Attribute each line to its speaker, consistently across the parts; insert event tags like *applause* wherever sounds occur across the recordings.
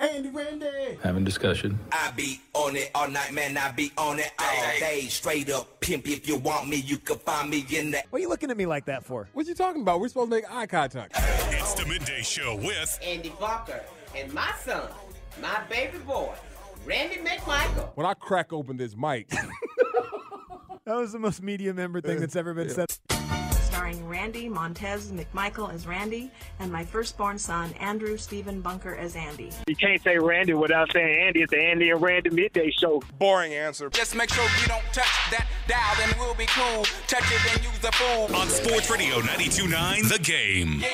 Speaker 1: Andy Randy.
Speaker 2: having discussion.
Speaker 3: I be on it all night, man. I be on it all day. Straight up pimp. If you want me, you can find me in the
Speaker 4: What are you looking at me like that for?
Speaker 5: What you talking about? We're supposed to make eye contact.
Speaker 6: It's the midday show with
Speaker 7: Andy Barker, and my son, my baby boy, Randy McMichael.
Speaker 5: When I crack open this mic,
Speaker 4: That was the most media member thing that's ever been said.
Speaker 8: starring Randy Montez McMichael as Randy and my firstborn son Andrew Stephen Bunker as Andy.
Speaker 9: You can't say Randy without saying Andy. It's the Andy and Randy midday show.
Speaker 10: Boring answer.
Speaker 3: Just make sure you don't touch that dial, then we'll be cool. Touch it, then use the fool.
Speaker 6: on Sports Radio 929 The Game.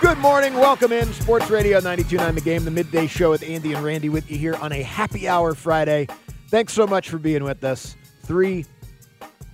Speaker 4: Good morning. Welcome in Sports Radio 92.9 The Game, the midday show with Andy and Randy with you here on a happy hour Friday. Thanks so much for being with us. Three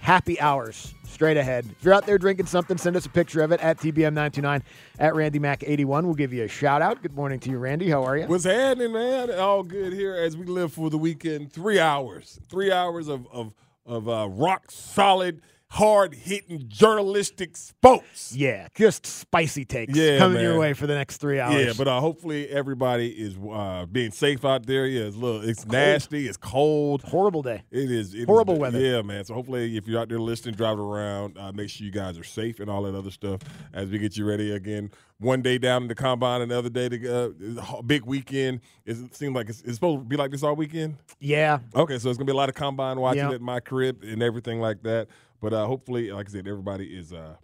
Speaker 4: happy hours straight ahead. If you're out there drinking something, send us a picture of it at TBM929 at Randy Mac81. We'll give you a shout out. Good morning to you, Randy. How are you?
Speaker 5: what's happening, man? All good here as we live for the weekend. Three hours, three hours of of of uh, rock solid, hard hitting journalistic spokes.
Speaker 4: Yeah, just spicy takes
Speaker 5: Yeah,
Speaker 4: coming your
Speaker 5: man.
Speaker 4: way for the next three hours.
Speaker 5: Yeah, but uh, hopefully everybody is uh, being safe out there. Yeah, it's a little, it's nasty, it's cold.
Speaker 4: horrible day.
Speaker 5: It is it is-
Speaker 4: Horrible weather.
Speaker 5: Yeah, man. So hopefully, if you're out there listening, driving around, uh, make sure you guys are safe and all that other stuff as we get you ready again. One day down in the combine, another day to uh, big weekend. Is It seems like it's, it's supposed to be like this all weekend.
Speaker 4: Yeah,
Speaker 5: Okay, so it's gonna be a lot of combine watching
Speaker 4: Yeah.
Speaker 5: at my crib and everything like that. But uh, hopefully, like I said, everybody is uh,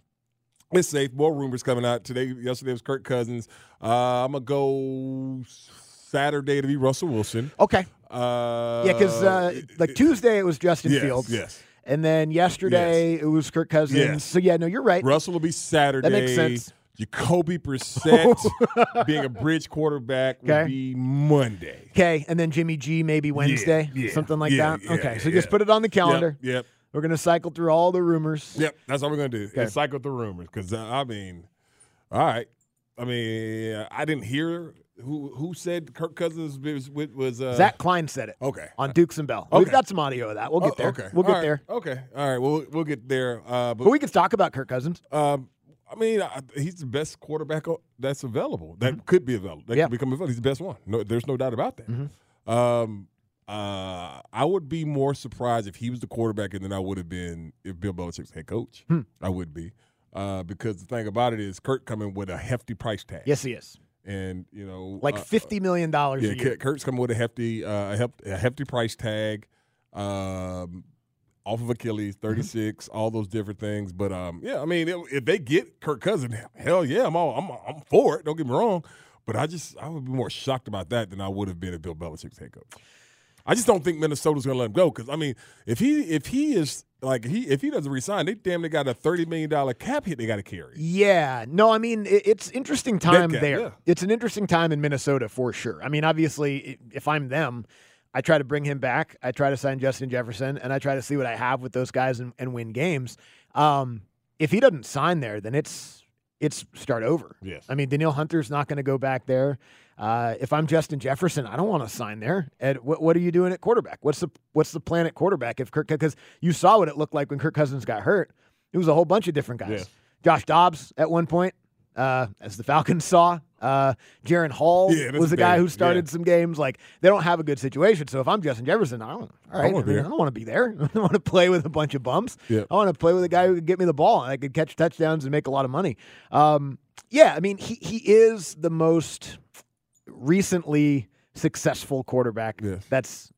Speaker 5: is safe. More rumors coming out today. Yesterday was Kirk Cousins. Uh, I'm gonna go Saturday to be Russell Wilson.
Speaker 4: Okay.
Speaker 5: Uh,
Speaker 4: Oh. Yeah, because uh, like Tuesday it was Justin
Speaker 5: yes,
Speaker 4: Fields.
Speaker 5: yes.
Speaker 4: And then yesterday it was Kirk Cousins.
Speaker 5: Yes.
Speaker 4: So yeah, no, you're right.
Speaker 5: Russell will be Saturday.
Speaker 4: makes sense.
Speaker 5: Jacoby
Speaker 4: *laughs*
Speaker 5: Brissett being a bridge quarterback will
Speaker 4: Okay.
Speaker 5: be Monday.
Speaker 4: Okay, and then Jimmy G maybe Wednesday,
Speaker 5: yeah,
Speaker 4: something like
Speaker 5: yeah,
Speaker 4: that.
Speaker 5: yeah,
Speaker 4: okay, so
Speaker 5: yeah.
Speaker 4: just put it on the calendar.
Speaker 5: Yep. yep.
Speaker 4: We're gonna cycle through all the rumors.
Speaker 5: Yep, that's what we're gonna do.
Speaker 4: Okay.
Speaker 5: Is cycle through rumors because uh, I mean, all right. I mean, I didn't hear who who said Kirk Cousins was was, was uh,
Speaker 4: Zach Klein said it.
Speaker 5: Okay.
Speaker 4: On Dukes and Bell. We've
Speaker 5: Okay.
Speaker 4: got some audio of that. We'll
Speaker 5: Oh,
Speaker 4: get there.
Speaker 5: Okay,
Speaker 4: We'll get
Speaker 5: All right.
Speaker 4: there.
Speaker 5: Okay, all right. We'll we'll get there. Uh, but
Speaker 4: But we can talk about Kirk Cousins.
Speaker 5: um, I mean, I, he's the best quarterback o- that's available. That could be available. That
Speaker 4: Mm-hmm. Yeah. Mm-hmm.
Speaker 5: could become available. He's the best one. No, there's no doubt about that. Um, uh, I would be more surprised if he was the quarterback, and then I would have been if Bill Belichick's head coach.
Speaker 4: Hmm.
Speaker 5: I would be, uh, because the thing about it is Kurt coming with a hefty price tag.
Speaker 4: Yes, he is.
Speaker 5: and you know,
Speaker 4: Like
Speaker 5: uh,
Speaker 4: fifty million dollars
Speaker 5: yeah,
Speaker 4: a year.
Speaker 5: Kurt- Kurt's coming with a hefty, uh, a hef- a hefty price tag, um, off of Achilles,
Speaker 4: Mm-hmm.
Speaker 5: thirty all those different things. But um, yeah, I mean, if- if they get Kirk Cousins, hell yeah, I'm all, I'm, I'm for it. Don't get me wrong, but I just I would be more shocked about that than I would have been if Bill Belichick's head coach. I just don't think Minnesota's going to let him go because I mean, if he if he is like he if he doesn't resign, they damn they got a thirty million dollar cap hit they got to carry.
Speaker 4: Yeah. No, I mean, it, it's interesting time
Speaker 5: guy,
Speaker 4: there.
Speaker 5: yeah.
Speaker 4: It's an interesting time in Minnesota for sure. I mean, obviously, i- if I'm them, I try to bring him back. I try to sign Justin Jefferson, and I try to see what I have with those guys and, and win games. Um, if he doesn't sign there, then it's it's start over.
Speaker 5: Yes.
Speaker 4: I mean, Daniil Hunter's not going to go back there. Uh, if I'm Justin Jefferson, I don't want to sign there. And what, what are you doing at quarterback? What's the what's the plan at quarterback if Kirk because you saw what it looked like when Kirk Cousins got hurt. It was a whole bunch of different guys.
Speaker 5: Yes.
Speaker 4: Josh Dobbs at one point, uh, as the Falcons saw. Uh, Jaron Hall
Speaker 5: Yeah, that's
Speaker 4: was the guy
Speaker 5: bad.
Speaker 4: who started
Speaker 5: Yeah.
Speaker 4: some games. Like they don't have a good situation. So if I'm Justin Jefferson, I don't. All
Speaker 5: I
Speaker 4: right, I,
Speaker 5: wanna be
Speaker 4: mean,
Speaker 5: there.
Speaker 4: I don't want to be there. *laughs* I don't want to play with a bunch of bumps.
Speaker 5: Yeah.
Speaker 4: I want to play with a guy who could get me the ball and I could catch touchdowns and make a lot of money. Um, yeah, I mean, he he is the most recently successful quarterback that's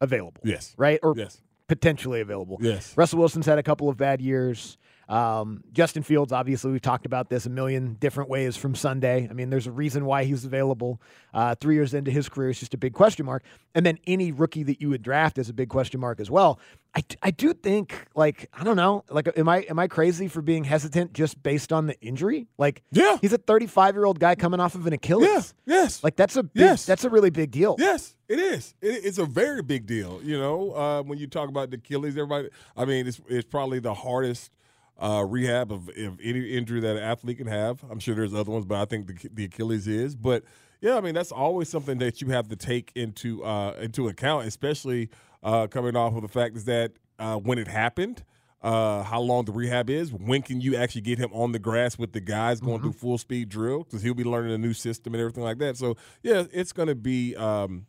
Speaker 4: available.
Speaker 5: Yes.
Speaker 4: Right? Or
Speaker 5: Yes.
Speaker 4: potentially available.
Speaker 5: Yes.
Speaker 4: Russell Wilson's had a couple of bad years. Um, Justin Fields, obviously, we've talked about this a million different ways from Sunday. I mean, there's a reason why he's available. Uh, three years into his career is just a big question mark. And then any rookie that you would draft is a big question mark as well. I, d- I do think, like, I don't know, like, am I am I crazy for being hesitant just based on the injury? Like,
Speaker 5: yeah,
Speaker 4: he's a 35 year old guy coming off of an Achilles.
Speaker 5: yes.
Speaker 4: Like that's a big,
Speaker 5: Yes.
Speaker 4: that's a really big deal.
Speaker 5: Yes, it is. It, it's a very big deal. You know, uh, when you talk about the Achilles, everybody. I mean, it's it's probably the hardest uh, rehab of, of any injury that an athlete can have. I'm sure there's other ones, but I think the, the Achilles is. But yeah, I mean, that's always something that you have to take into uh, into account, especially uh, coming off of the fact is that uh, when it happened. Uh, how long the rehab is? When can you actually get him on the grass with the guys going through full speed drill? Because he'll be learning a new system and everything like that. So yeah, it's going to be um,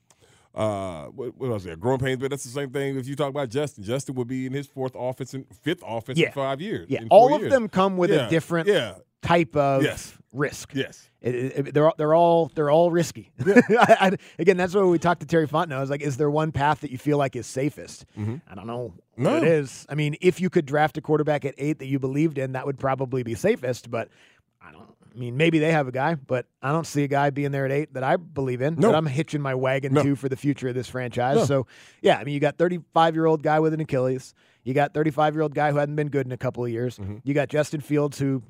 Speaker 5: uh, what, what was it? Growing pains, but that's the same thing. If you talk about Justin, Justin would be in his fourth offense and fifth offense
Speaker 4: Yeah.
Speaker 5: in five years.
Speaker 4: Yeah,
Speaker 5: in four
Speaker 4: all of
Speaker 5: years.
Speaker 4: them come with
Speaker 5: Yeah.
Speaker 4: a different
Speaker 5: Yeah,
Speaker 4: type of
Speaker 5: Yes.
Speaker 4: risk.
Speaker 5: Yes.
Speaker 4: It- it- it- they're all- they're all they're all risky. *laughs* I- I- again, that's why we talked to Terry Fontenot. I was like, "Is there one path that you feel like is safest?" I don't know. what
Speaker 5: No.
Speaker 4: It is. I mean, if you could draft a quarterback at eight that you believed in, that would probably be safest. But I don't. I mean, maybe they have a guy, but I don't see a guy being there at eight that I believe in.
Speaker 5: No.
Speaker 4: That I'm hitching my wagon
Speaker 5: No.
Speaker 4: to for the future of this franchise.
Speaker 5: No.
Speaker 4: So, yeah, I mean, you got 35 year old guy with an Achilles. You got 35 year old guy who hadn't been good in a couple of years.
Speaker 5: Mm-hmm.
Speaker 4: You got Justin Fields who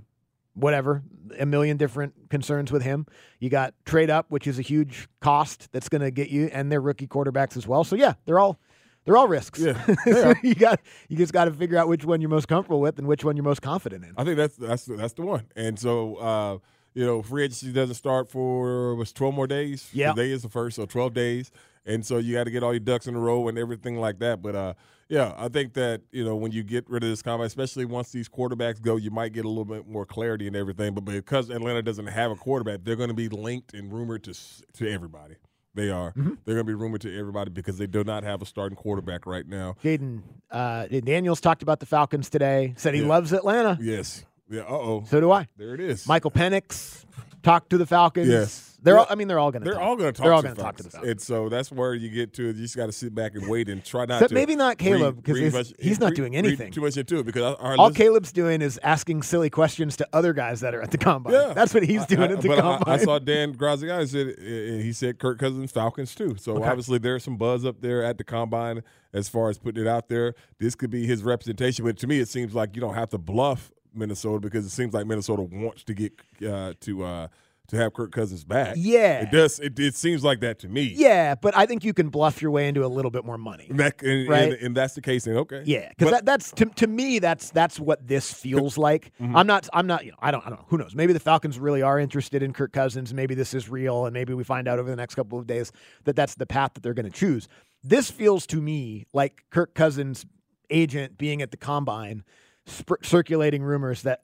Speaker 4: whatever, a million different concerns with him. You got trade up, which is a huge cost that's going to get you, and their rookie quarterbacks as well. So yeah, they're all they're all risks. *laughs*
Speaker 5: Yeah,
Speaker 4: So you got you just got to figure out which one you're most comfortable with and which one you're most confident in.
Speaker 5: I think that's that's that's the one. And so uh, you know, free agency doesn't start for was twelve more days.
Speaker 4: Yeah.
Speaker 5: today is the first, so twelve days. And so you got to get all your ducks in a row and everything like that. But uh, yeah, I think that you know when you get rid of this combat, especially once these quarterbacks go, you might get a little bit more clarity and everything. But because Atlanta doesn't have a quarterback, they're going to be linked and rumored to s- to everybody. They are. They're going to be rumored to everybody because they do not have a starting quarterback right now.
Speaker 4: Jaden uh, Daniels talked about the Falcons today. Said he
Speaker 5: Yeah.
Speaker 4: loves Atlanta.
Speaker 5: Yes. Yeah. Uh oh.
Speaker 4: So do I.
Speaker 5: There it is.
Speaker 4: Michael Penix talked to the Falcons.
Speaker 5: Yes.
Speaker 4: They're
Speaker 5: Yeah.
Speaker 4: all, I mean, they're all going to.
Speaker 5: They're all going to
Speaker 4: to
Speaker 5: talk.
Speaker 4: They're all
Speaker 5: to
Speaker 4: going to talk to the
Speaker 5: Fox.
Speaker 4: Falcons.
Speaker 5: And so that's where you get to. You just got to sit back and wait and try not
Speaker 4: Except
Speaker 5: to.
Speaker 4: maybe not
Speaker 5: read-
Speaker 4: Caleb, 'cause
Speaker 5: read
Speaker 4: he's-
Speaker 5: much-
Speaker 4: he's not
Speaker 5: read-
Speaker 4: doing
Speaker 5: read
Speaker 4: anything.
Speaker 5: too much into it because our, our
Speaker 4: all
Speaker 5: list-
Speaker 4: Caleb's doing is asking silly questions to other guys that are at the combine.
Speaker 5: Yeah.
Speaker 4: That's what he's doing
Speaker 5: I,
Speaker 4: at the
Speaker 5: but I-
Speaker 4: combine.
Speaker 5: I, saw Dan Graziano said uh, he said Kirk Cousins Falcons too. So
Speaker 4: Okay.
Speaker 5: obviously there's some buzz up there at the combine as far as putting it out there. This could be his representation, but to me it seems like you don't have to bluff Minnesota because it seems like Minnesota wants to get uh, to uh, to have Kirk Cousins back.
Speaker 4: Yeah.
Speaker 5: it does. It, it seems like that to me.
Speaker 4: Yeah, but I think you can bluff your way into a little bit more money.
Speaker 5: That- and,
Speaker 4: Right.
Speaker 5: and, and that's the case. And okay,
Speaker 4: Yeah,
Speaker 5: But-
Speaker 4: because that, that's to, to me that's that's what this feels like.
Speaker 5: Mm-hmm.
Speaker 4: I'm not I'm not you know I don't I don't know who knows maybe the Falcons really are interested in Kirk Cousins maybe this is real and maybe we find out over the next couple of days that that's the path that they're going to choose. This feels to me like Kirk Cousins' agent being at the combine, sp- circulating rumors that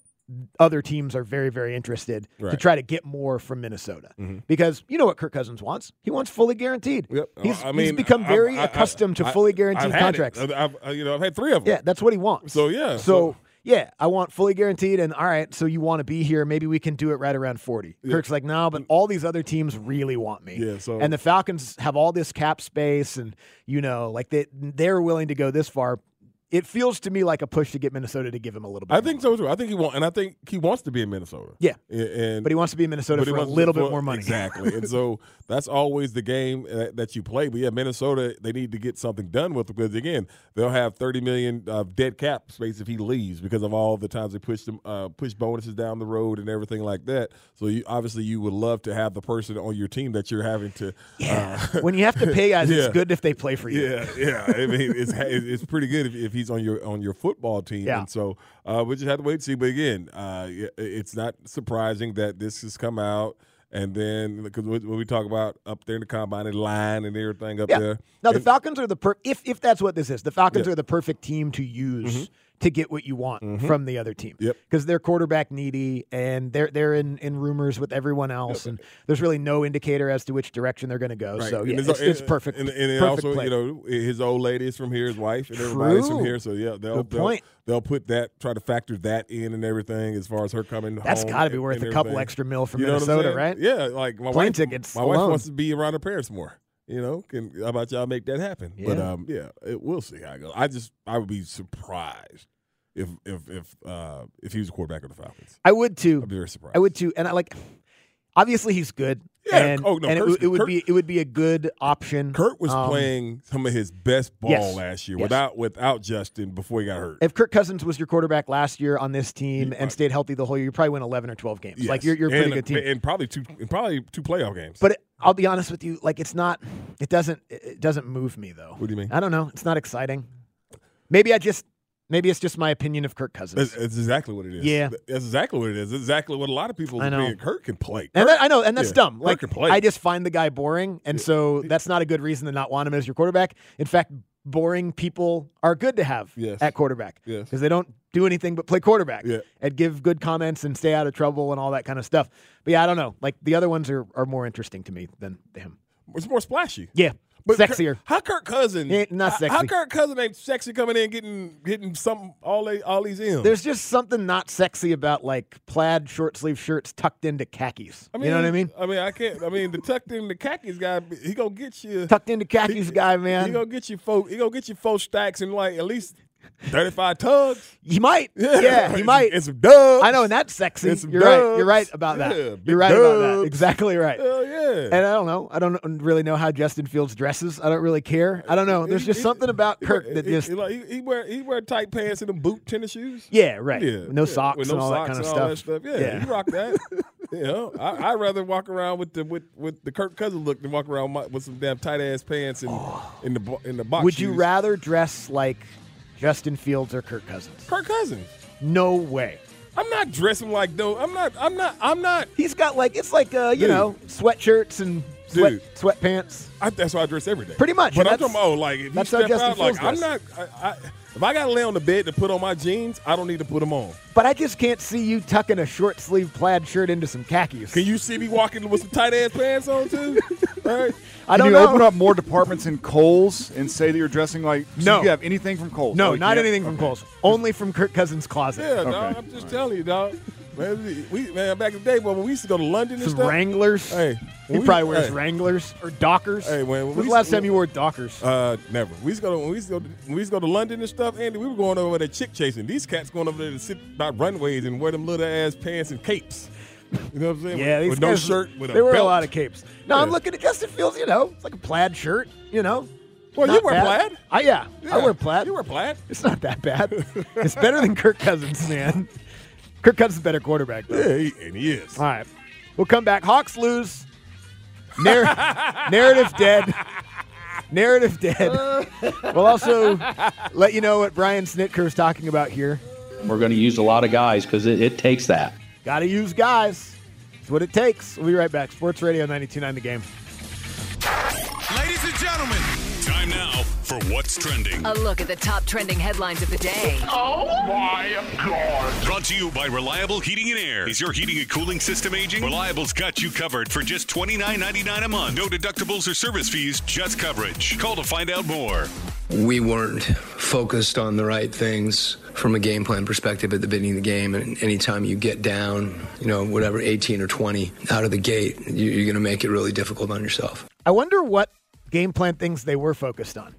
Speaker 4: other teams are very very interested to
Speaker 5: Right.
Speaker 4: try to get more from Minnesota
Speaker 5: Mhm.
Speaker 4: because you know what Kirk Cousins wants he wants fully guaranteed.
Speaker 5: Yep.
Speaker 4: He's,
Speaker 5: Uh, I
Speaker 4: he's
Speaker 5: mean,
Speaker 4: become
Speaker 5: I-
Speaker 4: very
Speaker 5: I- I-
Speaker 4: accustomed to
Speaker 5: I-
Speaker 4: fully guaranteed
Speaker 5: I've had it.
Speaker 4: contracts.
Speaker 5: I've, I've- you know, I've had three of them.
Speaker 4: Yeah, that's what he wants.
Speaker 5: So, yeah,
Speaker 4: So
Speaker 5: so-
Speaker 4: yeah, I want fully guaranteed. And all right, so you want to be here? Maybe we can do it right around forty. Kirk's like, no, but all these other teams really want me.
Speaker 5: Yeah, Mm. so-
Speaker 4: and the Falcons have all this cap space, and you know, like they they're willing to go this far. It feels to me like a push to get Minnesota to give him a little bit.
Speaker 5: I think so too. I think he wants, and I think he wants to be in Minnesota.
Speaker 4: Yeah.
Speaker 5: and, and-
Speaker 4: but he wants to be in Minnesota
Speaker 5: but he
Speaker 4: for a
Speaker 5: wants to-
Speaker 4: little bit
Speaker 5: for-
Speaker 4: more money.
Speaker 5: exactly.
Speaker 4: *laughs*
Speaker 5: and so that's always the game uh, that you play. But yeah, Minnesota they need to get something done with it because again they'll have thirty million of dead cap space if he leaves because of all the times they push them uh, push bonuses down the road and everything like that. So you obviously you would love to have the person on your team that you're having to
Speaker 4: Yeah.
Speaker 5: uh,
Speaker 4: when you have to pay
Speaker 5: *laughs*
Speaker 4: guys,
Speaker 5: Yeah.
Speaker 4: it's good if they play for you.
Speaker 5: Yeah, yeah. I mean, it's it's pretty good if, if he he's on your on your football team.
Speaker 4: Yeah.
Speaker 5: And so uh, we just have to wait and see. But again, uh, i- it's not surprising that this has come out. And then, because when we talk about up there in the combine and line and everything up
Speaker 4: Yeah.
Speaker 5: there,
Speaker 4: Now the
Speaker 5: And-
Speaker 4: Falcons are the per- if if that's what this is, the Falcons
Speaker 5: Yeah.
Speaker 4: are the perfect team to use
Speaker 5: Mhm.
Speaker 4: to get what you want
Speaker 5: Mhm.
Speaker 4: from the other team.
Speaker 5: Yep.
Speaker 4: Because they're quarterback needy and they're they're in, in rumors with everyone else, and there's really no indicator as to which direction they're going to go.
Speaker 5: Right.
Speaker 4: So
Speaker 5: And
Speaker 4: yeah, it's,
Speaker 5: al-
Speaker 4: it's perfect.
Speaker 5: Oh, And, and it
Speaker 4: perfect
Speaker 5: also,
Speaker 4: play.
Speaker 5: you know, his old lady is from here, his wife, and everybody's from
Speaker 4: True.
Speaker 5: here. So yeah, they'll
Speaker 4: Good
Speaker 5: they'll,
Speaker 4: point.
Speaker 5: they'll put that, try to factor that in and everything as far as her coming.
Speaker 4: That's
Speaker 5: home
Speaker 4: gotta be
Speaker 5: and-
Speaker 4: worth
Speaker 5: and
Speaker 4: a couple
Speaker 5: everything.
Speaker 4: extra mil from
Speaker 5: You know what I'm
Speaker 4: Minnesota,
Speaker 5: saying?
Speaker 4: right?
Speaker 5: Yeah, like my
Speaker 4: Plane
Speaker 5: wife,
Speaker 4: tickets
Speaker 5: My
Speaker 4: alone.
Speaker 5: wife wants to be around her parents more. You know, can how about y'all make that happen? But
Speaker 4: Yeah.
Speaker 5: um, yeah, it, we'll see how it goes. I just I would be surprised if if if uh if he was a quarterback of the Falcons.
Speaker 4: I would too.
Speaker 5: I'd be very surprised.
Speaker 4: I would too, and I like. Obviously, he's good.
Speaker 5: Yeah,
Speaker 4: And,
Speaker 5: oh, no,
Speaker 4: and it,
Speaker 5: Kirk's
Speaker 4: w- it would
Speaker 5: good.
Speaker 4: be it would be a good option.
Speaker 5: Kurt was
Speaker 4: Um,
Speaker 5: playing some of his best ball
Speaker 4: yes,
Speaker 5: last year
Speaker 4: yes.
Speaker 5: without without Justin before he got hurt.
Speaker 4: If Kirk Cousins was your quarterback last year on this team and stayed healthy the whole year, you probably win eleven or twelve games. Like
Speaker 5: uh, Yes.
Speaker 4: you're, you're a pretty
Speaker 5: and,
Speaker 4: good team.
Speaker 5: and probably two and probably two playoff games.
Speaker 4: But it, I'll be honest with you, like it's not, it doesn't, it it doesn't move me though.
Speaker 5: What do you mean?
Speaker 4: I don't know. It's not exciting. Maybe I just, maybe it's just my opinion of Kirk Cousins.
Speaker 5: That's, that's exactly what it is.
Speaker 4: Yeah.
Speaker 5: that's exactly what it is. That's exactly what a lot of people
Speaker 4: I know.
Speaker 5: think Kirk can play.
Speaker 4: and that, I know, and that's
Speaker 5: yeah,
Speaker 4: dumb.
Speaker 5: Kirk
Speaker 4: Like
Speaker 5: can play.
Speaker 4: I just find the guy boring, and so that's not a good reason to not want him as your quarterback. In fact, boring people are good to have
Speaker 5: Yes.
Speaker 4: at quarterback
Speaker 5: Yes.
Speaker 4: they don't do anything but play quarterback
Speaker 5: Yeah.
Speaker 4: and give good comments and stay out of trouble and all that kind of stuff. But yeah, I don't know. Like the other ones are, are more interesting to me than him.
Speaker 5: it's more splashy.
Speaker 4: Yeah,
Speaker 5: But Kirk-
Speaker 4: sexier.
Speaker 5: how Kirk Cousins?
Speaker 4: Eh, not
Speaker 5: how- How
Speaker 4: sexy.
Speaker 5: Kirk Cousins ain't sexy coming in getting getting some all they, all these M's.
Speaker 4: There's just something not sexy about like plaid short sleeve shirts tucked into khakis.
Speaker 5: I
Speaker 4: you know what I mean?
Speaker 5: I mean, I can't. I mean, the tucked in the khakis guy, he gonna get you.
Speaker 4: Tucked into khakis, guy, man.
Speaker 5: He gonna get you four. He gonna get you four stacks and like at least thirty five tugs. *laughs*
Speaker 4: He might. Yeah, he
Speaker 5: And-
Speaker 4: might.
Speaker 5: And some dubs.
Speaker 4: I know, and that's sexy.
Speaker 5: And some
Speaker 4: You're right. You're
Speaker 5: dubs.
Speaker 4: right about that.
Speaker 5: Yeah, big
Speaker 4: You're right about that.
Speaker 5: dubs.
Speaker 4: Exactly right.
Speaker 5: Hell yeah.
Speaker 4: And I don't know. I don't really know how Justin Fields dresses. I don't really care. I don't know. There's
Speaker 5: He-
Speaker 4: just
Speaker 5: he-
Speaker 4: something about
Speaker 5: he-
Speaker 4: Kirk that
Speaker 5: he-
Speaker 4: just
Speaker 5: he, like, he, he wear he wear tight pants and them boot tennis shoes.
Speaker 4: yeah, right. no
Speaker 5: yeah.
Speaker 4: socks
Speaker 5: With
Speaker 4: and all that
Speaker 5: socks
Speaker 4: kind of
Speaker 5: and all
Speaker 4: stuff.
Speaker 5: Yeah, you rock that. *laughs* you know, I, I'd rather walk around with the with, with the Kirk Cousins look than walk around my, with some damn tight ass pants and in the bo- in the box.
Speaker 4: Oh. Would you
Speaker 5: shoes.
Speaker 4: rather dress like Justin Fields or Kirk Cousins?
Speaker 5: Kirk Cousins?
Speaker 4: No way.
Speaker 5: I'm not dressing like though. I'm not. I'm not. *laughs* I'm not.
Speaker 4: He's got like it's like uh, you
Speaker 5: Dude.
Speaker 4: know sweatshirts and sweat,
Speaker 5: Dude.
Speaker 4: sweatpants.
Speaker 5: I, that's how I dress every day.
Speaker 4: Pretty much,
Speaker 5: But
Speaker 4: and
Speaker 5: I'm
Speaker 4: that's-
Speaker 5: talking about like if you
Speaker 4: that's how
Speaker 5: step
Speaker 4: Justin
Speaker 5: out, like
Speaker 4: Fields
Speaker 5: I'm not.
Speaker 4: dressed.
Speaker 5: I, I, if I gotta lay on the bed to put on my jeans, I don't need to put them on.
Speaker 4: But I just can't see you tucking a short sleeve plaid shirt into some khakis.
Speaker 5: Can you see me walking with some tight ass pants on
Speaker 4: *laughs*
Speaker 5: too? Right?
Speaker 4: I
Speaker 11: Can
Speaker 4: don't
Speaker 11: you
Speaker 4: know.
Speaker 11: open up more departments in Kohl's and say that you're dressing like? so
Speaker 4: No.
Speaker 11: you have anything from Kohl's?
Speaker 4: no,
Speaker 11: Oh, you
Speaker 4: not
Speaker 11: can't?
Speaker 4: anything from
Speaker 11: Okay.
Speaker 4: Cole's. Only from Kirk Cousins' closet.
Speaker 5: Yeah, dog. I'm just telling you, dog. Man, we man back in the day when we used to go to London and
Speaker 4: Some
Speaker 5: stuff.
Speaker 4: Wranglers.
Speaker 5: Hey,
Speaker 4: he
Speaker 5: we-
Speaker 4: probably wears
Speaker 5: hey.
Speaker 4: Wranglers or Dockers.
Speaker 5: Hey, when- when
Speaker 4: When's
Speaker 5: we-
Speaker 4: the last time you wore Dockers?
Speaker 5: Uh, never. We used to go to, when we used to go to, when we used to go to London and stuff, Andy. We were going over there chick chasing. These cats going over there to sit by runways and wear them little ass pants and capes. You know what I'm saying?
Speaker 4: yeah,
Speaker 5: with,
Speaker 4: these
Speaker 5: with no
Speaker 4: guys-
Speaker 5: shirt. With
Speaker 4: they
Speaker 5: a
Speaker 4: wear
Speaker 5: belt.
Speaker 4: a lot of capes. No, I'm
Speaker 5: Yeah.
Speaker 4: looking at Justin Fields. You know, it's like a plaid shirt. You know.
Speaker 5: Well, you
Speaker 4: Not
Speaker 5: wear
Speaker 4: bad.
Speaker 5: plaid.
Speaker 4: I yeah,
Speaker 5: Yeah,
Speaker 4: I wear plaid.
Speaker 5: You wear plaid.
Speaker 4: It's not that bad.
Speaker 5: *laughs*
Speaker 4: it's better than Kirk Cousins, man. Kirk Cousins is a better quarterback, though.
Speaker 5: Yeah, he, and he is.
Speaker 4: All right. We'll come back. Hawks lose.
Speaker 5: *laughs*
Speaker 4: Nar- narrative dead.
Speaker 5: *laughs*
Speaker 4: Narrative dead. we'll also let you know what Brian Snitker is talking about here.
Speaker 2: We're going to use a lot of guys because it, it takes that.
Speaker 4: Got to use guys. It's what it takes. We'll be right back. Sports Radio 92.9 The Game.
Speaker 6: Ladies and gentlemen, time now for What's Trending.
Speaker 12: A look at the top trending headlines of the day.
Speaker 6: Oh my God. Brought to you by Reliable Heating and Air. Is your heating and cooling system aging? Reliable's got you covered for just $29.99 a month. No deductibles or service fees, just coverage. Call to find out more.
Speaker 9: we weren't focused on the right things from a game plan perspective at the beginning of the game. And anytime you get down, you know, whatever, 18 or 20 out of the gate, you- you're going to make it really difficult on yourself.
Speaker 4: I wonder what game plan things they were focused on.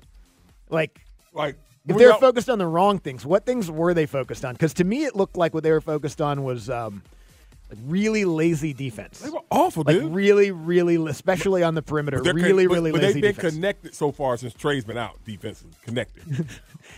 Speaker 4: Like,
Speaker 5: like
Speaker 4: if
Speaker 5: we
Speaker 4: they're
Speaker 5: got-
Speaker 4: focused on the wrong things, what things were they focused on? Because to me, it looked like what they were focused on was um, Like really lazy defense. They
Speaker 5: were awful,
Speaker 4: like
Speaker 5: dude.
Speaker 4: Really, really, especially on the perimeter.
Speaker 5: But they're con-
Speaker 4: Really,
Speaker 5: but-
Speaker 4: really
Speaker 5: but
Speaker 4: lazy
Speaker 5: they've been
Speaker 4: defense.
Speaker 5: connected so far since Trey's been out. Defenses
Speaker 4: *laughs*
Speaker 5: connected.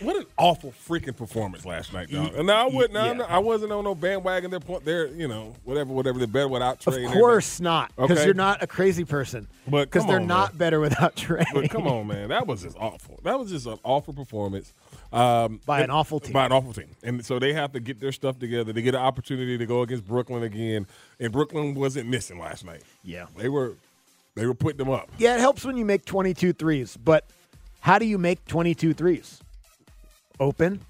Speaker 5: what an awful freaking performance last night, dog.
Speaker 4: Ye-
Speaker 5: And now I
Speaker 4: ye-
Speaker 5: would no,
Speaker 4: yeah.
Speaker 5: no, I wasn't on no bandwagon. They're pl- they're you know whatever whatever they're better without Trey. and
Speaker 4: Of
Speaker 5: everything.
Speaker 4: course not, because
Speaker 5: Okay.
Speaker 4: you're not a crazy person.
Speaker 5: But
Speaker 4: because
Speaker 5: come
Speaker 4: they're
Speaker 5: on,
Speaker 4: not
Speaker 5: man.
Speaker 4: better without *laughs* Trey.
Speaker 5: But come on, man, that was just awful. That was just an awful performance um,
Speaker 4: By an awful team.
Speaker 5: By an awful team, and so they have to get their stuff together. They get an opportunity to go against Brooklyn again, and Brooklyn wasn't missing last night.
Speaker 4: Yeah,
Speaker 5: they were, they were putting them up.
Speaker 4: Yeah, it helps when you make 22 threes, but how do you make 22 threes? Open?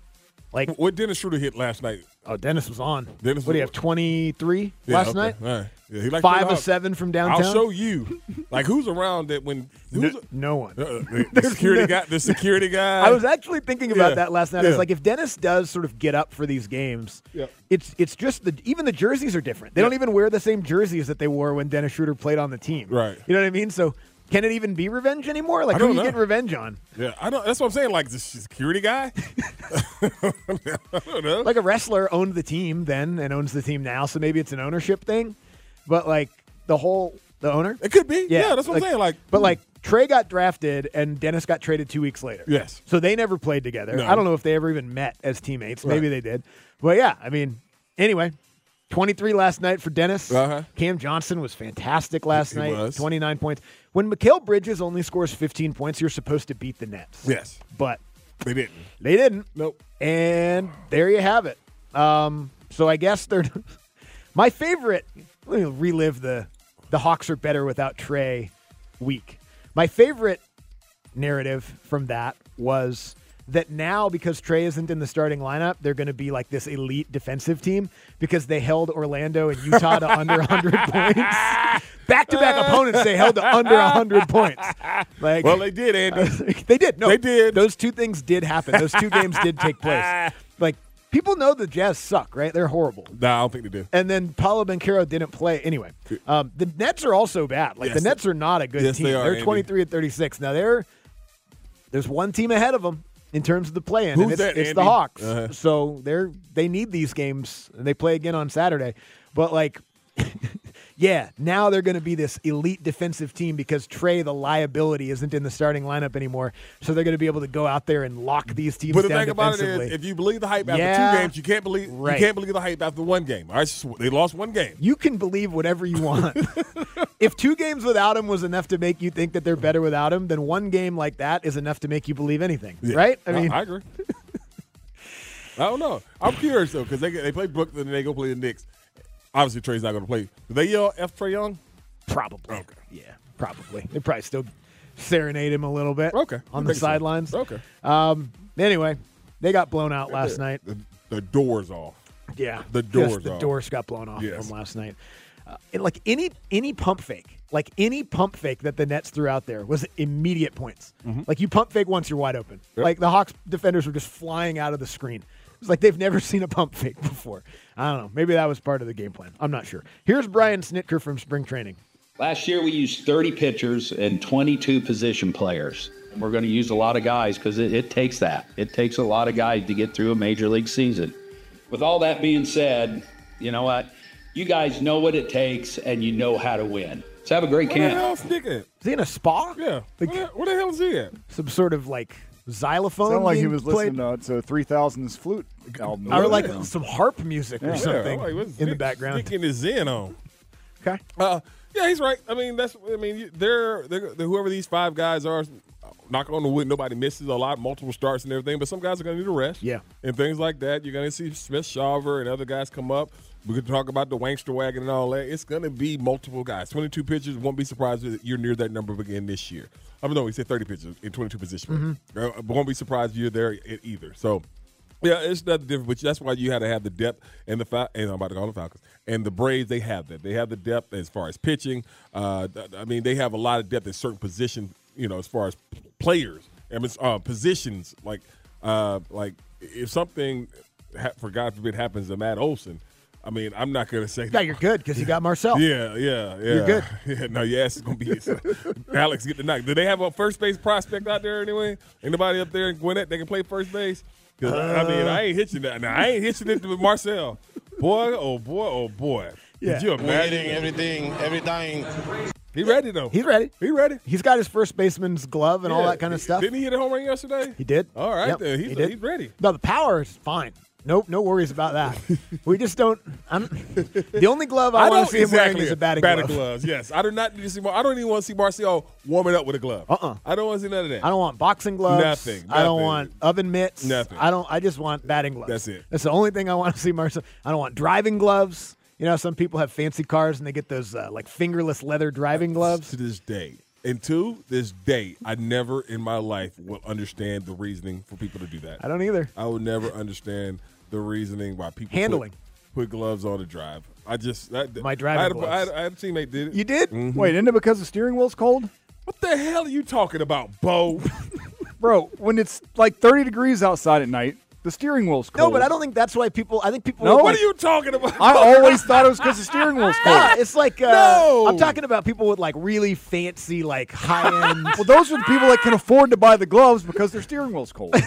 Speaker 4: Like
Speaker 5: what Dennis Schroeder hit last night?
Speaker 4: Oh, Dennis was on.
Speaker 5: Dennis
Speaker 4: what do you
Speaker 5: was-
Speaker 4: have 23
Speaker 5: Yeah,
Speaker 4: last
Speaker 5: okay.
Speaker 4: night?
Speaker 5: All right. Yeah, he liked
Speaker 4: Five
Speaker 5: Taylor
Speaker 4: of
Speaker 5: Hawk.
Speaker 4: seven from downtown?
Speaker 5: I'll show you. Like who's around that when who's no,
Speaker 4: one. *laughs*
Speaker 5: the, the security
Speaker 4: no-
Speaker 5: guy. The
Speaker 4: *laughs*
Speaker 5: security guy.
Speaker 4: I was actually thinking about
Speaker 5: Yeah,
Speaker 4: that last night. I
Speaker 5: yeah.
Speaker 4: was like, if Dennis does sort of get up for these games,
Speaker 5: Yep.
Speaker 4: it's it's just the even the jerseys are different. They don't
Speaker 5: Yeah.
Speaker 4: even wear the same jerseys that they wore when Dennis Schroeder played on the team.
Speaker 5: Right.
Speaker 4: You know what I mean? So can it even be revenge anymore? Like
Speaker 5: I
Speaker 4: who are
Speaker 5: don't
Speaker 4: you
Speaker 5: know.
Speaker 4: getting revenge on?
Speaker 5: Yeah, I don't. That's what I'm saying. Like the security guy. *laughs* I don't know.
Speaker 4: Like a wrestler owned the team then and owns the team now, so maybe it's an ownership thing. But like the whole the owner?
Speaker 5: It could be. Yeah, that's what I'm saying, like-
Speaker 4: But like Trey got drafted and Dennis got traded two weeks later.
Speaker 5: Yes.
Speaker 4: So they never played together.
Speaker 5: No.
Speaker 4: I don't know if they ever even met as teammates. Maybe they
Speaker 5: Right.
Speaker 4: did. But yeah, I mean, anyway, 23 last night for Dennis.
Speaker 5: Uh-huh.
Speaker 4: Cam Johnson was fantastic last
Speaker 5: He
Speaker 4: night.
Speaker 5: was.
Speaker 4: 29 points. When Mikhail Bridges only scores 15 points, you're supposed to beat the Nets.
Speaker 5: Yes,
Speaker 4: But
Speaker 5: they didn't.
Speaker 4: they didn't.
Speaker 5: Nope.
Speaker 4: And there you have it. Um, so I guess they're *laughs* my favorite. Let me relive the the Hawks are better without Trey week. My favorite narrative from that was that now because Trey isn't in the starting lineup, they're going to be like this elite defensive team because they held Orlando and Utah
Speaker 5: *laughs*
Speaker 4: to under 100 points. Back to back opponents they held to under 100 points. Like
Speaker 5: Well, they did, Andy.
Speaker 4: *laughs* they did. No,
Speaker 5: They did.
Speaker 4: Those two things did happen. Those two games did
Speaker 5: *laughs*
Speaker 4: take place. Like people know the Jazz suck, right? They're horrible.
Speaker 5: nah, I don't think they did.
Speaker 4: And then Paolo Banquero didn't play anyway. Um, the Nets are also bad. Like
Speaker 5: Yes,
Speaker 4: the Nets are not a good
Speaker 5: yes,
Speaker 4: team.
Speaker 5: they are,
Speaker 4: are
Speaker 5: Andy.
Speaker 4: 23 and 36. Now they're there's one team ahead of them in terms of the play-in. and
Speaker 5: Who's
Speaker 4: it's,
Speaker 5: that,
Speaker 4: it's the
Speaker 5: Andy?
Speaker 4: Hawks.
Speaker 5: Uh-huh.
Speaker 4: So they're they need these games. And they play again on Saturday. But like *laughs* yeah, now they're going to be this elite defensive team because Trey, the liability, isn't in the starting lineup anymore. So they're going to be able to go out there and lock these teams
Speaker 5: But the
Speaker 4: down
Speaker 5: thing about it
Speaker 4: defensively.
Speaker 5: is, if you believe the hype after
Speaker 4: Yeah.
Speaker 5: two games, you can't believe
Speaker 4: Right.
Speaker 5: you can't believe the hype after one game. All right, so they lost one game.
Speaker 4: You can believe whatever
Speaker 5: *laughs*
Speaker 4: you want. if two games without him was enough to make you think that they're better without him, then one game like that is enough to make you believe anything,
Speaker 5: Yeah.
Speaker 4: right? I mean,
Speaker 5: I agree. *laughs* I don't know. I'm curious though because they they play Brooklyn and they go play the Knicks. Obviously, Trey's not going to play. Do they yell F Trey Young?
Speaker 4: probably.
Speaker 5: Okay.
Speaker 4: Yeah, probably. They probably still serenade him a little bit.
Speaker 5: Okay. I
Speaker 4: On the
Speaker 5: think so.
Speaker 4: sidelines.
Speaker 5: Okay.
Speaker 4: Um, anyway, they got blown out last
Speaker 5: Yeah.
Speaker 4: night.
Speaker 5: The, the doors off.
Speaker 4: Yeah,
Speaker 5: The
Speaker 4: Yes,
Speaker 5: doors
Speaker 4: the
Speaker 5: off.
Speaker 4: doors got blown off
Speaker 5: Yes.
Speaker 4: from last night. Uh, and, like any any pump fake, like any pump fake that the Nets threw out there was immediate points. Like you pump fake once, you're wide open.
Speaker 5: Mm-hmm. Yep.
Speaker 4: Like the Hawks defenders were just flying out of the screen. It's like they've never *laughs* seen a pump fake before. I don't know. Maybe that was part of the game plan. I'm not sure. Here's Brian Snitker from spring training.
Speaker 2: Last year, we used 30 pitchers and 22 position players. We're going to use a lot of guys because it, it takes that. It takes a lot of guys to get through a major league season. With all that being said, you know what? You guys know what it takes and you know how to win. So have a great
Speaker 5: What the
Speaker 2: camp.
Speaker 5: hell, Snicket?
Speaker 4: Is he in a spa?
Speaker 5: Yeah.
Speaker 4: Like-
Speaker 5: Where, where the hell is he at?
Speaker 4: Some sort of like xylophone.
Speaker 11: Sounded like he
Speaker 4: being
Speaker 11: was
Speaker 4: played?
Speaker 11: listening to, to 3000's flute album.
Speaker 4: or like some harp music
Speaker 11: Yeah.
Speaker 4: or
Speaker 11: Yeah,
Speaker 4: something
Speaker 5: like, what's
Speaker 4: in the
Speaker 5: Snick-
Speaker 4: background.
Speaker 5: Snick getting his zen on.
Speaker 4: Okay.
Speaker 5: Uh, yeah, he's right. I mean, that's. I mean, you- they're, they're, they're whoever these five guys are. Knock on the wood, nobody misses a lot, multiple starts and everything. But some guys are going to need a rest.
Speaker 4: Yeah.
Speaker 5: and things like that. You're going to see Smith Shawver and other guys come up. We could talk about the Wangster wagon and all that. It's going to be multiple guys. 22 pitches. Won't be surprised if you're near that number again this year. I mean, no, he said 30 pitches in 22
Speaker 4: Mm-hmm.
Speaker 5: position. Uh, but won't be surprised if you're there e- either. So, yeah, it's nothing different. But that's why you had to have the depth and the Fal- and I'm about to call them Falcons and the Braves. They have that. They have the depth as far as pitching. Uh, th- I mean, they have a lot of depth in certain position. You know, as far as players, I mean, uh, positions like uh, like if something, ha- for God forbid, happens to Matt Olson, I mean, I'm not going to say
Speaker 4: Yeah, you're good because you got Marcel.
Speaker 5: Yeah, yeah, yeah.
Speaker 4: You're good.
Speaker 5: *laughs* Yeah, no, your ass is going to be *laughs* Alex. Get the knock. Do they have a first base prospect out there anyway? Anybody up there in Gwinnett that can play first base? 'Cause,
Speaker 4: Uh,
Speaker 5: I mean, I ain't hitching that. Now, I ain't hitching it with Marcel. Boy, oh boy, oh boy.
Speaker 4: Yeah.
Speaker 5: Could you imagine?
Speaker 13: Waiting, everything, everything.
Speaker 5: He ready though.
Speaker 4: He's ready.
Speaker 5: He ready.
Speaker 4: He's got his first baseman's glove and all
Speaker 5: Yeah.
Speaker 4: that kind of stuff.
Speaker 5: Didn't he hit a home run yesterday?
Speaker 4: He did.
Speaker 5: All right,
Speaker 4: Yep,
Speaker 5: then. He's,
Speaker 4: he did.
Speaker 5: he's ready.
Speaker 4: No, the power is fine. Nope, no worries about that. we just don't. I'm the only glove I, want
Speaker 5: don't
Speaker 4: to see him wearing
Speaker 5: exactly-
Speaker 4: is a batting, glove.
Speaker 5: gloves. Yes, I do not need to see. Mar- I don't even want to see Marcel warming up with a glove. Uh uh I don't want to see none of that.
Speaker 4: Uh-uh. I don't want boxing gloves.
Speaker 5: Nothing,
Speaker 4: I don't
Speaker 5: nothing.
Speaker 4: want oven mitts.
Speaker 5: Nothing.
Speaker 4: I don't. I just want batting gloves.
Speaker 5: That's it.
Speaker 4: *laughs* That's the only thing I want to see Marcel. I don't want driving gloves. You know, some people have fancy cars and they get those uh, like fingerless leather driving gloves.
Speaker 5: to this day. And to this day, I never in my life will understand the reasoning for people to do that.
Speaker 4: I don't either.
Speaker 5: I will never understand the reasoning why people put-
Speaker 4: Handling.
Speaker 5: put, gloves on to drive. I just that, my
Speaker 4: driving
Speaker 5: I had, a-
Speaker 4: gloves.
Speaker 5: I had, I had a teammate did it. Mm-hmm.
Speaker 4: You did?
Speaker 11: Wait, isn't it because the steering wheel's cold?
Speaker 5: What the hell are you talking about, Bo?
Speaker 11: *laughs* Bro, when it's like 30 degrees outside at night, the steering wheel's
Speaker 4: No,
Speaker 11: cold.
Speaker 4: but I don't think that's why people. I think people.
Speaker 11: No.
Speaker 4: like-
Speaker 5: what are you talking about?
Speaker 11: I always thought it was because the steering wheel's cold.
Speaker 4: Yeah, it's like uh,
Speaker 11: No.
Speaker 4: I'm talking about people with like really fancy, like high end.
Speaker 11: *laughs* Well, those are the people that can afford to buy the gloves because their steering wheel's cold. *laughs* like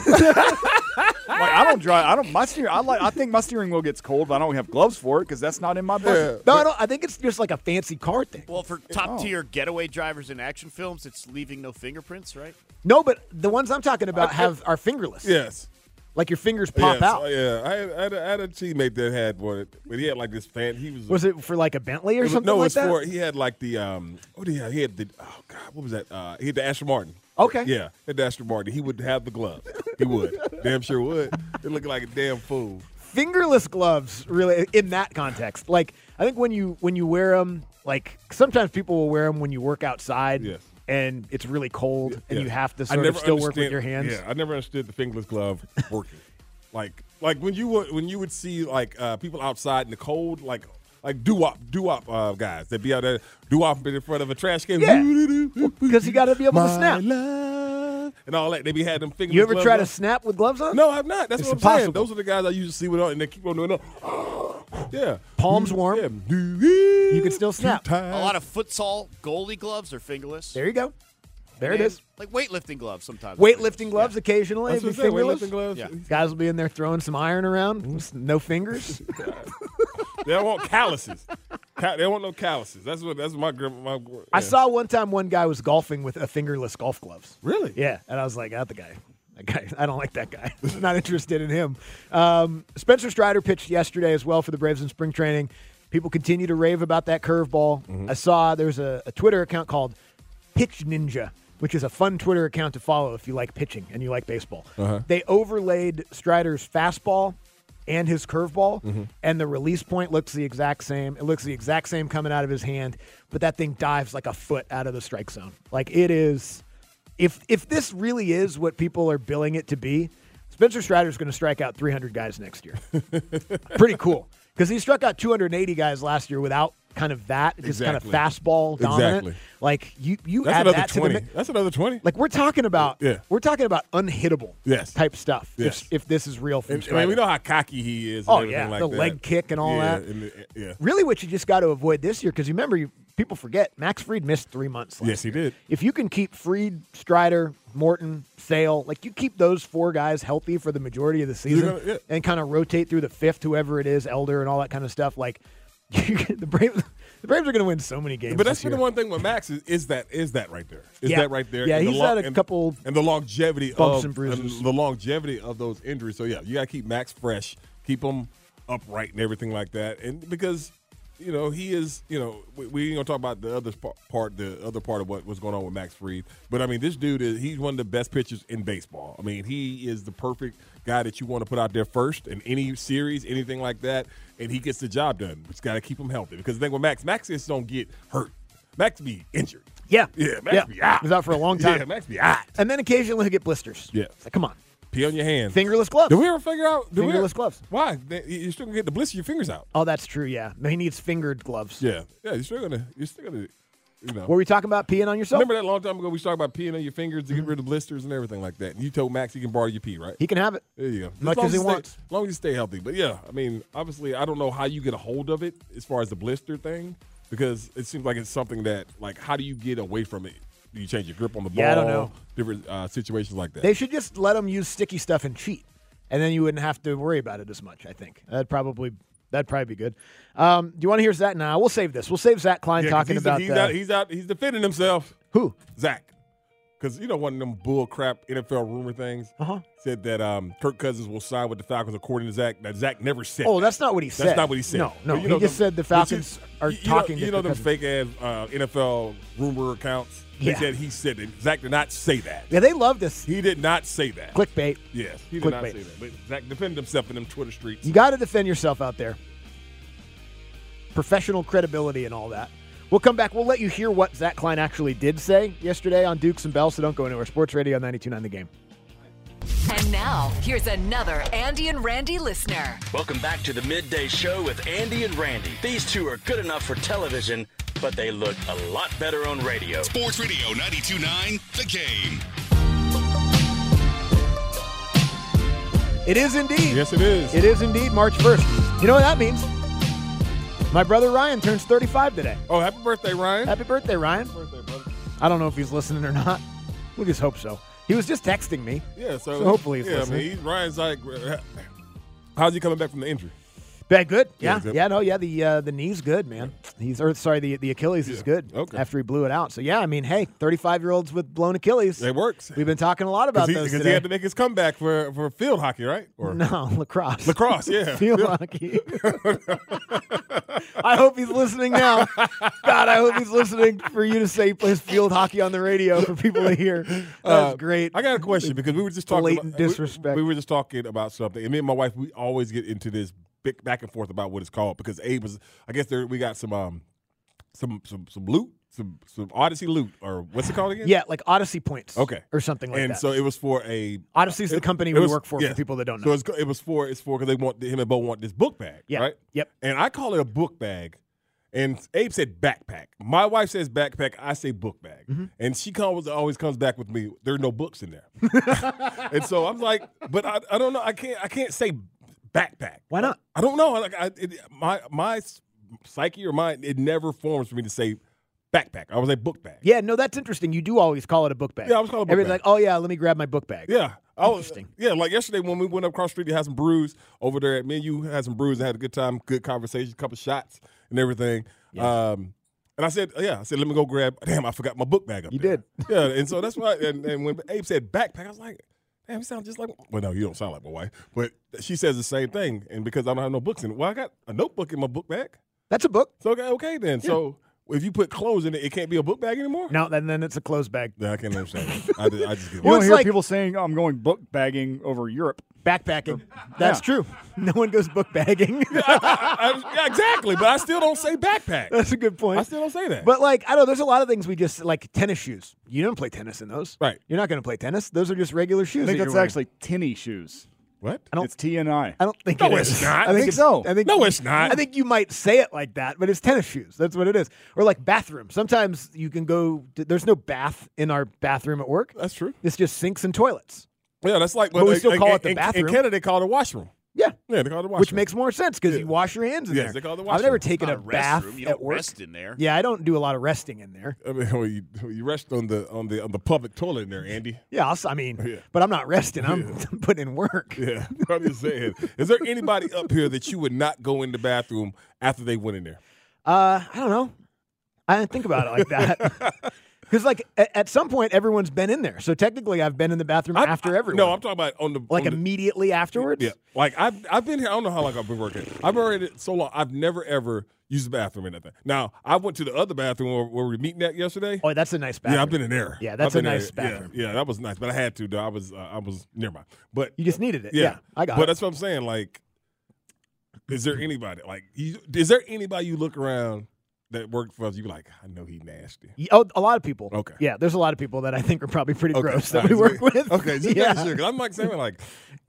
Speaker 11: I don't drive. I don't. My steering. I like. I think my steering wheel gets cold, but I don't have gloves for it because that's not in my budget.
Speaker 4: no, I don't. I think it's just like a fancy car thing.
Speaker 14: Well, for top tier getaway drivers in action films, it's leaving no fingerprints, right?
Speaker 4: No, but the ones I'm talking about have are fingerless.
Speaker 5: Yes.
Speaker 4: like your fingers pop
Speaker 5: Yes, oh,
Speaker 4: out.
Speaker 5: Yeah, I had, I, had a, I had a teammate that had one, but he had like this fan. He was
Speaker 4: Was it for like a Bentley or
Speaker 5: It was-
Speaker 4: something
Speaker 5: No,
Speaker 4: like
Speaker 5: it's
Speaker 4: that?
Speaker 5: for he had like the um. What do he have? He had the oh god, what was that? Uh, he had the Aston Martin.
Speaker 4: Okay.
Speaker 5: Yeah, he had the Aston Martin. He would have the glove. He would. damn sure would. It looked like a damn fool.
Speaker 4: fingerless gloves really in that context like i think when you when you wear them like sometimes people will wear them when you work outside
Speaker 5: Yes.
Speaker 4: and it's really cold and
Speaker 5: Yeah.
Speaker 4: you have to
Speaker 5: I
Speaker 4: sort of
Speaker 5: never
Speaker 4: still work with
Speaker 5: understand-
Speaker 4: your hands
Speaker 5: Yeah, I never understood the fingerless glove working. like like when you would when you would see like uh, people outside in the cold like. Like doo wop, doo wop uh, guys that be out there doo wop in front of a trash can.
Speaker 4: because you got to be able to
Speaker 5: My
Speaker 4: snap
Speaker 5: and all that. They be had them fingers.
Speaker 4: you ever try to snap with gloves on
Speaker 5: No, I've not. That's
Speaker 4: It's
Speaker 5: what I'm saying.
Speaker 4: impossible.
Speaker 5: Those are the guys I usually see with on, and they keep on doing that. yeah,
Speaker 4: palms warm
Speaker 5: Yeah.
Speaker 4: you can still snap
Speaker 14: A lot of futsal goalie gloves are fingerless.
Speaker 4: Uh, there you go there it
Speaker 14: And,
Speaker 4: is
Speaker 14: Like weightlifting gloves sometimes. are
Speaker 4: weightlifting gloves occasionally
Speaker 5: That's
Speaker 4: it'd
Speaker 5: what
Speaker 4: be
Speaker 5: I'm saying,
Speaker 4: fingerless.
Speaker 5: weightlifting gloves.
Speaker 14: Yeah.
Speaker 4: guys will be in there throwing some iron around
Speaker 5: *laughs*
Speaker 4: with no fingers
Speaker 5: They don't want calluses. Ca- they don't want no calluses. That's what. That's what my grandma. My, yeah.
Speaker 4: I saw one time one guy was golfing with a fingerless golf gloves.
Speaker 5: Really?
Speaker 4: Yeah, *laughs* and I was like, "Out the guy, that guy. I don't like that guy. Not interested in him." Um, Spencer Strider pitched yesterday as well for the Braves in spring training. People continue to rave about that curveball. I saw there's a, a Twitter account called Pitch Ninja, which is a fun Twitter account to follow if you like pitching and you like baseball.
Speaker 5: Uh-huh.
Speaker 4: They overlaid Strider's fastball and his curveball,
Speaker 5: Mm-hmm.
Speaker 4: and the release point looks the exact same. It looks the exact same coming out of his hand, but that thing dives like a foot out of the strike zone. Like it is. If if this really is what people are billing it to be, Spencer Strider's going to strike out 300 guys
Speaker 5: *laughs*
Speaker 4: next year. Pretty cool because he struck out 280 guys last year without kind of that just
Speaker 5: Exactly.
Speaker 4: kind of fastball dominant.
Speaker 5: Exactly.
Speaker 4: Like you you
Speaker 5: That's
Speaker 4: add
Speaker 5: another
Speaker 4: that to the
Speaker 5: twenty.
Speaker 4: mi-
Speaker 5: that's another twenty.
Speaker 4: like we're talking about
Speaker 5: Yeah.
Speaker 4: we're talking about unhittable
Speaker 5: Yes.
Speaker 4: type stuff. if-
Speaker 5: Yes.
Speaker 4: If, this is real, from
Speaker 5: And, I
Speaker 4: Strider.
Speaker 5: mean, we know how cocky he is. And
Speaker 4: Oh,
Speaker 5: everything
Speaker 4: yeah,
Speaker 5: like
Speaker 4: the
Speaker 5: that.
Speaker 4: leg kick and all
Speaker 5: Yeah,
Speaker 4: that.
Speaker 5: and the- yeah.
Speaker 4: really what you just got to avoid this year because remember you, people forget Max Freed missed three months. Last
Speaker 5: Yes, he
Speaker 4: year.
Speaker 5: did.
Speaker 4: If you can keep Freed, Strider, Morton, Sale, like you keep those four guys healthy for the majority of the season
Speaker 5: gonna- yeah.
Speaker 4: and kind of rotate through the fifth, whoever it is, Elder, and all that kind of stuff, like *laughs* you can, the Braves, the Braves are going to win so many games.
Speaker 5: But that's
Speaker 4: this
Speaker 5: been the
Speaker 4: year.
Speaker 5: one thing with Max is, is that is that right there. Is
Speaker 4: Yeah.
Speaker 5: that right there?
Speaker 4: Yeah,
Speaker 5: and the
Speaker 4: he's
Speaker 5: lo-
Speaker 4: had a
Speaker 5: and-
Speaker 4: couple
Speaker 5: and the longevity
Speaker 4: bumps
Speaker 5: of
Speaker 4: and bruises.
Speaker 5: the longevity of those injuries. So yeah, you got to keep Max fresh, keep him upright and everything like that. And because you know he is, you know, we, we ain't gonna talk about the other sp- part, the other part of what was going on with Max Freed. But I mean, this dude is he's one of the best pitchers in baseball. I mean, he is the perfect guy that you want to put out there first in any series, anything like that, and he gets the job done. Just got to keep him healthy because the thing with Max, Max just don't get hurt. Max be injured.
Speaker 4: Yeah.
Speaker 5: Yeah, Max be
Speaker 4: yeah.
Speaker 5: out.
Speaker 4: He was out for a long
Speaker 5: *laughs*
Speaker 4: time.
Speaker 5: Yeah, Max be out.
Speaker 4: And then occasionally he'll get blisters.
Speaker 5: Yeah.
Speaker 4: It's like, come on.
Speaker 5: Pee on your hands.
Speaker 4: Fingerless gloves.
Speaker 5: Did we ever figure out? did we-
Speaker 4: Fingerless gloves.
Speaker 5: Why? They- You're still gonna get the blister your fingers out.
Speaker 4: Oh, that's true. Yeah. He needs fingered gloves.
Speaker 5: Yeah, yeah. You're still gonna. You're still gonna. You know.
Speaker 4: Were we talking about peeing on yourself? Mm-hmm.
Speaker 5: Remember that long time ago we talked about peeing on your fingers to get rid of blisters and everything like that. And you told Max he can borrow your pee, right?
Speaker 4: He can have it.
Speaker 5: There you go.
Speaker 4: Much
Speaker 5: long
Speaker 4: as he
Speaker 5: you stay-
Speaker 4: wants.
Speaker 5: As long as you stay healthy. But yeah, I mean, obviously, I don't know how you get a hold of it as far as the blister thing because it seems like it's something that, like, how do you get away from it? Do you change your grip on the ball?
Speaker 4: Yeah, I don't know.
Speaker 5: Different uh, situations like that.
Speaker 4: They should just let them use sticky stuff and cheat, and then you wouldn't have to worry about it as much. I think that'd probably That'd probably be good. Um, do you want to hear Zach? Nah, we'll save this. We'll save Zach Klein
Speaker 5: Yeah, 'cause
Speaker 4: talking
Speaker 5: he's,
Speaker 4: about
Speaker 5: he's
Speaker 4: that.
Speaker 5: out, he's out. He's defending himself.
Speaker 4: Who?
Speaker 5: Zach. Because you know one of them bull crap NFL rumor things.
Speaker 4: Uh-huh.
Speaker 5: Said that um, Kirk Cousins will sign with the Falcons according to Zach. That Zach never said.
Speaker 4: Oh,
Speaker 5: that.
Speaker 4: that's not what he said.
Speaker 5: That's not what he said.
Speaker 4: No, no,
Speaker 5: But
Speaker 4: he
Speaker 5: know
Speaker 4: just
Speaker 5: them-
Speaker 4: said the
Speaker 5: but
Speaker 4: Falcons are
Speaker 5: you
Speaker 4: talking
Speaker 5: Know,
Speaker 4: to
Speaker 5: you know them
Speaker 4: Kirk
Speaker 5: fake ass uh, NFL rumor accounts. They
Speaker 4: Yeah.
Speaker 5: said he said it. Zach did not say that.
Speaker 4: Yeah, they love this
Speaker 5: He did not say that.
Speaker 4: clickbait.
Speaker 5: Yes, he did not
Speaker 4: Clickbait.
Speaker 5: say that. But Zach defended himself in them Twitter streets.
Speaker 4: You got to defend yourself out there. Professional credibility and all that. We'll come back. We'll let you hear what Zach Klein actually did say yesterday on Dukes and Bell, so don't go anywhere. Sports Radio 92.9 The Game.
Speaker 15: And now, here's another Andy and Randy listener.
Speaker 16: Welcome back to the Midday Show with Andy and Randy. These two are good enough for television, but they look a lot better on radio.
Speaker 6: Sports Radio 929 The Game.
Speaker 4: It is indeed. Yes, it is. It is indeed March 1st. You know what that means? My brother Ryan turns 35 today.
Speaker 5: Oh, happy birthday, Ryan.
Speaker 4: Happy birthday, Ryan. I don't know if he's listening or not. We'll just hope so. He was just texting me.
Speaker 5: Yeah, so,
Speaker 4: hopefully he's
Speaker 5: yeah,
Speaker 4: listening.
Speaker 5: I mean, he's- Ryan's like, how's he coming back from the injury?
Speaker 4: That good? Yeah,
Speaker 5: he's
Speaker 4: yeah,
Speaker 5: up.
Speaker 4: no, yeah. The uh, the knee's good, man. He's or sorry, the the Achilles is good. Okay. After he blew it out, so yeah, I mean, hey, thirty five year olds with blown Achilles, it
Speaker 5: works.
Speaker 4: We've been talking a lot about
Speaker 5: he,
Speaker 4: those
Speaker 5: he
Speaker 4: today.
Speaker 5: had to make his comeback for, for field hockey, right? Or
Speaker 4: no, lacrosse.
Speaker 5: Lacrosse,
Speaker 4: *laughs*
Speaker 5: yeah.
Speaker 4: Field hockey. I hope he's
Speaker 5: *laughs*
Speaker 4: listening now. God, I hope he's listening for you to say he plays field hockey on the radio for people to hear. That's
Speaker 5: Uh,
Speaker 4: great.
Speaker 5: I got a question because we were just talking
Speaker 4: Blatant
Speaker 5: about, we-
Speaker 4: disrespect.
Speaker 5: We, were just talking about something, and me and my wife we always get into this big back and forth about what it's called because Abe was. I guess there we got some um some some some loot some some Odyssey loot or what's it called again?
Speaker 4: Yeah, like Odyssey points.
Speaker 5: Okay.
Speaker 4: Or something like
Speaker 5: and
Speaker 4: that.
Speaker 5: so it was for a
Speaker 4: Odyssey's the
Speaker 5: it-
Speaker 4: company
Speaker 5: it
Speaker 4: we
Speaker 5: was-
Speaker 4: work for, for
Speaker 5: yes.
Speaker 4: people that don't
Speaker 5: So
Speaker 4: know.
Speaker 5: it's, go- it was for it's for because they want him and Bo want this book bag,
Speaker 4: Yeah.
Speaker 5: right?
Speaker 4: Yep.
Speaker 5: And I call it a book bag, and Abe said backpack. My wife says backpack. I say book bag,
Speaker 4: Mm-hmm.
Speaker 5: and she comes always comes back with me. There are no books in there, and so I'm like, but I, I don't know. I can't I can't say backpack.
Speaker 4: Why not?
Speaker 5: I don't know. Like I, it, my my psyche or mind it never forms for me to say backpack. I was a book bag.
Speaker 4: yeah, no, that's interesting. You do always call it a book bag.
Speaker 5: Yeah, I always call it a book
Speaker 4: Everybody's
Speaker 5: bag.
Speaker 4: like, oh yeah, let me grab my book bag.
Speaker 5: Yeah. I was, yeah, like yesterday when we went up across the street to have some brews over there at me and you had some brews and had a good time, good conversation, couple shots and everything. Um, and I said, yeah, I said, let me go grab. Damn, I forgot my book bag up. You did. Yeah, and so that's why. And, and when Abe said backpack, I was like, damn, you sound just like. Well, no, you don't sound like my wife, but she says the same thing. And because I don't have no books in it, well, I got a notebook in my book bag.
Speaker 4: That's a book.
Speaker 5: So okay, okay then. So if you put clothes in it, it can't be a book bag anymore.
Speaker 4: No, then then it's a clothes bag.
Speaker 5: I can't understand. that. I, did- I just
Speaker 4: *laughs*
Speaker 5: get
Speaker 11: You don't
Speaker 4: it's
Speaker 11: hear
Speaker 4: like-
Speaker 11: people saying, "Oh, I'm going book bagging over Europe.
Speaker 4: Backpacking. That's true. *laughs* No one goes book bagging. *laughs*
Speaker 5: I- I- *laughs* yeah, exactly, but I still don't say backpack.
Speaker 4: *laughs* That's a good point.
Speaker 5: I still don't say that.
Speaker 4: But like, I don't know, there's a lot of things we just like tennis shoes. You don't play tennis in those.
Speaker 5: Right.
Speaker 4: You're not going to play tennis. Those are just regular shoes.
Speaker 11: I think
Speaker 4: that
Speaker 11: that's
Speaker 4: you're wearing.
Speaker 11: actually tinny shoes.
Speaker 5: What?
Speaker 4: I don't-
Speaker 11: It's T and I.
Speaker 4: I don't think
Speaker 11: No,
Speaker 4: it
Speaker 11: it's
Speaker 4: is.
Speaker 11: not.
Speaker 4: I think,
Speaker 11: Think
Speaker 4: it's-
Speaker 11: so.
Speaker 4: I think
Speaker 11: No, it's not.
Speaker 4: I think you might say it like that, but it's tennis shoes. That's what it is. Or like bathroom. Sometimes you can go. There's no bath in our bathroom at work.
Speaker 5: That's true.
Speaker 4: It's just sinks and toilets.
Speaker 5: Yeah, that's like.
Speaker 4: But we still
Speaker 5: in-
Speaker 4: call it the
Speaker 5: in-
Speaker 4: bathroom.
Speaker 5: In Canada, they call it a washroom.
Speaker 4: Yeah.
Speaker 5: Yeah, they call it a washroom.
Speaker 4: Which makes more sense because you wash your hands in
Speaker 5: Yes,
Speaker 4: there.
Speaker 5: they call it the
Speaker 4: I've never
Speaker 5: washroom.
Speaker 4: taken
Speaker 5: Not
Speaker 4: a
Speaker 5: a
Speaker 4: bath
Speaker 5: restroom.
Speaker 4: at
Speaker 5: You don't
Speaker 4: work.
Speaker 5: rest in there.
Speaker 4: Yeah, I don't do a lot of resting in there.
Speaker 5: I mean, *laughs* well, you, you rest on the on the on the public toilet in there, Andy.
Speaker 4: Yeah, I'll, s- I mean,
Speaker 5: Yeah.
Speaker 4: but I'm not resting. I'm *laughs* putting in work.
Speaker 5: Yeah, *laughs* I'm just saying. Is there anybody up here that you would not go in the bathroom after they went in there?
Speaker 4: Uh, I don't know. I didn't think about it like that.
Speaker 5: *laughs*
Speaker 4: Because like at, at some point everyone's been in there, so technically I've been in the bathroom after everyone.
Speaker 5: No, I'm talking about on the
Speaker 4: like
Speaker 5: on the-
Speaker 4: immediately afterwards.
Speaker 5: Yeah, like I've I've been here. I don't know how long I've been working. I've been already so long. I've never ever used the bathroom or nothing. Now I went to the other bathroom where, where we were meeting at yesterday.
Speaker 4: Oh, that's a nice bathroom.
Speaker 5: Yeah, I've been in there.
Speaker 4: Yeah, that's
Speaker 5: I've been
Speaker 4: a
Speaker 5: in
Speaker 4: nice
Speaker 5: there. Yeah,
Speaker 4: bathroom.
Speaker 5: Yeah, that was nice, but I had to. Though. I was uh, I was never mind. But
Speaker 4: You just needed it. Yeah, I got
Speaker 5: But
Speaker 4: it.
Speaker 5: that's what I'm saying. Like, is there anybody like? You, is there anybody you look around that worked for us? You be like, I know he
Speaker 4: *laughs*
Speaker 5: nasty.
Speaker 4: Y- Oh, a lot of people.
Speaker 5: Okay.
Speaker 4: Yeah, there's a lot of people that I think are probably pretty
Speaker 5: Okay,
Speaker 4: gross
Speaker 5: all *laughs*
Speaker 4: that we
Speaker 5: right,
Speaker 4: work
Speaker 5: so-
Speaker 4: with. *laughs*
Speaker 5: Okay, just
Speaker 4: yeah.
Speaker 5: making sure, 'cause I'm like saying like,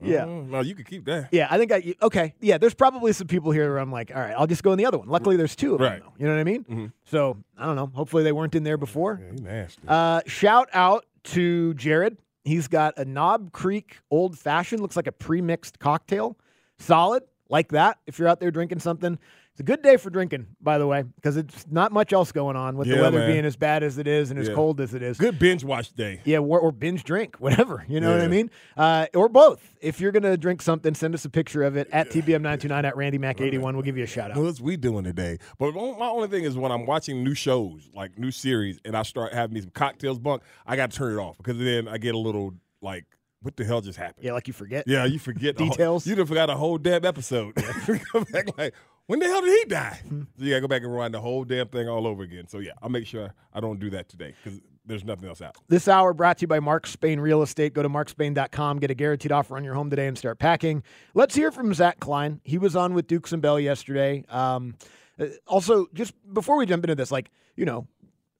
Speaker 4: Yeah.
Speaker 5: mm, no, you could keep that.
Speaker 4: Yeah, I think I okay. Yeah, there's probably some people here where I'm like, all right, I'll just go in the other one. Luckily, there's two of
Speaker 5: Right.
Speaker 4: them. Though, you know what I mean? So I don't know. Hopefully, they weren't in there before.
Speaker 5: Mm-hmm. He nasty.
Speaker 4: Uh, shout out to Jared. He's got a Knob Creek Old Fashioned. Looks like a pre-mixed cocktail. Solid, like that. If you're out there drinking something, It's a good day for drinking, by the way, because it's not much else going on with the
Speaker 5: Yeah,
Speaker 4: weather
Speaker 5: man.
Speaker 4: being as bad as it is and as
Speaker 5: Yeah.
Speaker 4: cold as it is.
Speaker 5: Good binge watch day.
Speaker 4: Yeah, or, or binge drink, *laughs* whatever. You know what I
Speaker 5: Yeah.
Speaker 4: mean? Uh, or both. If you're going to drink something, send us a picture of it at TBM929 at Randy Mac 81. We'll give you a shout out.
Speaker 5: What's we doing today? But my my only thing is when I'm watching new shows, like new series, and I start having these cocktails bunk, I got to turn it off because then I get a little like, what the hell just happened?
Speaker 4: Yeah, like you forget.
Speaker 5: Yeah, you forget the whole-
Speaker 4: Details.
Speaker 5: you done forgot a whole damn episode. *laughs* Come back like, when the hell did he die? So you got to go back and rewind the whole damn thing all over again. So yeah, I'll make sure I don't do that today because there's nothing else out.
Speaker 4: This hour brought to you by Mark Spain Real Estate. Go to markspain.com, get a guaranteed offer on your home today, and start packing. Let's hear from Zach Klein. He was on with Dukes and Bell yesterday. Um, uh, also, just before we jump into this, like, you know,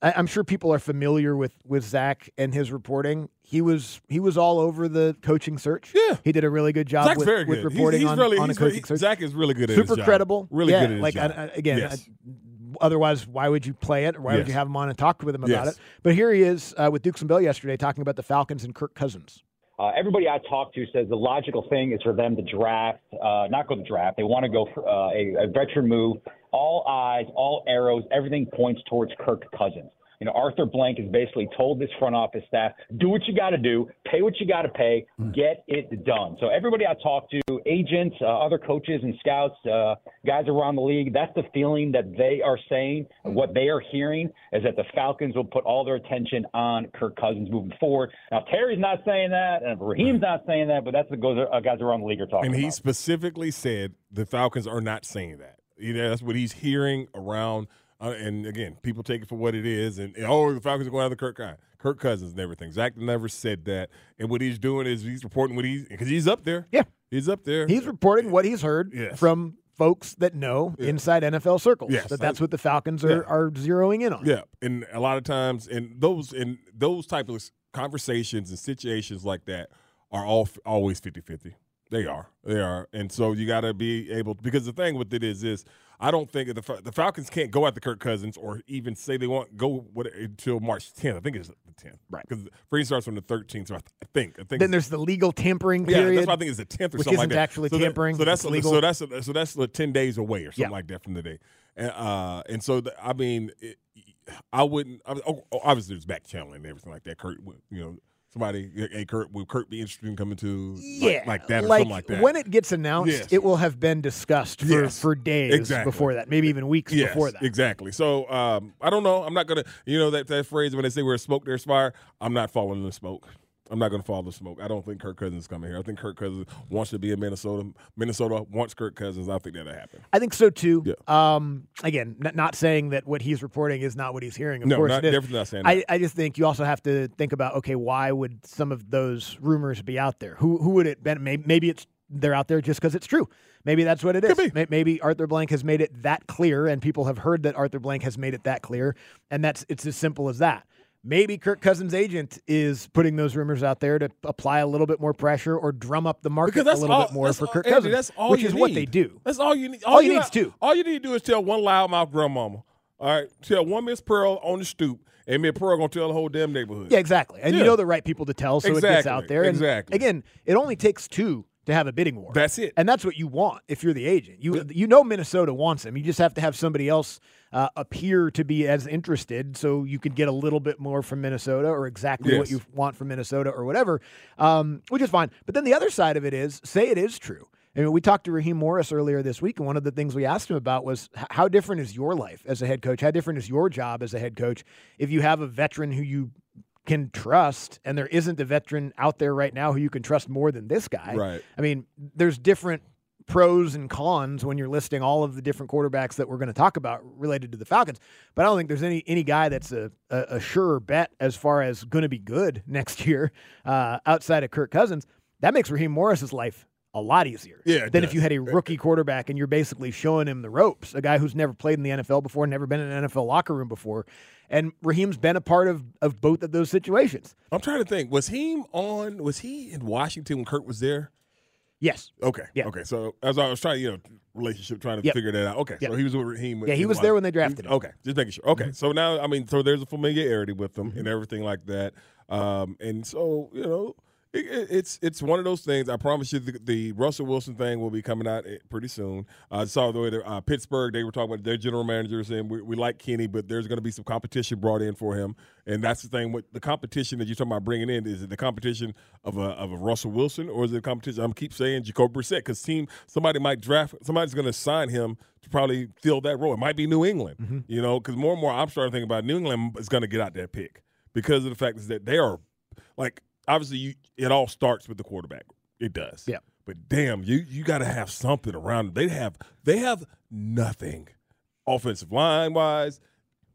Speaker 4: I, I'm sure people are familiar with with Zach and his reporting. He was he was all over the coaching search. Yeah, he did a really good job
Speaker 5: Zach's
Speaker 4: with,
Speaker 5: very
Speaker 4: with
Speaker 5: good. He's-
Speaker 4: reporting
Speaker 5: he's
Speaker 4: on,
Speaker 5: really-
Speaker 4: on a
Speaker 5: he's
Speaker 4: coaching
Speaker 5: really-
Speaker 4: search.
Speaker 5: Zach is really good at
Speaker 4: super
Speaker 5: his job.
Speaker 4: credible,
Speaker 5: Really
Speaker 4: Yeah,
Speaker 5: good at his
Speaker 4: like,
Speaker 5: job.
Speaker 4: I- I- again,
Speaker 5: Yes.
Speaker 4: I- otherwise, why would you play it? Or why would
Speaker 5: Yes.
Speaker 4: you have him on and talk with him about
Speaker 5: Yes.
Speaker 4: it? But here he is uh, with Dukes and Bell yesterday talking about the Falcons and Kirk Cousins.
Speaker 17: Uh, everybody I talk to says the logical thing is for them to draft, uh, not go to draft. They want to go for uh, a, a veteran move. All eyes, all arrows, everything points towards Kirk Cousins. You know, Arthur Blank has basically told this front office staff, do what you got to do, pay what you got to pay, get it done. So everybody I talk to, agents, uh, other coaches and scouts, uh, guys around the league, that's the feeling that they are saying.
Speaker 5: Mm-hmm.
Speaker 17: What they are hearing is that the Falcons will put all their attention on Kirk Cousins moving forward. Now Terry's not saying that, and Raheem's not saying that, but that's what goes, uh, guys around the league are talking
Speaker 5: And
Speaker 17: about.
Speaker 5: he specifically said the Falcons are not saying that. You know, that's what he's hearing around. Uh, and again, people take it for what it is. And, and, oh, the Falcons are going after Kirk, Cousins- Kirk Cousins and everything. Zach never said that. And what he's doing is he's reporting what he's because he's up there.
Speaker 4: Yeah,
Speaker 5: he's up there.
Speaker 4: He's reporting what he's heard
Speaker 5: Yes.
Speaker 4: from folks that know inside NFL circles.
Speaker 5: Yes.
Speaker 4: that that's what the Falcons are,
Speaker 5: Yeah.
Speaker 4: are zeroing in on.
Speaker 5: Yeah, and a lot of times, and those and those type of conversations and situations like that are all always 50-50. They are, they are, and so you got to be able because the thing with it is this: I don't think the Fa- the Falcons can't go after Kirk Cousins or even say they want go what until March tenth. I think it's the tenth, right? Because free starts on the thirteenth. So I, th- I think I think
Speaker 4: Then there's the legal tampering
Speaker 5: yeah,
Speaker 4: period.
Speaker 5: that's why I think it's the tenth or
Speaker 4: which
Speaker 5: something
Speaker 4: isn't
Speaker 5: like that.
Speaker 4: actually
Speaker 5: so that-
Speaker 4: tampering.
Speaker 5: so that's
Speaker 4: it's legal.
Speaker 5: so that's so that's like ten days away or something
Speaker 4: Yeah.
Speaker 5: like that from the day. And uh, and so th- I mean, it, I wouldn't. I mean, oh, oh, obviously, there's back channeling and everything like that. Kurt, would- you know, somebody, hey, Kurt, will Kurt be interested in coming to like-
Speaker 4: yeah,
Speaker 5: like, that or
Speaker 4: like,
Speaker 5: something like that?
Speaker 4: When it gets announced,
Speaker 5: Yes.
Speaker 4: it will have been discussed for,
Speaker 5: Yes.
Speaker 4: for days
Speaker 5: Exactly.
Speaker 4: before that, maybe even weeks
Speaker 5: Yes,
Speaker 4: before that.
Speaker 5: exactly. So um, I don't know. I'm not gonna. You know that that phrase when they say "Where's smoke, there's fire." I'm not following the smoke. I'm not gonna follow the smoke. I don't think Kirk Cousins is coming here. I think Kirk Cousins wants to be in Minnesota. Minnesota wants Kirk Cousins. I think that'll happen.
Speaker 4: I think so too. Um, again, n- not saying that what he's reporting is not what he's hearing. Of
Speaker 5: No,
Speaker 4: course,
Speaker 5: not-
Speaker 4: it is.
Speaker 5: definitely not saying
Speaker 4: I,
Speaker 5: that.
Speaker 4: I just think you also have to think about okay, why would some of those rumors be out there? Who who would it been? Maybe, maybe it's they're out there just because it's true. Maybe that's what it is. May- Maybe Arthur Blank has made it that clear, and people have heard that Arthur Blank has made it that clear, and that's it's as simple as that. Maybe Kirk Cousins' agent is putting those rumors out there to apply a little bit more pressure or drum up the market a little bit more
Speaker 5: that's
Speaker 4: for
Speaker 5: all-
Speaker 4: Kirk
Speaker 5: Andy,
Speaker 4: Cousins,
Speaker 5: that's all
Speaker 4: which
Speaker 5: you
Speaker 4: is what
Speaker 5: need.
Speaker 4: they do.
Speaker 5: That's all you need.
Speaker 4: All you need is two.
Speaker 5: All you need to do is tell one loudmouth grandmama. All right, tell one Miss Pearl on the stoop, and Miss Pearl gonna tell the whole damn neighborhood.
Speaker 4: Yeah, exactly. And you
Speaker 5: Yeah.
Speaker 4: know the right people to tell, so it gets
Speaker 5: Exactly,
Speaker 4: out there. And
Speaker 5: exactly.
Speaker 4: Again, it only takes two to have a bidding war.
Speaker 5: That's it.
Speaker 4: And that's what you want if you're the agent. You you know Minnesota wants him. You just have to have somebody else uh, appear to be as interested, so you could get a little bit more from Minnesota or exactly what
Speaker 3: Yes.
Speaker 4: you want from Minnesota or whatever, um, which is fine. But then the other side of it is, say it is true. I mean, we talked to Raheem Morris earlier this week, and one of the things we asked him about was h- how different is your life as a head coach? How different is your job as a head coach if you have a veteran who you can trust, and there isn't a veteran out there right now who you can trust more than this guy?
Speaker 5: Right.
Speaker 4: I mean, there's different pros and cons when you're listing all of the different quarterbacks that we're going to talk about related to the Falcons. But I don't think there's any any guy that's a a, a sure bet as far as going to be good *laughs* next year uh, outside of Kirk Cousins. That makes Raheem Morris's life a lot easier
Speaker 5: Yeah, it
Speaker 4: than if
Speaker 5: does.
Speaker 4: you had a rookie quarterback and you're basically showing him the ropes, a guy who's never played in the NFL before, never been in an NFL locker room before. And Raheem's been a part of, of both of those situations.
Speaker 5: I'm trying to think. Was he on? Was he in Washington when Kirk was there?
Speaker 4: Yes.
Speaker 5: Okay. Okay. So as I was trying, you know, relationship, trying to
Speaker 4: Yep.
Speaker 5: figure that out. Okay.
Speaker 4: Yep.
Speaker 5: So he was with Raheem.
Speaker 4: Yeah, he
Speaker 5: in
Speaker 4: was there when they
Speaker 5: Washington.
Speaker 4: drafted him. Mm-hmm.
Speaker 5: Okay. Just making sure. Okay. So now, I mean, so there's a familiarity with them and everything like that. Um, and so you know, It- it- it's it's one of those things. I promise you, the, the Russell Wilson thing will be coming out eh, pretty soon. I saw the way that uh, Pittsburgh they were talking about their general manager saying we, we like Kenny, but there's going to be some competition brought in for him, and that's the thing. What the competition that you're talking about bringing in is it the competition of a of a Russell Wilson or is it a competition? I'm keep saying Jacob Brissett because team somebody might draft somebody's going to sign him to probably fill that role. It might be New England,
Speaker 4: Mm-hmm.
Speaker 18: Mhm.
Speaker 5: you know, because more and more I'm starting to think about New England is going to get out that pick because of the fact is that they are like obviously you, it all starts with the quarterback. It does. Yeah. But damn, you you got to have something around. Them. They have they have nothing, offensive line wise,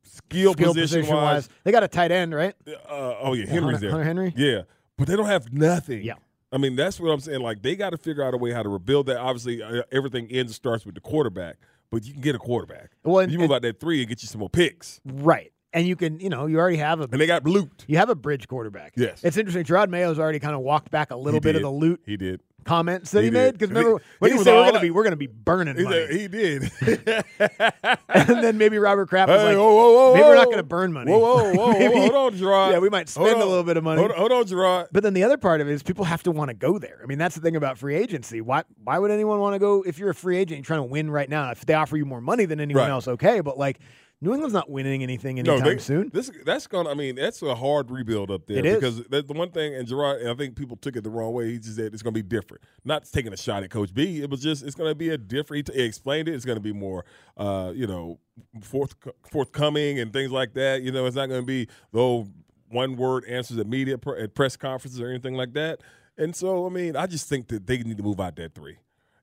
Speaker 5: skill, position, wise.
Speaker 4: They got a tight end, right?
Speaker 5: Uh, oh yeah,
Speaker 4: Yeah,
Speaker 5: Henry's
Speaker 4: Hunter-
Speaker 5: there.
Speaker 4: Hunter Henry?
Speaker 5: Yeah, but they don't have nothing. Yeah. I mean, that's what I'm saying. Like they got to figure out a way how to rebuild that. Obviously, uh, everything ends and starts with the quarterback. But you can get a quarterback.
Speaker 4: Well, and-
Speaker 5: you move out that three and get you some more picks.
Speaker 4: Right. And you can, you know, you already have a.
Speaker 5: And they got looped.
Speaker 4: You have a bridge quarterback.
Speaker 5: Yes.
Speaker 4: It's interesting. Gerard Mayo's already kind of walked back a little
Speaker 5: He
Speaker 4: bit
Speaker 5: did.
Speaker 4: of the loot
Speaker 5: He did.
Speaker 4: comments that he,
Speaker 5: He did.
Speaker 4: made because remember
Speaker 5: He-
Speaker 4: when
Speaker 5: he
Speaker 4: he,
Speaker 5: was
Speaker 4: said
Speaker 5: all
Speaker 4: we're gonna
Speaker 5: like-
Speaker 4: be we're gonna be burning
Speaker 5: He
Speaker 4: money.
Speaker 5: said- he did.
Speaker 4: *laughs*
Speaker 5: *laughs*
Speaker 4: and then maybe Robert Kraft was
Speaker 5: Hey,
Speaker 4: like,
Speaker 5: whoa, whoa, whoa,
Speaker 4: maybe we're not
Speaker 5: whoa.
Speaker 4: going to burn money.
Speaker 5: Whoa, whoa, whoa, whoa,
Speaker 4: *laughs* Maybe-
Speaker 5: hold on, Gerard.
Speaker 4: Yeah, we might
Speaker 5: Hold
Speaker 4: spend a
Speaker 5: on.
Speaker 4: little bit of money.
Speaker 5: Hold- hold on, Gerard.
Speaker 4: But then the other part of it is people have to want to go there. I mean, that's the thing about free agency. Why why would anyone want to go if you're a free agent and trying to win right now? If they offer you more money than anyone
Speaker 5: Right.
Speaker 4: else, okay. But like New England's not winning anything anytime
Speaker 5: they-
Speaker 4: soon.
Speaker 5: This that's gonna. I mean, that's a hard rebuild up there
Speaker 4: It is.
Speaker 5: because that's the one thing. And Gerard, and I think people took it the wrong way. He just said it's gonna be different. Not taking a shot at Coach B. It was just it's gonna be a different. He, t- he explained it. It's gonna be more, uh, you know, forth forthcoming and things like that. You know, it's not gonna be though one word answers at media pr- at press conferences or anything like that. And so, I mean, I just think that they need to move out that three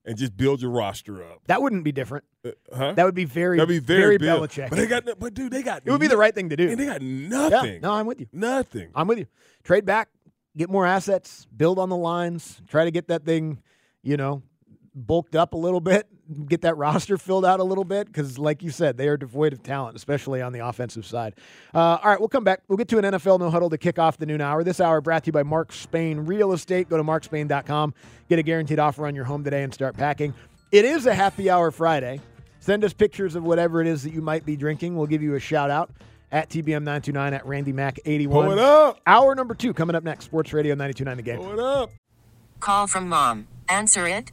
Speaker 5: and just build your roster up. Uh,
Speaker 4: That wouldn't be different.
Speaker 5: Huh?
Speaker 4: That would be very
Speaker 5: That'd be very, Bill-
Speaker 4: Belichick.
Speaker 5: But they got, no- but dude, they got.
Speaker 4: It would be the
Speaker 5: no-
Speaker 4: right thing to do.
Speaker 5: And they got
Speaker 4: Yeah,
Speaker 5: nothing.
Speaker 4: no, I'm with you.
Speaker 5: Nothing.
Speaker 4: I'm with you. Trade back, get more assets, build on the lines, try to get that thing, you know, bulked up a little bit, get that roster filled out a little bit. Because, like you said, they are devoid of talent, especially on the offensive side. Uh, all right, we'll come back. We'll get to an NFL no huddle to kick off the noon hour. This hour brought to you by Mark Spain Real Estate. Go to markspain.com, get a guaranteed offer on your home today, and start packing. It is a happy hour Friday. Send us pictures of whatever it is that you might be drinking. We'll give you a shout out at TBM929 at Randy Mac 81.
Speaker 3: Pull it
Speaker 4: up. Hour number two coming up next. Sports Radio 929 The Game.
Speaker 5: What up?
Speaker 3: Call from mom. Answer it.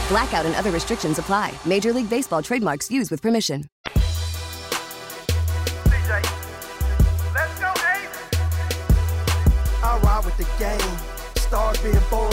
Speaker 12: Blackout and other restrictions apply. Major League Baseball trademarks used with permission.
Speaker 7: Let's go, Ace! I ride with the game, stars being born,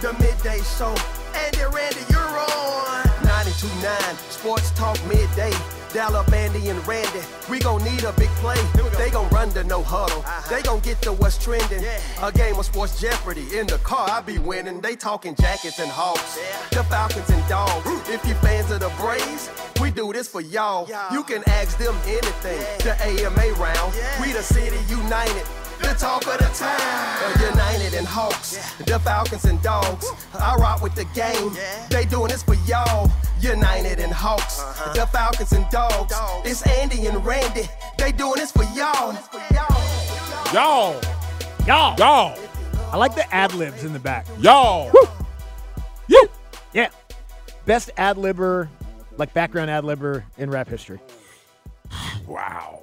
Speaker 7: the midday show, Andy Randy, you're on! 92.9, sports talk midday, Dallop, Andy, and Randy, we gon' need a big play, they gon' run the no huddle, they gon' get to what's trending, a game of sports jeopardy, in the car I be winning, they talking jackets and hawks, the Falcons and dogs, if you fans of the Braves, we do this for y'all, you can ask them anything, the AMA round, we the city united, the talk of the town. The United and Hawks, the Falcons and Dogs. I rock with the game. They doing this for y'all. United and Hawks, the Falcons and Dogs. It's Andy and Randy. They doing this for y'all.
Speaker 5: Y'all.
Speaker 4: Y'all.
Speaker 5: Y'all.
Speaker 4: I like the ad libs in the back.
Speaker 5: Y'all.
Speaker 4: Yeah. Best ad libber Like background ad libber in rap history.
Speaker 5: *sighs* Wow.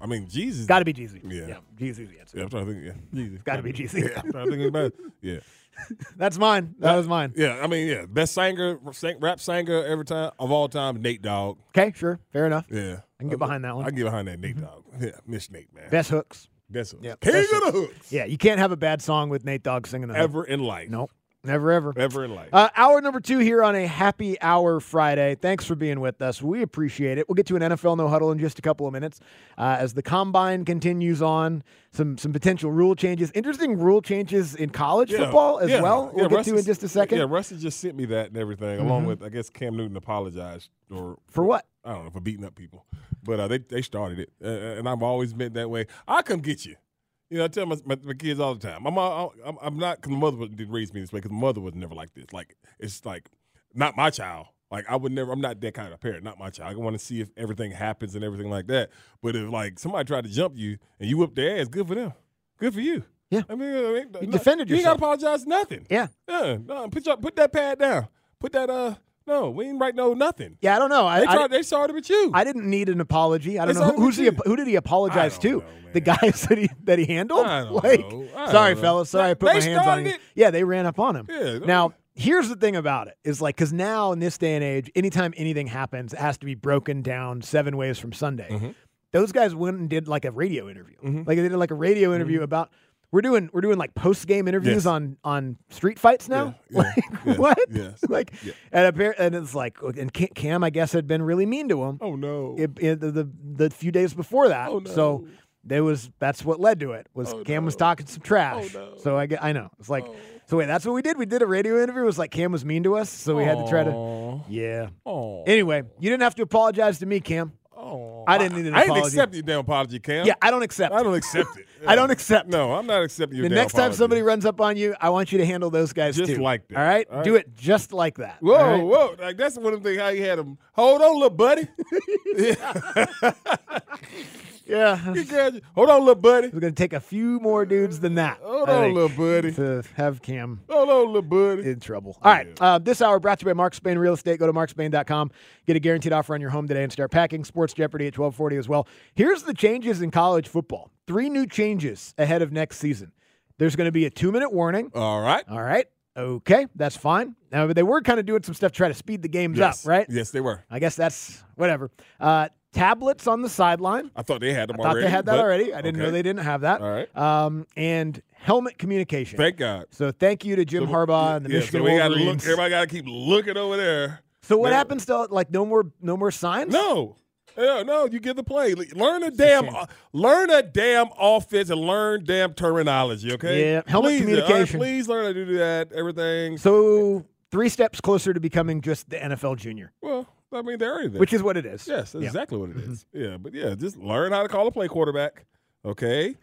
Speaker 5: I mean, Jesus.
Speaker 4: Got to be Jeezy.
Speaker 5: Yeah. yeah.
Speaker 4: Jeezy's the answer.
Speaker 5: I'm trying to think. Yeah. Jeezy.
Speaker 4: Gotta be Jeezy.
Speaker 5: Yeah. I'm trying to think about
Speaker 4: *laughs*
Speaker 5: it. Yeah. Uh,
Speaker 4: That's mine. That was mine.
Speaker 5: Yeah. I mean, yeah. Best singer, sing- rap singer every time of all time, Nate Dogg.
Speaker 4: Okay, sure. Fair enough.
Speaker 5: Yeah.
Speaker 4: I can get behind that one.
Speaker 5: I can get behind that Nate Dogg. Yeah. Miss Nate, man.
Speaker 4: Best hooks.
Speaker 5: Best hooks.
Speaker 4: Yep.
Speaker 5: King
Speaker 4: Best
Speaker 5: of the
Speaker 4: hooks.
Speaker 5: hooks.
Speaker 4: Yeah, you can't have a bad song with Nate Dogg singing the hook.
Speaker 5: Ever in life.
Speaker 4: Nope. Never ever.
Speaker 5: Ever in life.
Speaker 4: Uh, hour number two here on a happy hour Friday. Thanks for being with us. We appreciate it. We'll get to an NFL no huddle in just a couple of minutes uh, as the combine continues on. Some some potential rule changes. Interesting rule changes in college
Speaker 5: Yeah.
Speaker 4: football as
Speaker 5: Yeah.
Speaker 4: well. We'll
Speaker 5: Yeah,
Speaker 4: get
Speaker 5: Rusty
Speaker 4: to in
Speaker 5: s-
Speaker 4: just a second.
Speaker 5: Yeah, Rusty just sent me that and everything, along
Speaker 4: Mhm.
Speaker 5: with I guess Cam Newton apologized or
Speaker 4: For what?
Speaker 5: I don't know for beating up people, but uh, they they started it, uh, and I've always been that way. I come get you. You know, I tell my, my, my kids all the time. I'm all, I'm, I'm not because my mother was- didn't raise me this way because my mother was never like this. Like it's like not my child. Like I would never. I'm not that kind of parent. Not my child. I want to see if everything happens and everything like that. But if like somebody tried to jump you and you whip their ass, good for them. Good for you.
Speaker 4: Yeah.
Speaker 5: I mean, I mean
Speaker 4: You
Speaker 5: no-
Speaker 4: defended
Speaker 5: You ain't got
Speaker 4: yourself.
Speaker 5: to apologize. Nothing.
Speaker 4: Yeah.
Speaker 5: Yeah, no, put your, put that pad down. Put that uh no, we ain't write no nothing.
Speaker 4: Yeah, I don't know. I,
Speaker 5: They
Speaker 4: I-
Speaker 5: tried- they started with you.
Speaker 4: I didn't need an apology. I don't
Speaker 5: They
Speaker 4: know
Speaker 5: started
Speaker 4: who, who's
Speaker 5: with
Speaker 4: he, who did he apologize to. the guys that he that he handled.
Speaker 5: I don't
Speaker 4: *laughs* like,
Speaker 5: know. I
Speaker 4: sorry,
Speaker 5: don't know.
Speaker 4: fellas. Sorry, I
Speaker 5: They
Speaker 4: put my hands on
Speaker 5: started
Speaker 4: you.
Speaker 5: it.
Speaker 4: Yeah, they ran up on him.
Speaker 5: Yeah, that-
Speaker 4: now. Here's the thing about it is like, because now in this day and age, anytime anything happens, it has to be broken down seven ways from Sunday.
Speaker 5: Mm-hmm.
Speaker 4: Those guys went and did like a radio interview. Like they did like a radio interview about we're doing we're doing like post game interviews
Speaker 5: Mm-hmm. Yes.
Speaker 4: on on street fights now. *laughs* like what?
Speaker 5: yes,
Speaker 4: *laughs* like and apparent and it's like oh, and Ca- Cam I guess had been really mean to him.
Speaker 5: Oh no!
Speaker 4: It, it- the, the the few days before that.
Speaker 5: Oh, no. Oh,
Speaker 4: So there was that's what led to it was Cam was talking some trash. So I get- I know it's like so wait that's what we did. We did a radio interview. It was like Cam was mean to us, so we had to try to yeah.
Speaker 5: Oh.
Speaker 4: Anyway, you didn't have to apologize to me, Cam.
Speaker 5: Oh,
Speaker 4: I didn't need an
Speaker 5: I
Speaker 4: apology.
Speaker 5: didn't accept your damn apology, Cam.
Speaker 4: Yeah, I don't accept.
Speaker 5: I don't accept it.
Speaker 4: *laughs* I don't accept.
Speaker 5: No, I'm not accepting your
Speaker 4: The
Speaker 5: damn
Speaker 4: next time
Speaker 5: apology.
Speaker 4: somebody runs up on you, I want you to handle those guys
Speaker 5: Just
Speaker 4: too.
Speaker 5: like that.
Speaker 4: All right?
Speaker 5: All right.
Speaker 4: do it just like that.
Speaker 5: Whoa,
Speaker 4: all right?
Speaker 5: whoa! Like that's one of the things how you had him. Hold on, little
Speaker 4: *laughs*
Speaker 5: buddy. *laughs*
Speaker 4: Yeah.
Speaker 5: You got you. Hold on, little buddy.
Speaker 4: It's gonna take a few more dudes than that.
Speaker 5: Hold
Speaker 4: I
Speaker 5: on,
Speaker 4: think,
Speaker 5: little buddy.
Speaker 4: To have Cam
Speaker 5: Hold on, little buddy.
Speaker 4: in trouble. All right. Uh, this hour brought to you by Mark Spain Real Estate. Go to markspain.com. Get a guaranteed offer on your home today and start packing. Sports Jeopardy at 1240 as well. Here's the changes in college football. Three new changes ahead of next season. There's going to be a two-minute warning.
Speaker 5: All right.
Speaker 4: All right. Okay. That's fine. Now, but they were kind of doing some stuff to try to speed the games
Speaker 5: Yes.
Speaker 4: up, right?
Speaker 5: Yes, they were.
Speaker 4: I guess that's whatever. Uh, tablets on the sideline.
Speaker 5: I thought they had them
Speaker 4: I thought
Speaker 5: already.
Speaker 4: they had that
Speaker 5: but-
Speaker 4: already. I didn't know
Speaker 5: okay.
Speaker 4: they didn't have that.
Speaker 5: All right.
Speaker 4: Um, and helmet communication.
Speaker 5: Thank God.
Speaker 4: So thank you to Jim Harbaugh and the
Speaker 5: Yeah,
Speaker 4: Michigan
Speaker 5: so we gotta look.
Speaker 4: Wolverines.
Speaker 5: Everybody got to keep looking over there.
Speaker 4: so what
Speaker 5: They're-
Speaker 4: happens to like no more no more signs?
Speaker 5: No, no, no. You get the play. Learn a damn, uh, learn a damn offense and learn damn terminology. Okay.
Speaker 4: Yeah, helmet
Speaker 5: please,
Speaker 4: communication.
Speaker 5: all right, please learn how to do that. Everything.
Speaker 4: So three steps closer to becoming just the NFL junior,
Speaker 5: Well, I mean, they're already there.
Speaker 4: which is what it is.
Speaker 5: Yes, that's
Speaker 4: Yeah. Mm-hmm.
Speaker 5: exactly what it is. Yeah, but yeah, just learn how to call a play quarterback. Okay.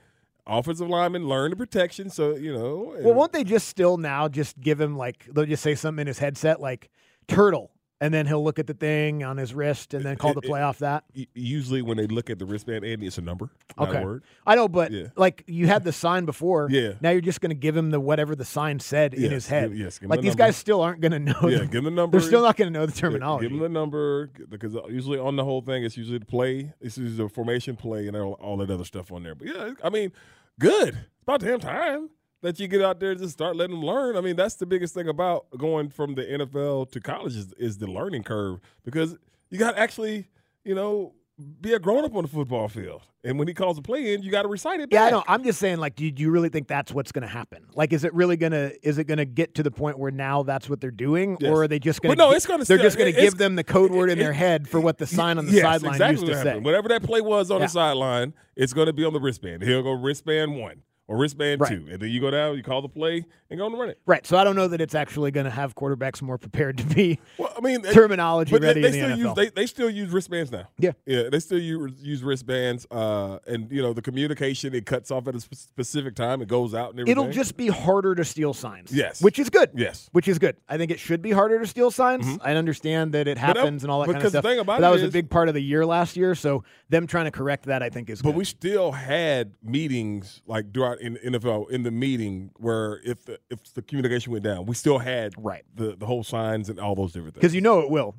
Speaker 5: Offensive lineman, learn the protection. So you know.
Speaker 4: Well, won't they just still now just give him like they'll just say something in his headset like turtle, and then he'll look at the thing on his wrist and then call the
Speaker 5: it-
Speaker 4: play off that.
Speaker 5: u- usually when they look at the wristband, Andy, it's a number, not
Speaker 4: Okay.
Speaker 5: a word.
Speaker 4: I know, but *laughs*
Speaker 5: Yeah.
Speaker 4: like you had the sign before.
Speaker 5: *laughs* Yeah.
Speaker 4: Now you're just going to give him the whatever the sign said in
Speaker 5: Yes,
Speaker 4: his head.
Speaker 5: give- yes, give him
Speaker 4: like
Speaker 5: the
Speaker 4: these
Speaker 5: number.
Speaker 4: guys still aren't going to know.
Speaker 5: Yeah,
Speaker 4: the-
Speaker 5: give 'em the number.
Speaker 4: They're still not going to know the
Speaker 5: Yeah,
Speaker 4: terminology.
Speaker 5: give them the number g- because uh, usually on the whole thing, it's usually the play, it's usually the formation play, and all, all that other stuff on there. But yeah, I mean, good. It's about damn time that you get out there and just start letting them learn. I mean, that's the biggest thing about going from the NFL to college is, is the learning curve because you got to actually, you know, be a grown up on the football field. And when he calls a play in, you got to recite it.
Speaker 4: yeah, I
Speaker 5: back.
Speaker 4: know. I'm just saying, like, do you, do you really think that's what's going to happen? Like, is it really going to is it going to get to the point where now that's what they're doing,
Speaker 5: Yes.
Speaker 4: or are they just going?
Speaker 5: But no, it's gonna
Speaker 4: They're
Speaker 5: still-
Speaker 4: just going
Speaker 5: it-
Speaker 4: to give
Speaker 5: it's-
Speaker 4: them the code word in
Speaker 5: it-
Speaker 4: their head for what the sign on the
Speaker 5: Yes,
Speaker 4: sideline
Speaker 5: exactly
Speaker 4: used
Speaker 5: what
Speaker 4: to say.
Speaker 5: happened. Whatever that play was on
Speaker 4: Yeah.
Speaker 5: the sideline, it's going to be on the wristband. He'll go wristband one or wristband
Speaker 4: Right.
Speaker 5: two, and then you go down, you call the play, and go and run it.
Speaker 4: Right. So I don't know that it's actually going to have quarterbacks more prepared to be
Speaker 5: Well, I mean,
Speaker 4: terminology
Speaker 5: but they-
Speaker 4: ready
Speaker 5: they,
Speaker 4: in the
Speaker 5: still
Speaker 4: NFL.
Speaker 5: use they, they still use wristbands now.
Speaker 4: Yeah.
Speaker 5: yeah, they still use, use wristbands, uh, and you know the communication it cuts off at a sp- specific time, it goes out, and everything.
Speaker 4: It'll just be harder to steal signs.
Speaker 5: Yes.
Speaker 4: Which is good.
Speaker 5: Yes.
Speaker 4: Which is good. I think it should be harder to steal signs. I understand that it
Speaker 5: Mm-hmm. But that-
Speaker 4: happens and all that kind of
Speaker 5: because the
Speaker 4: stuff.
Speaker 5: thing about
Speaker 4: but that
Speaker 5: it
Speaker 4: was a
Speaker 5: is-
Speaker 4: big part of the year last year. So them trying to correct that, I think, is
Speaker 5: But
Speaker 4: good.
Speaker 5: we still had meetings like throughout in the NFL in the meeting where if the, if the communication went down, we still had
Speaker 4: right
Speaker 5: the, the whole signs and all those different things.
Speaker 4: Because you know it will.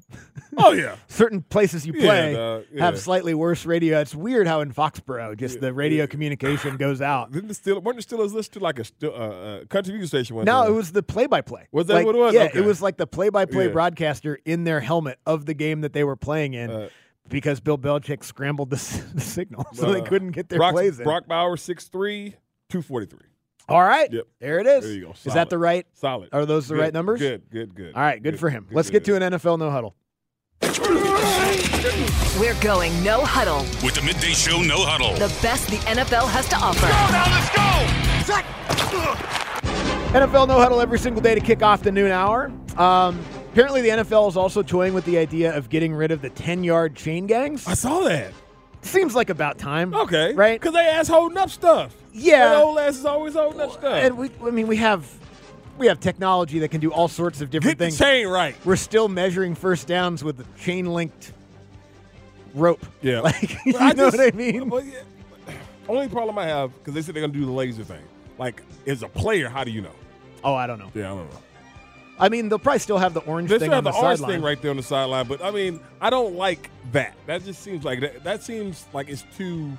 Speaker 5: Oh yeah.
Speaker 4: *laughs* Certain places you
Speaker 5: Yeah,
Speaker 4: play
Speaker 5: uh,
Speaker 4: have
Speaker 5: yeah.
Speaker 4: slightly worse radio. It's weird how in Foxborough just the radio communication
Speaker 5: *coughs*
Speaker 4: goes out.
Speaker 5: Didn't the Steelers, weren't the Steelers listed like a st- uh, uh, country music station one
Speaker 4: No,
Speaker 5: time?
Speaker 4: it was the play-by-play.
Speaker 5: Was that
Speaker 4: Like,
Speaker 5: what it was?
Speaker 4: Yeah,
Speaker 5: Okay.
Speaker 4: it was like the play-by-play
Speaker 5: Yeah.
Speaker 4: broadcaster in their helmet of the game that they were playing in,
Speaker 5: Uh,
Speaker 4: because Bill Belichick scrambled the, s- *laughs* the signal, so they
Speaker 5: Uh,
Speaker 4: couldn't get their
Speaker 5: Brock,
Speaker 4: plays in.
Speaker 5: Brock Bauer 6'3", 243.
Speaker 4: All right,
Speaker 5: Yep.
Speaker 4: there it is.
Speaker 5: There you go.
Speaker 4: Is that
Speaker 5: Solid.
Speaker 4: the right?
Speaker 5: Solid.
Speaker 4: Are those the
Speaker 5: Good,
Speaker 4: right numbers?
Speaker 5: Good, good, good.
Speaker 4: All right, good, for him. Let's get to an NFL no huddle.
Speaker 15: We're going no huddle.
Speaker 6: With the midday show, no huddle.
Speaker 15: The best the NFL has to offer.
Speaker 4: NFL no huddle every single day to kick off the noon hour. Um, apparently, the NFL is also toying with the idea of getting rid of the ten-yard chain gangs. I
Speaker 5: saw that.
Speaker 4: Seems like about time.
Speaker 5: Okay.
Speaker 4: Right?
Speaker 5: Because they ass holding up stuff.
Speaker 4: Yeah.
Speaker 5: That old ass is always holding up stuff.
Speaker 4: And we, I mean, we have we have technology that can do all sorts of different
Speaker 5: the
Speaker 4: things.
Speaker 5: chain right.
Speaker 4: We're still measuring first downs with a chain linked rope.
Speaker 5: Yeah.
Speaker 4: *laughs* Like, *laughs* you
Speaker 5: But I
Speaker 4: know
Speaker 5: just-
Speaker 4: what I mean?
Speaker 5: well, yeah. Only problem I have, because they said they're going to do the laser thing. Like, as a player, how do you know?
Speaker 4: Oh, I don't know.
Speaker 5: Yeah, I don't know.
Speaker 4: I mean, they'll probably still have the orange
Speaker 5: They
Speaker 4: thing
Speaker 5: still have
Speaker 4: on
Speaker 5: the,
Speaker 4: the,
Speaker 5: orange
Speaker 4: sideline.
Speaker 5: thing right there on the sideline, but I mean, I don't like that. That just seems like that, that seems like it's too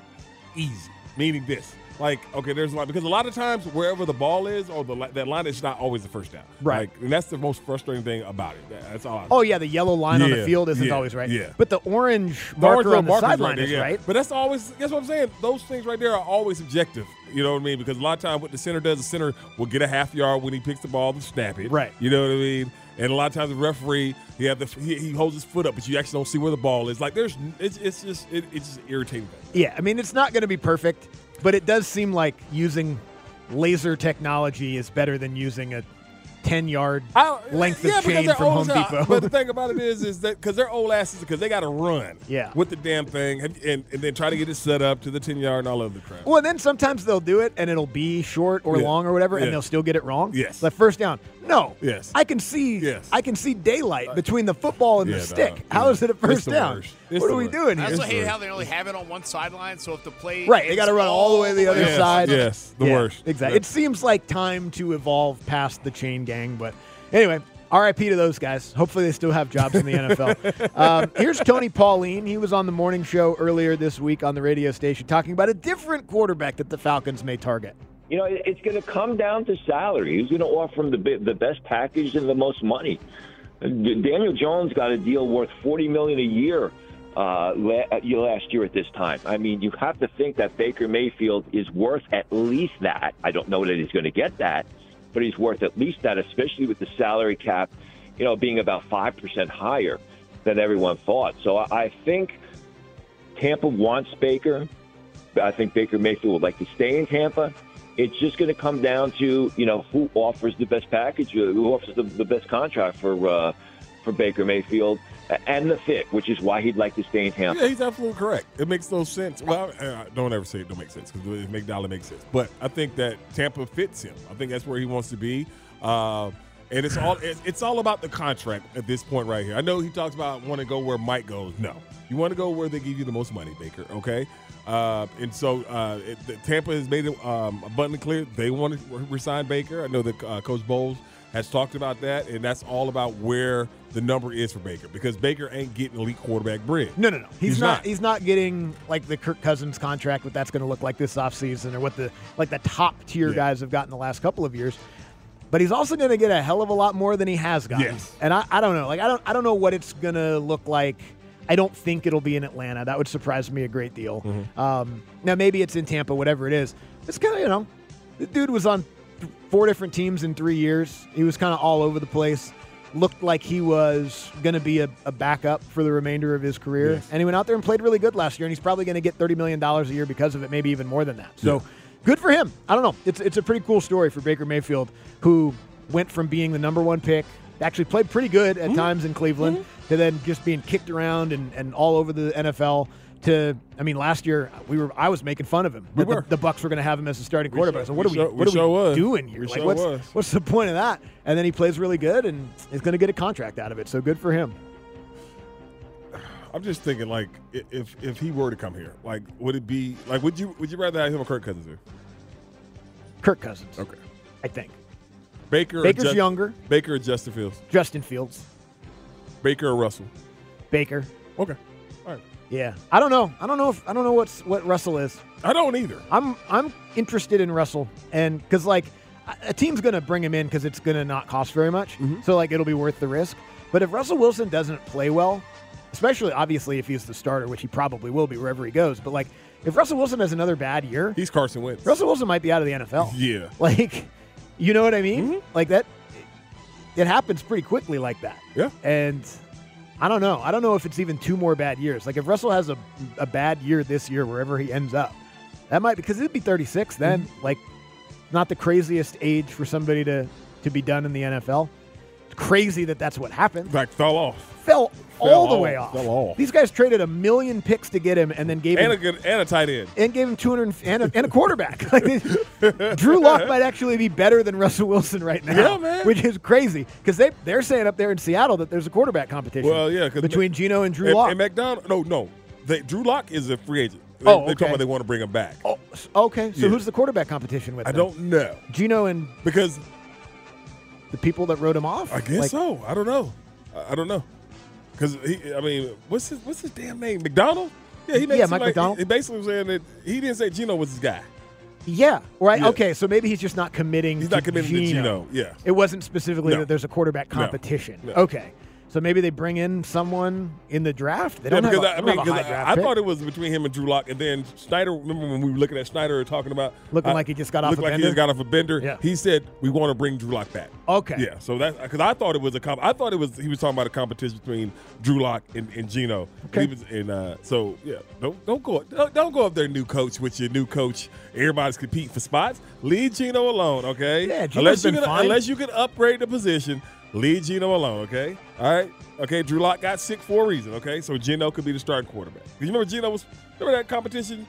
Speaker 5: easy. Meaning this, like okay, there's a lot because a lot of times wherever the ball is or the li- that line, it's not always the first down.
Speaker 4: Right.
Speaker 5: Like, and that's the most frustrating thing about it. That- that's all. I
Speaker 4: Oh yeah, the yellow line on the
Speaker 5: Yeah,
Speaker 4: field isn't
Speaker 5: yeah,
Speaker 4: always right.
Speaker 5: yeah.
Speaker 4: But the orange
Speaker 5: The
Speaker 4: marker
Speaker 5: orange
Speaker 4: on the
Speaker 5: marker's
Speaker 4: sideline
Speaker 5: there,
Speaker 4: is
Speaker 5: yeah.
Speaker 4: right.
Speaker 5: But that's always that's what I'm saying. Those things right there are always subjective. You know what I mean? Because a lot of time what the center does, the center will get a half yard when he picks the ball and snap it.
Speaker 4: Right.
Speaker 5: You know what I mean? And a lot of times the referee, he have the he, he holds his foot up, but you actually don't see where the ball is. Like there's it's, it's just it, it's just irritating.
Speaker 4: Yeah, I mean, it's not going to be perfect, but it does seem like using laser technology is better than using a ten-yard length
Speaker 5: yeah, because
Speaker 4: of chain
Speaker 5: they're
Speaker 4: from Home
Speaker 5: old as hell.
Speaker 4: Depot.
Speaker 5: But the thing about it is, is that because they're old asses, because they got to run.
Speaker 4: Yeah.
Speaker 5: With the damn thing, and, and and then try to get it set up to the ten yard and all of the crap.
Speaker 4: *laughs* Well, and then sometimes they'll do it and it'll be short or
Speaker 5: Yeah.
Speaker 4: long or whatever,
Speaker 5: Yeah.
Speaker 4: and they'll still get it wrong.
Speaker 5: Yes.
Speaker 4: Like first down. No.
Speaker 5: Yes.
Speaker 4: I can see.
Speaker 5: Yes.
Speaker 4: I can see daylight between the football and
Speaker 5: Yeah,
Speaker 4: the
Speaker 5: no,
Speaker 4: stick.
Speaker 5: yeah.
Speaker 4: How is it a
Speaker 5: It's
Speaker 4: first
Speaker 5: the
Speaker 4: down?
Speaker 5: worst. It's
Speaker 4: what
Speaker 5: the
Speaker 4: are we
Speaker 5: worst.
Speaker 4: doing
Speaker 5: I
Speaker 4: here?
Speaker 5: also
Speaker 14: I hate
Speaker 5: Right.
Speaker 14: how they only have it on one sideline, so if the play
Speaker 4: Right, they
Speaker 14: ends
Speaker 4: got to run all the way to the other
Speaker 5: Yes,
Speaker 4: side.
Speaker 5: yes, the worst.
Speaker 4: Exactly.
Speaker 5: Yeah.
Speaker 4: It seems like time to evolve past the chain gang, but anyway, RIP to those guys. Hopefully, they still have jobs in the NFL. Um, here's Tony Pauline. He was on the morning show earlier this week on the radio station talking about a different quarterback that the Falcons may target.
Speaker 18: You know, it- it's going to come down to salary. Who's going to offer him the bi- the best package and the most money? D- Daniel Jones got a deal worth forty million a year uh, la- uh, you- last year at this time. I mean, you have to think that Baker Mayfield is worth at least that. I don't know that he's going to get that, but he's worth at least that, especially with the salary cap, you know, being about five percent higher than everyone thought. So I, I think Tampa wants Baker. I think Baker Mayfield would like to stay in Tampa. It's just going to come down to you know who offers the best package, uh, who offers the, the best contract for uh, for Baker Mayfield, uh, and the fit, which is why he'd like to stay in Tampa.
Speaker 5: Yeah, he's absolutely correct. It makes no sense. Well, I- I- don't ever say it don't make sense because it make dollar make sense. But I think that Tampa fits him. I think that's where he wants to be. Uh, and it's all it's, it's all about the contract at this point right here. I know he talks about want to go where Mike goes. No, you want to go where they give you the most money, Baker. Okay, uh, and so uh, it, the, Tampa has made it um, abundantly clear they want to re- resign Baker. I know that uh, Coach Bowles has talked about that, and that's all about where the number is for Baker because Baker ain't getting elite quarterback bread.
Speaker 4: No, no, no. He's, not, He's not getting like the Kirk Cousins contract, what that's going to look like this offseason, or what the like the top tier
Speaker 5: Yeah.
Speaker 4: guys have gotten the last couple of years. But he's also going to get a hell of a lot more than he has gotten.
Speaker 5: Yes.
Speaker 4: And I, I don't know. Like I don't I don't know what it's going to look like. I don't think it'll be in Atlanta. That would surprise me a great deal. Um, now maybe it's in Tampa, whatever it is. It's kind of you know, the dude was on th- four different teams in three years. He was kind of all over the place. Looked like he was going to be a, a backup for the remainder of his career,
Speaker 5: Yes.
Speaker 4: and he went out there and played really good last year. And he's probably going to get thirty million dollars a year because of it, maybe even more than that. So, good for him. I don't know. It's it's a pretty cool story for Baker Mayfield, who went from being the number one pick, actually played pretty good
Speaker 5: Mm-hmm.
Speaker 4: at times in Cleveland, to then just being kicked around and, and all over the NFL. To I mean, last year we were I was making fun of him. that the-
Speaker 5: were.
Speaker 4: The, Bucks were going to have him as a starting
Speaker 5: We sure-
Speaker 4: quarterback. so what are
Speaker 5: we
Speaker 4: we,
Speaker 5: sure- we
Speaker 4: what are
Speaker 5: sure was.
Speaker 4: doing here?
Speaker 5: We
Speaker 4: like
Speaker 5: sure
Speaker 4: what's
Speaker 5: was.
Speaker 4: what's the point of that? And then he plays really good and is going to get a contract out of it. So good for him.
Speaker 5: I'm just thinking, like, i- if if he were to come here, like, would it be like, would you would you rather have him or Kirk Cousins here?
Speaker 4: Kirk Cousins.
Speaker 5: Okay.
Speaker 4: I think.
Speaker 5: Baker. or
Speaker 4: Baker's
Speaker 5: Jus-
Speaker 4: younger.
Speaker 5: Baker or Justin Fields.
Speaker 4: Justin Fields.
Speaker 5: Baker or Russell.
Speaker 4: Baker.
Speaker 5: Okay. All right.
Speaker 4: Yeah. I don't know. I don't know if I don't know what's what Russell is.
Speaker 5: I don't either.
Speaker 4: I'm I'm interested in Russell and because like a- a team's gonna bring him in because it's gonna not cost very much,
Speaker 5: Mm-hmm.
Speaker 4: so like it'll be worth the risk. But if Russell Wilson doesn't play well, especially obviously if he's the starter, which he probably will be wherever he goes, but like if Russell Wilson has another bad year,
Speaker 5: he's Carson Wentz.
Speaker 4: Russell Wilson might be out of the NFL.
Speaker 5: Yeah.
Speaker 4: *laughs* Like, you know what I mean?
Speaker 5: Mm-hmm.
Speaker 4: Like that, it happens pretty quickly like that.
Speaker 5: Yeah.
Speaker 4: And I don't know. I don't know if it's even two more bad years. Like if Russell has a, a bad year this year, wherever he ends up, that might because it'd be 36 then.
Speaker 5: Mm-hmm.
Speaker 4: Like, not the craziest age for somebody to to be done in the NFL. It's crazy that that's what happened.
Speaker 5: Like fell off.
Speaker 4: Fell, all the
Speaker 5: off,
Speaker 4: way off.
Speaker 5: fell off.
Speaker 4: These guys traded a million picks to get him, and then gave him
Speaker 5: And a good and a tight end.
Speaker 4: and gave him 200 and- and a, and a quarterback. *laughs* Like they- Drew Lock might actually be better than Russell Wilson right now,
Speaker 5: Yeah, man.
Speaker 4: which is crazy because they they're saying up there in Seattle that there's a quarterback competition.
Speaker 5: Well, yeah, 'cause
Speaker 4: between
Speaker 5: Ma-
Speaker 4: Geno and Drew
Speaker 5: and,
Speaker 4: Lock.
Speaker 5: And McDonald. No, no. They, Drew Lock is a free agent. They,
Speaker 4: Oh,
Speaker 5: they
Speaker 4: okay.
Speaker 5: talking about they want to bring him back.
Speaker 4: Oh, okay, so
Speaker 5: Yeah.
Speaker 4: who's the quarterback competition with?
Speaker 5: I
Speaker 4: then?
Speaker 5: don't know.
Speaker 4: Geno and
Speaker 5: because
Speaker 4: the people that wrote him off.
Speaker 5: I guess
Speaker 4: Like,
Speaker 5: so. I don't know. I, I don't know. Because he, I mean, what's his what's his damn name? McDonald. Yeah, he made
Speaker 4: Yeah,
Speaker 5: it seem
Speaker 4: Mike
Speaker 5: like-
Speaker 4: McDonald.
Speaker 5: He basically was saying that he didn't say Gino was his guy.
Speaker 4: Yeah. Right.
Speaker 5: Yeah.
Speaker 4: Okay. So maybe he's just not committing.
Speaker 5: He's
Speaker 4: to
Speaker 5: not committed to Geno. Yeah.
Speaker 4: It wasn't specifically
Speaker 5: No.
Speaker 4: that there's a quarterback
Speaker 5: No.
Speaker 4: competition.
Speaker 5: No.
Speaker 4: Okay. So maybe they bring in someone in the draft. They
Speaker 5: Yeah,
Speaker 4: don't have
Speaker 5: because
Speaker 4: a,
Speaker 5: I, I
Speaker 4: they don't
Speaker 5: mean,
Speaker 4: have a
Speaker 5: 'cause
Speaker 4: high
Speaker 5: I,
Speaker 4: draft
Speaker 5: I
Speaker 4: pick.
Speaker 5: thought it was between him and Drew Lock, and then Snyder. Remember when we were looking at Snyder and talking about
Speaker 4: Looking
Speaker 5: uh,
Speaker 4: like he just got off
Speaker 5: looked
Speaker 4: a
Speaker 5: like he just
Speaker 4: bender?
Speaker 5: got off a bender.
Speaker 4: Yeah.
Speaker 5: He said we want to bring Drew Lock back.
Speaker 4: Okay.
Speaker 5: Yeah. So that's because I thought it was a comp. I thought it was he was talking about a competition between Drew Lock and, and Gino. Okay. And, he was- and, uh, so yeah, don't don't go don't, don't go up there, new coach, with your new coach. Everybody's competing for spots. Leave Gino alone, okay?
Speaker 4: Yeah,
Speaker 5: unless
Speaker 4: Gino's
Speaker 5: you
Speaker 4: been
Speaker 5: can
Speaker 4: fine.
Speaker 5: unless you can upgrade the position. Leave Gino alone, okay? All right, okay. Drew Lock got sick for a reason, okay? So Gino could be the starting quarterback. You remember Gino was remember that competition?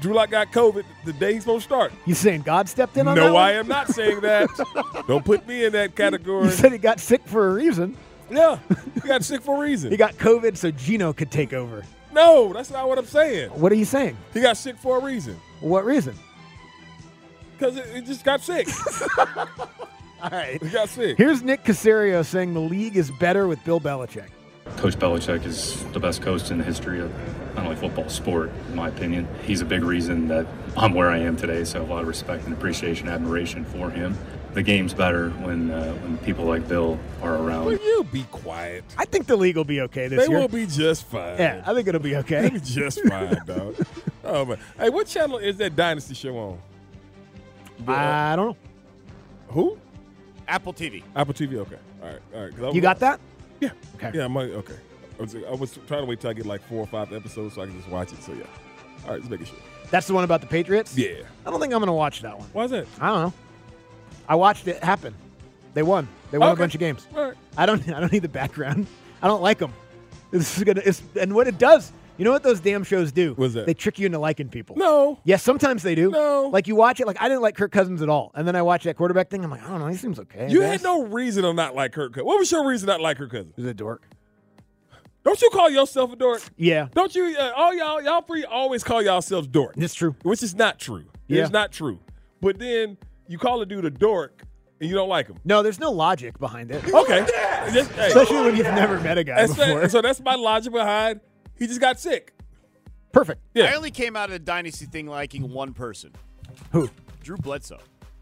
Speaker 5: Drew Lock got COVID the day he's supposed to start.
Speaker 4: You saying God stepped in on that?
Speaker 5: No,
Speaker 4: one?
Speaker 5: I am not saying that.
Speaker 4: *laughs*
Speaker 5: Don't put me in that category.
Speaker 4: You said he got sick for a reason. *laughs*
Speaker 5: Yeah, he got sick for a reason.
Speaker 4: He got COVID so Gino could take over.
Speaker 5: no, that's not what I'm saying.
Speaker 4: What are you saying?
Speaker 5: He got sick for a reason
Speaker 4: What reason?
Speaker 5: because it, it just got sick.
Speaker 4: *laughs* All right,
Speaker 5: he got sick.
Speaker 4: Here's Nick Casario saying the league is better with Bill Belichick.
Speaker 19: Coach Belichick is the best coach in the history of not only football, sport, in my opinion. He's a big reason that I'm where I am today, so I have a lot of respect and appreciation, admiration for him. The game's better when uh, when people like Bill are
Speaker 5: Will
Speaker 19: around.
Speaker 5: you be quiet?
Speaker 4: I think the league will be okay this
Speaker 5: They
Speaker 4: year.
Speaker 5: will be just fine.
Speaker 4: Yeah, I think it'll be okay.
Speaker 5: They'll be just fine, dog. Oh man. Hey, what channel is that Dynasty show on? uh,
Speaker 4: I don't know.
Speaker 5: Who?
Speaker 14: Apple TV.
Speaker 5: Apple TV. Okay. All right. All right. 'Cause I was-
Speaker 4: You got that?
Speaker 5: Yeah.
Speaker 4: Okay.
Speaker 5: Yeah. I'm like, okay. I was, I was trying to wait till I get like four or five episodes so I can just watch it. So yeah. All right. Let's make it sure.
Speaker 4: That's the one *laughs* about the Patriots.
Speaker 5: Yeah.
Speaker 4: I don't think I'm gonna watch that one.
Speaker 5: Why is that?
Speaker 4: I don't know. I watched it happen. They won. They won
Speaker 5: Okay.
Speaker 4: a bunch of games.
Speaker 5: All right.
Speaker 4: I don't. *laughs* I don't need the background. I don't like them. This is gonna. It's, and what it does, you know what those damn shows do? Was
Speaker 5: that?
Speaker 4: They trick you into liking people.
Speaker 5: No.
Speaker 4: Yes, sometimes they do.
Speaker 5: No.
Speaker 4: Like you watch it. Like I didn't like Kirk Cousins at all, and then I watch that quarterback thing. I'm like, I don't know. He seems okay. I
Speaker 5: You
Speaker 4: guess.
Speaker 5: had no reason to not like Kirk Cousins. What was your reason not to like Kirk Cousins?
Speaker 4: He's a dork.
Speaker 5: Don't you call yourself a dork?
Speaker 4: Yeah.
Speaker 5: Don't you? Uh, all y'all, y'all three always call yourselves dork.
Speaker 4: That's true.
Speaker 5: Which is not true.
Speaker 4: Yeah.
Speaker 5: It's not true. But then you call a dude a dork and you don't like him.
Speaker 4: No, there's no logic behind it.
Speaker 5: Okay. Just- hey.
Speaker 4: Especially when you've never met a guy
Speaker 5: And so-
Speaker 4: before.
Speaker 5: so that's my logic behind. He just got sick.
Speaker 4: Perfect.
Speaker 5: Yeah.
Speaker 14: I only came out of the dynasty thing liking one person.
Speaker 4: Who?
Speaker 14: Drew Bledsoe.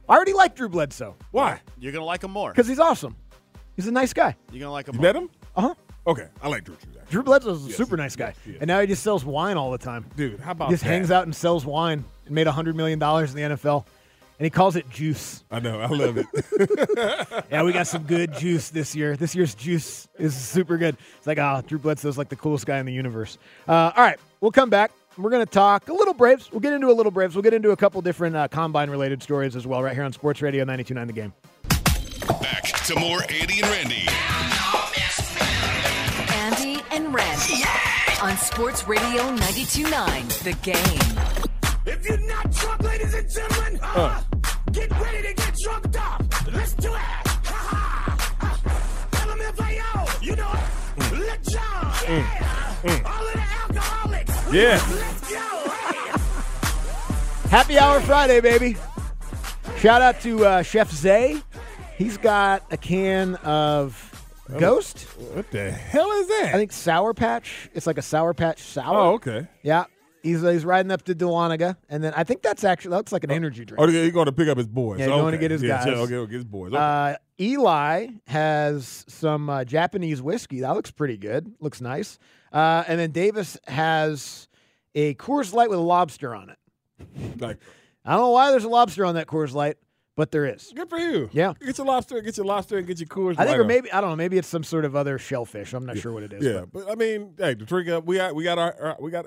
Speaker 4: I already like Drew Bledsoe
Speaker 5: Why?
Speaker 14: You're gonna like him more.
Speaker 4: because he's awesome. He's a nice guy.
Speaker 14: You're gonna like him.
Speaker 5: You
Speaker 14: more.
Speaker 5: met him?
Speaker 4: Uh huh.
Speaker 5: Okay. I like Drew Drew.
Speaker 4: Drew Bledsoe's a super nice guy, and now he just sells wine all the time.
Speaker 5: Dude, how about
Speaker 4: He just
Speaker 5: that?
Speaker 4: hangs out and sells wine and made $100 million in the NFL. And he calls it juice.
Speaker 5: I know. I love it.
Speaker 4: *laughs* Yeah, we got some good juice this year. This year's juice is super good. It's like, ah, Drew Bledsoe's like the coolest guy in the universe. Uh, all right, we'll come back. We're going to talk a little Braves. We'll get into a little Braves. We'll get into a couple different uh, combine related stories as well, right here on Sports Radio 929 The Game.
Speaker 6: Back to more Andy and Randy.
Speaker 15: Andy and Randy on Sports Radio 92.9 The Game.
Speaker 20: If you're not drunk, ladies and gentlemen, huh, get ready to get drunk up. Let's do it. Ha ha. LMFAO, you know it.
Speaker 5: Hmm.
Speaker 20: Let John. Yeah. All of the alcoholics.
Speaker 5: Yeah.
Speaker 20: Let's go. Hey.
Speaker 4: Happy Hour Friday, baby. Shout out to uh, Chef Zay. He's got a can of Ghost.
Speaker 5: What the hell is that?
Speaker 4: I think Sour Patch. It's like a Sour Patch sour.
Speaker 5: Oh, okay.
Speaker 4: Yeah. He's, he's riding up to Dahlonega, and then I think that's actually that's like an energy drink.
Speaker 5: Oh, he's going to pick up his boys.
Speaker 4: Yeah, he's going to
Speaker 5: Okay.
Speaker 4: get his
Speaker 5: yeah,
Speaker 4: guys.
Speaker 5: Yeah, okay, okay, his boys. Okay.
Speaker 4: Uh, Eli has some uh, Japanese whiskey. That looks pretty good. Looks nice. Uh, and then Davis has a Coors Light with a lobster on it. I don't know why there's a lobster on that Coors Light, but there is.
Speaker 5: Good for you.
Speaker 4: Yeah.
Speaker 5: Get your lobster, get your lobster, and get your Coors.
Speaker 4: I think,
Speaker 5: Light
Speaker 4: or
Speaker 5: on.
Speaker 4: maybe I don't know. Maybe it's some sort of other shellfish. I'm not sure what it is.
Speaker 5: Yeah,
Speaker 4: but-
Speaker 5: but, I mean, hey, the drink up. We got, we got our, our- we got,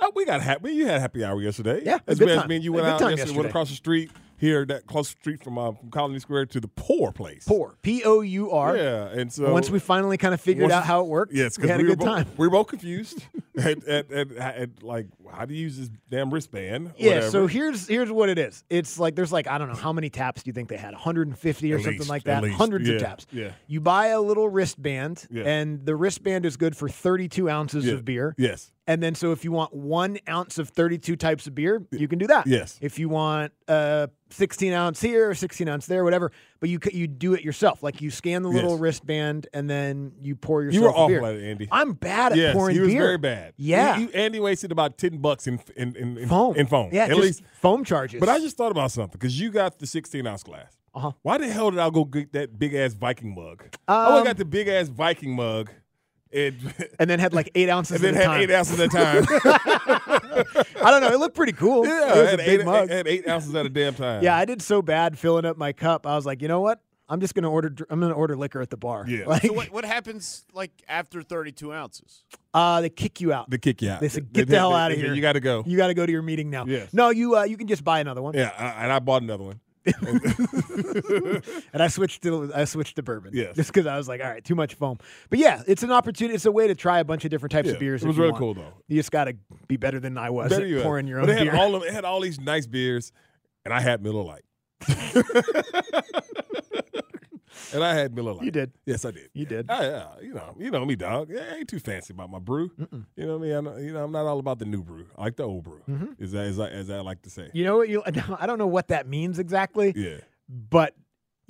Speaker 5: oh, we got happy. You had happy hour yesterday.
Speaker 4: Yeah, a
Speaker 5: as
Speaker 4: good
Speaker 5: well
Speaker 4: time.
Speaker 5: as me and you
Speaker 4: A
Speaker 5: went
Speaker 4: good
Speaker 5: out
Speaker 4: time
Speaker 5: yesterday, went
Speaker 4: yesterday.
Speaker 5: across the street here, that close street from, uh, from Colony Square to the poor place.
Speaker 4: Poor, P O U R.
Speaker 5: Yeah, and so
Speaker 4: once we finally kind of figured
Speaker 5: Once-
Speaker 4: out how it worked,
Speaker 5: Yes,
Speaker 4: we
Speaker 5: because
Speaker 4: had a
Speaker 5: were
Speaker 4: good
Speaker 5: both,
Speaker 4: time.
Speaker 5: We were both confused *laughs* at, at, at, at, like how to use this damn wristband.
Speaker 4: Yeah,
Speaker 5: whatever.
Speaker 4: so here's here's what it is. It's like there's like I don't know how many taps do you think they had? 150 or
Speaker 5: At
Speaker 4: something
Speaker 5: least,
Speaker 4: like
Speaker 5: at
Speaker 4: that.
Speaker 5: least.
Speaker 4: Hundreds
Speaker 5: Yeah,
Speaker 4: of taps.
Speaker 5: yeah.
Speaker 4: You buy a little wristband,
Speaker 5: Yeah.
Speaker 4: and the wristband is good for 32 ounces
Speaker 5: Yeah.
Speaker 4: of beer.
Speaker 5: Yes.
Speaker 4: And then so if you want one ounce of 32 types of beer, you can do that.
Speaker 5: Yes.
Speaker 4: If you want uh 16 ounce here, 16 ounce there, whatever. But you c- you do it yourself. Like you scan the little
Speaker 5: Yes.
Speaker 4: wristband and then you pour yourself.
Speaker 5: You were
Speaker 4: a
Speaker 5: awful
Speaker 4: beer.
Speaker 5: at it, Andy.
Speaker 4: I'm bad at
Speaker 5: yes,
Speaker 4: pouring
Speaker 5: he was
Speaker 4: beer.
Speaker 5: very bad.
Speaker 4: Yeah.
Speaker 5: You- you- Andy wasted about ten bucks in in, in, in
Speaker 4: Foam.
Speaker 5: In foam.
Speaker 4: Yeah,
Speaker 5: at
Speaker 4: just
Speaker 5: least
Speaker 4: foam charges.
Speaker 5: But I just thought about something because you got the sixteen ounce glass.
Speaker 4: Uh-huh.
Speaker 5: Why the hell did I go get that big ass Viking mug? I
Speaker 4: Um,
Speaker 5: went and got the big ass Viking mug. And,
Speaker 4: *laughs* and then had like eight
Speaker 5: and
Speaker 4: ounces
Speaker 5: then
Speaker 4: at a
Speaker 5: had
Speaker 4: time.
Speaker 5: eight ounces at a time.
Speaker 4: *laughs* I don't know. It looked pretty cool.
Speaker 5: yeah,
Speaker 4: it was a
Speaker 5: had
Speaker 4: big
Speaker 5: eight,
Speaker 4: mug.
Speaker 5: had eight ounces at a damn time.
Speaker 4: *laughs* yeah, I did so bad filling up my cup. I was like, you know what? I'm just gonna order. dr- I'm gonna order liquor at the bar.
Speaker 5: Yeah.
Speaker 4: *laughs* Like,
Speaker 5: So
Speaker 14: what, what happens like after 32 ounces?
Speaker 4: uh, they kick you out.
Speaker 5: They kick you out.
Speaker 4: They said,
Speaker 5: They-
Speaker 4: get the
Speaker 5: they-
Speaker 4: hell
Speaker 5: they-
Speaker 4: out of
Speaker 5: they said,
Speaker 4: here.
Speaker 5: "You gotta go."
Speaker 4: You got to go to your meeting now.
Speaker 5: Yes.
Speaker 4: No, you. Uh, you can just buy another one.
Speaker 5: Yeah, I- and I bought another one.
Speaker 4: and I switched to I switched to bourbon.
Speaker 5: Yes.
Speaker 4: Just because I was like, all right, too much foam. But yeah, it's an opportunity. It's a way to try a bunch of different types
Speaker 5: Yeah,
Speaker 4: of beers.
Speaker 5: it was
Speaker 4: if you
Speaker 5: really
Speaker 4: want.
Speaker 5: cool, though.
Speaker 4: You just got to be better than I was
Speaker 5: Better
Speaker 4: at
Speaker 5: you had.
Speaker 4: pouring your own
Speaker 5: But it had
Speaker 4: beer.
Speaker 5: All of, it had all these nice beers, and I had Miller
Speaker 4: *laughs*
Speaker 5: Lite. and I had Miller Lite.
Speaker 4: You did.
Speaker 5: Yes, I did.
Speaker 4: You did.
Speaker 5: I, yeah, you know, you know me, dog. I ain't too fancy about my brew. You know me. I know, you know, I'm not all about the new brew. I like the old brew.
Speaker 4: Mhm.
Speaker 5: Is that is that, as I like to say?
Speaker 4: You know what you? *laughs* I don't know what that means exactly.
Speaker 5: Yeah.
Speaker 4: But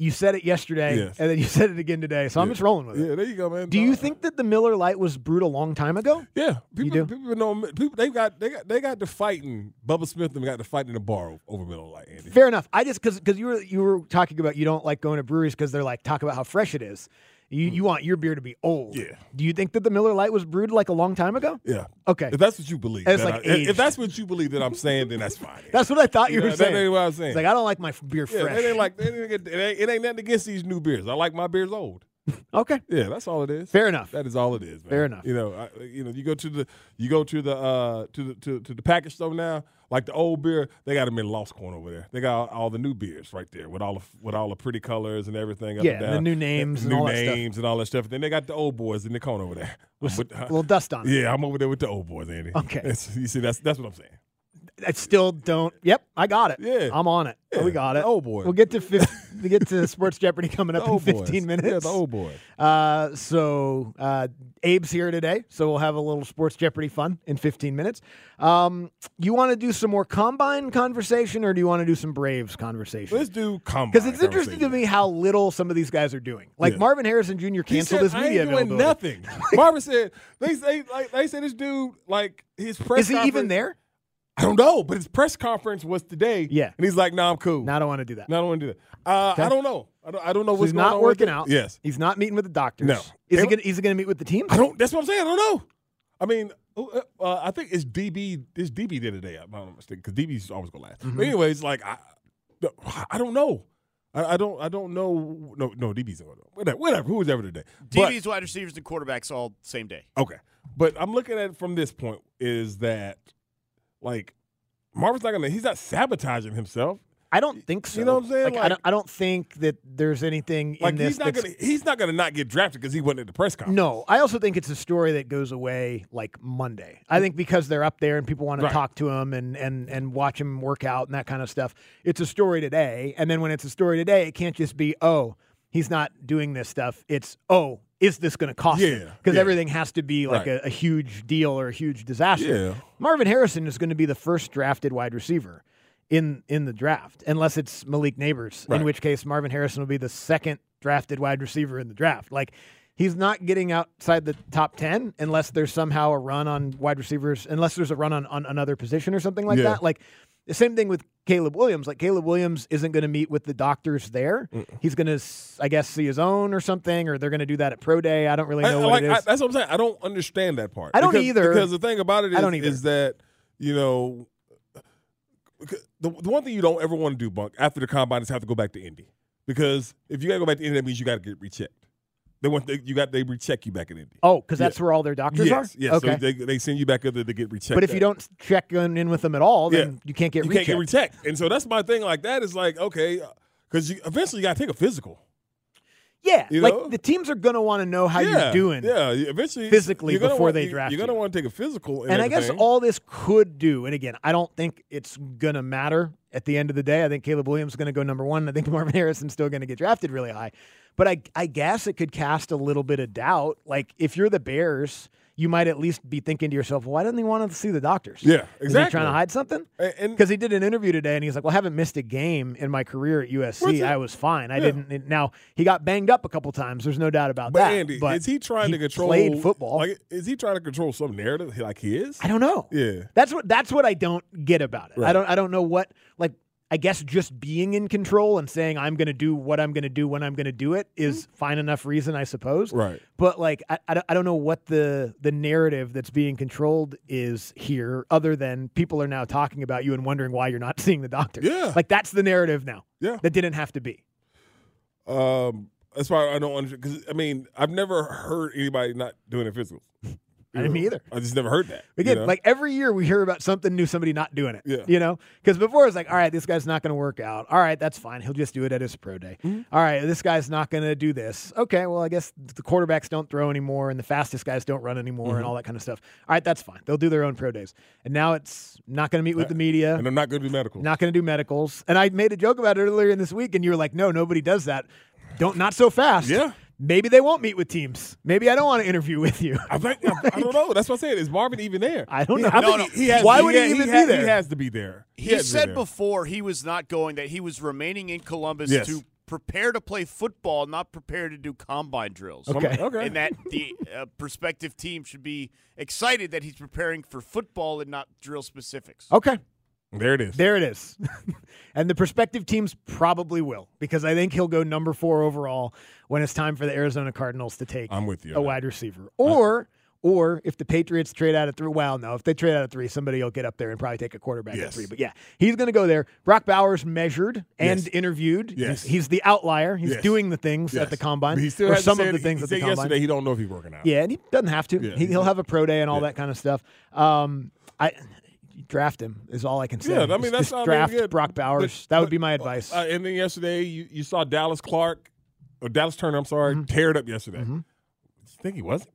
Speaker 4: you said it yesterday,
Speaker 5: Yes.
Speaker 4: and then you *laughs* said it again today. So I'm
Speaker 5: Yeah.
Speaker 4: just rolling with it.
Speaker 5: Yeah, there you go, man.
Speaker 4: Do you think that the Miller Light was brewed a long time ago?
Speaker 5: Yeah,
Speaker 4: You
Speaker 5: people,
Speaker 4: do?
Speaker 5: people know people. They got they got they got the fighting. Bubba Smith and got the fighting in the bar over Miller Lite. Andy.
Speaker 4: Fair enough. I just because because you were you were talking about you don't like going to breweries because they're like talk about how fresh it is. You you want your beer to be old.
Speaker 5: Mm-hmm. Yeah.
Speaker 4: Do you think that the Miller Light was brewed like a long time ago?
Speaker 5: Yeah.
Speaker 4: Okay.
Speaker 5: If that's what you believe,
Speaker 4: It's
Speaker 5: then
Speaker 4: like
Speaker 5: I- if-
Speaker 4: aged.
Speaker 5: if that's what you believe that I'm saying, then that's fine.
Speaker 4: That's what *laughs* I thought you
Speaker 5: Yeah,
Speaker 4: were
Speaker 5: that
Speaker 4: saying.
Speaker 5: ain't what I was saying.
Speaker 4: It's like I don't like my f- beer
Speaker 5: Yeah,
Speaker 4: fresh.
Speaker 5: it ain't like it ain't, it ain't- it ain't nothing against these new beers. I like my beers old.
Speaker 4: *laughs* okay.
Speaker 5: Yeah, that's all it is.
Speaker 4: Fair enough.
Speaker 5: That is all it is. Man.
Speaker 4: Fair enough.
Speaker 5: You know, I, you know, you go to the you go to the uh to the to, to the package store now. Like the old beer, they got them in Lost Corn over there. They got all, all the new beers right there with all the with all the pretty colors and everything. Up
Speaker 4: Yeah,
Speaker 5: and
Speaker 4: and the
Speaker 5: down.
Speaker 4: new names and
Speaker 5: new
Speaker 4: all that stuff.
Speaker 5: names and all that stuff. Then they got the old boys in the corner over there.
Speaker 4: With
Speaker 5: I'm with-
Speaker 4: a little dust on it.
Speaker 5: Yeah, I'm over there with the old boys, Andy.
Speaker 4: Okay.
Speaker 5: That's- you see, that's that's what I'm saying.
Speaker 4: I still don't. Yep, I got it.
Speaker 5: Yeah.
Speaker 4: I'm on it. we got it.
Speaker 5: old boy.
Speaker 4: We'll get
Speaker 5: *laughs*
Speaker 4: to fif- we get to Sports Jeopardy coming up in
Speaker 5: old
Speaker 4: 15
Speaker 5: boys.
Speaker 4: minutes.
Speaker 5: Yeah, the old boy.
Speaker 4: Uh, so uh, Abe's here today, so we'll have a little Sports Jeopardy fun in 15 minutes. Um, you want to do some more Combine conversation, or do you want to do some Braves conversation?
Speaker 5: Let's do combine
Speaker 4: Because it's interesting to me how little some of these guys are doing. Like
Speaker 5: Yeah.
Speaker 4: Marvin Harrison Jr.
Speaker 5: He
Speaker 4: canceled
Speaker 5: said,
Speaker 4: his
Speaker 5: I
Speaker 4: media
Speaker 5: ain't doing
Speaker 4: availability.
Speaker 5: nothing.
Speaker 4: *laughs*
Speaker 5: Marvin said they say like they said this dude like his press.
Speaker 4: Is he even
Speaker 5: conference-
Speaker 4: there?
Speaker 5: I don't know, but his press conference was today.
Speaker 4: Yeah.
Speaker 5: and he's like, "No, nah, I'm cool.
Speaker 4: No, I don't want to do that.
Speaker 5: No, I don't want to do that. Uh,
Speaker 4: Okay.
Speaker 5: I don't know. I don't, I don't know
Speaker 4: So
Speaker 5: what's
Speaker 4: he's
Speaker 5: going
Speaker 4: not
Speaker 5: on with
Speaker 4: working
Speaker 5: it.
Speaker 4: out.
Speaker 5: Yes,
Speaker 4: He's not meeting with the doctors.
Speaker 5: No.
Speaker 4: Is he
Speaker 5: Him-
Speaker 4: gonna, is he going to meet with the team?
Speaker 5: I don't. That's what I'm saying. I don't know. I mean, uh, uh, I think it's DB. This DB did today. I'm not mistaken because DB's always gonna last.
Speaker 4: Mhm.
Speaker 5: But anyways, like I, I don't know. I, I don't. I don't know. No, no. DB's going to whatever. Whatever. Who's ever today? But- Oh,
Speaker 14: DBs, wide receivers, and quarterbacks all same day.
Speaker 5: Okay. But I'm looking at it from this point is that like Marvin's not gonna he's not sabotaging himself.
Speaker 4: I don't think so.
Speaker 5: You know what I'm saying?
Speaker 4: Like, I,
Speaker 5: Like-
Speaker 4: don't, I don't think that there's anything
Speaker 5: Like
Speaker 4: in this.
Speaker 5: he's not
Speaker 4: that's-
Speaker 5: gonna he's not gonna not get drafted because he wasn't at the press conference.
Speaker 4: no, I also think it's a story that goes away like Monday. I think because they're up there and people want
Speaker 5: Right.
Speaker 4: to talk to him and, and and watch him work out and that kind of stuff. It's a story today, and then when it's a story today, it can't just be oh he's not doing this stuff. It's oh is this going to cost
Speaker 5: Yeah,
Speaker 4: Because
Speaker 5: yeah.
Speaker 4: everything has to be like
Speaker 5: Right.
Speaker 4: a, a huge deal or a huge disaster.
Speaker 5: Yeah.
Speaker 4: Marvin Harrison is going to be the first drafted wide receiver. in in the draft, unless it's Malik Neighbors,
Speaker 5: Right.
Speaker 4: in which case Marvin Harrison will be the second drafted wide receiver in the draft. Like he's not getting outside the top ten unless there's somehow a run on wide receivers, unless there's a run on, on another position or something like
Speaker 5: Yeah.
Speaker 4: that. Like the same thing with Caleb Williams. Like Caleb Williams isn't going to meet with the doctors there. He's going to, I guess, see his own or something, or they're going to do that at pro day. I don't really
Speaker 5: I-
Speaker 4: know
Speaker 5: I
Speaker 4: what
Speaker 5: like-
Speaker 4: it is.
Speaker 5: I- that's what I'm saying. I don't understand that part.
Speaker 4: I don't
Speaker 5: Because-
Speaker 4: either.
Speaker 5: Because the thing about it is,
Speaker 4: I don't either.
Speaker 5: is that you know the, the one thing you don't ever want to do, Bunk, after the combine is have to go back to Indy because if you got to go back to Indy, that means you got to get rechecked. They want they, you got they recheck you back in Indy.
Speaker 4: Oh, because
Speaker 5: Yeah.
Speaker 4: that's where all their doctors
Speaker 5: yes,
Speaker 4: are.
Speaker 5: Yes,
Speaker 4: Okay.
Speaker 5: So they, they send you back up there to get rechecked.
Speaker 4: but if you
Speaker 5: out.
Speaker 4: don't check in in with them at all, then you can't get
Speaker 5: you
Speaker 4: rechecked.
Speaker 5: can't get rechecked. And so that's my thing. Like that is like okay, because you eventually you got to take a physical.
Speaker 4: yeah,
Speaker 5: you
Speaker 4: like
Speaker 5: know?
Speaker 4: the teams are going to want to know how
Speaker 5: yeah,
Speaker 4: you're doing.
Speaker 5: Yeah, eventually
Speaker 4: physically
Speaker 5: you're gonna
Speaker 4: before
Speaker 5: want-
Speaker 4: they
Speaker 5: you-
Speaker 4: draft
Speaker 5: You're gonna want to take a physical, and,
Speaker 4: And I guess
Speaker 5: everything.
Speaker 4: all this could do, and again, I don't think it's going to matter at the end of the day. I think Caleb Williams is going to go number one. and I think *laughs* Marvin Harrison's still going to get drafted really high. But I, I guess it could cast a little bit of doubt. Like, if you're the Bears, you might at least be thinking to yourself, why didn't he want to see the doctors?
Speaker 5: Yeah,
Speaker 4: Is he
Speaker 5: exactly.
Speaker 4: trying to hide something? Because he did an interview today and he's like, well, I haven't missed a game in my career at
Speaker 5: What's
Speaker 4: USC.
Speaker 5: it-
Speaker 4: I was fine. I
Speaker 5: Yeah.
Speaker 4: didn't. it- now, he got banged up a couple times. There's no doubt about
Speaker 5: But
Speaker 4: that.
Speaker 5: Andy,
Speaker 4: but
Speaker 5: is he trying to control
Speaker 4: Played football.
Speaker 5: Like, is he trying to control some narrative like his?
Speaker 4: I don't know.
Speaker 5: Yeah.
Speaker 4: That's what that's what I don't get about it. I
Speaker 5: Right.
Speaker 4: don't I don't know what like I guess just being in control and saying I'm going to do what I'm going to do when I'm going to do it is fine enough reason I suppose.
Speaker 5: Right.
Speaker 4: But like I, I don't- I don't know what the the narrative that's being controlled is here other than people are now talking about you and wondering why you're not *laughs* seeing the doctor.
Speaker 5: Yeah.
Speaker 4: Like that's the narrative now.
Speaker 5: Yeah.
Speaker 4: That didn't have to be.
Speaker 5: Um, that's why I don't understand. Because I mean, I've never heard anybody not doing a physical.
Speaker 4: I didn't either.
Speaker 5: I just never heard that. you
Speaker 4: Again,
Speaker 5: know?
Speaker 4: like every year we hear about something new, somebody not doing it.
Speaker 5: Yeah.
Speaker 4: You know? Because before it's like, all right, this guy's not going to work out. All right, that's fine. He'll just do it at his pro day.
Speaker 5: Mm-hmm.
Speaker 4: All right, this guy's not going to do this. Okay, well, I guess the quarterbacks don't throw anymore and the fastest guys don't run anymore and
Speaker 5: Mhm.
Speaker 4: all that kind of stuff. All right, that's fine. They'll do their own pro days. And now it's not going to meet with the media.
Speaker 5: Uh, and I'm not going to do medical.
Speaker 4: Not going to do medicals. And I made a joke about it earlier in this week, and you were like, no, nobody does that. Don't, not so fast. Yeah. Maybe they won't meet with teams. Maybe I don't want to interview with you.
Speaker 5: I, think, I, I don't know. That's what I'm saying. Is Marvin even there?
Speaker 4: *laughs* I don't
Speaker 5: He-
Speaker 4: know.
Speaker 5: I think
Speaker 4: No, no.
Speaker 5: He, he has,
Speaker 4: Why would he
Speaker 5: ha-
Speaker 4: even
Speaker 5: ha-
Speaker 4: be there?
Speaker 5: He has to be there. has to
Speaker 4: He Yeah, they're
Speaker 5: be
Speaker 4: there.
Speaker 14: said before he was not going that he was remaining in Columbus
Speaker 5: Yes.
Speaker 14: to prepare to play football, not prepare to do combine drills.
Speaker 5: Okay. Okay.
Speaker 14: And that the uh, prospective team should be excited that he's preparing for football and not drill specifics.
Speaker 4: Okay.
Speaker 5: There it is.
Speaker 4: There it is. *laughs* and the prospective teams probably will because I think he'll go number four overall when it's time for the Arizona Cardinals to take
Speaker 5: I'm with you
Speaker 4: a wide receiver. Or or if the Patriots trade out of three, well, no, if they trade out of three, somebody will get up there and probably take a quarterback at
Speaker 5: Yes.
Speaker 4: three. But yeah, he's going to go there. Brock Bowers measured and
Speaker 5: Yes.
Speaker 4: interviewed.
Speaker 5: Yes.
Speaker 4: He's, he's the outlier. He's
Speaker 5: Yes.
Speaker 4: doing the things
Speaker 5: Yes.
Speaker 4: at the combine.
Speaker 5: But he still
Speaker 4: or
Speaker 5: hasn't
Speaker 4: some of
Speaker 5: said-
Speaker 4: the things
Speaker 5: he
Speaker 4: at the
Speaker 5: said
Speaker 4: combine.
Speaker 5: yesterday he don't know if he's working out.
Speaker 4: Yeah, and he doesn't have to.
Speaker 5: Yeah, he
Speaker 4: he, he'll have a pro day and all that kind of stuff. Um, I draft him is all I can say.
Speaker 5: Yeah, I mean, that's-
Speaker 4: Just- just
Speaker 5: I mean,
Speaker 4: draft
Speaker 5: yeah,
Speaker 4: Brock Bowers. that would be my advice.
Speaker 5: Uh, and then yesterday, you, you saw Dallas Clark, or Dallas Turner. I'm sorry,
Speaker 4: Mm-hmm.
Speaker 5: tear it up yesterday. You think he wasn't?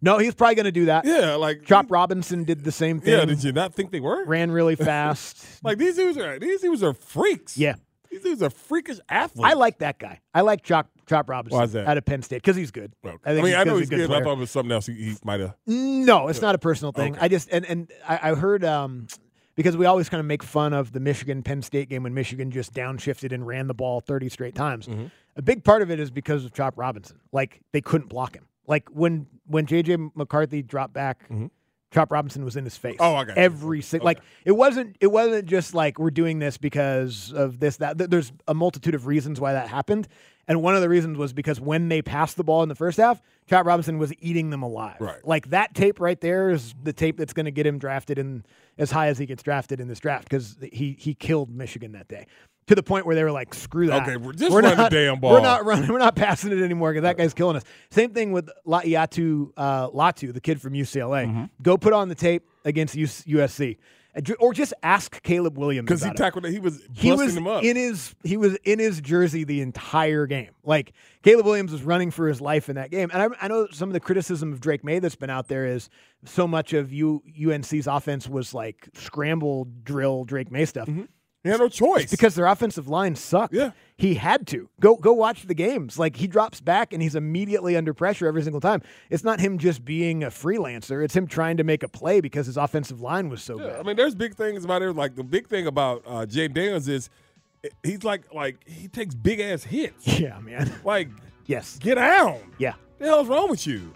Speaker 4: no, he's probably going to do that.
Speaker 5: Yeah, like
Speaker 4: Chop Robinson did the same thing.
Speaker 5: Yeah, did you not think they were? *laughs*
Speaker 4: Ran really fast.
Speaker 5: Like these dudes are these dudes are freaks.
Speaker 4: Yeah.
Speaker 5: These dudes are freakish athletes.
Speaker 4: I like that guy. I like Chop Chop Robinson
Speaker 5: Why is that?
Speaker 4: out of Penn State because he's good.
Speaker 5: I,
Speaker 4: think
Speaker 5: mean, I know
Speaker 4: a
Speaker 5: he's good. but I
Speaker 4: player.
Speaker 5: thought it was something else. He, he might have.
Speaker 4: No, it's not a personal thing. I just and and I, I heard um, because we always kind of make fun of the Michigan Penn State game when Michigan just downshifted and ran the ball thirty straight times.
Speaker 5: Mm-hmm.
Speaker 4: A big part of it is because of Chop Robinson. Like they couldn't block him. Like when when JJ McCarthy dropped back. Chop Robinson was in his face.
Speaker 5: Mm-hmm. Oh, I got you.
Speaker 4: every single like it wasn't it wasn't just like we're doing this because of this that Th- there's a multitude of reasons why that happened, and one of the reasons was because when they passed the ball in the first half, Chop Robinson was eating them alive.
Speaker 5: Right.
Speaker 4: like that tape right there is the tape that's going to get him drafted in as high as he gets drafted in this draft because he he killed Michigan that day. To the point where they were like, "Screw that!
Speaker 5: Okay, we're- just run the
Speaker 4: not,
Speaker 5: damn
Speaker 4: We're
Speaker 5: ball."
Speaker 4: not running. We're not passing it anymore because that guy's killing us." Same thing with Laiatu uh, Latu, the kid from UCLA.
Speaker 5: Mm-hmm.
Speaker 4: Go put on the tape against US- USC, And ju- or just ask Caleb Williams
Speaker 5: Because he
Speaker 4: about it
Speaker 5: tackled it. He was busting
Speaker 4: he was
Speaker 5: him up.
Speaker 4: in his he was in his jersey the entire game. Like Caleb Williams was running for his life in that game, and I, I know some of the criticism of Drake May that's been out there is so much of U, UNC's offense was like scramble drill Drake May stuff.
Speaker 5: Mm-hmm. He had no choice
Speaker 4: because their offensive line sucked. Yeah, he had to go go watch the games. Like he drops back and he's immediately under pressure every single time. It's not him just being a freelancer. It's him trying to make a play because his offensive line was so
Speaker 5: Yeah, I mean, there's big things about it. Like the big thing about uh, Jay Daniels is eh, he's like like he takes big ass hits.
Speaker 4: *laughs* Yeah, man.
Speaker 5: Like
Speaker 4: yes,
Speaker 5: get out.
Speaker 4: Yeah.
Speaker 5: The hell's wrong with you?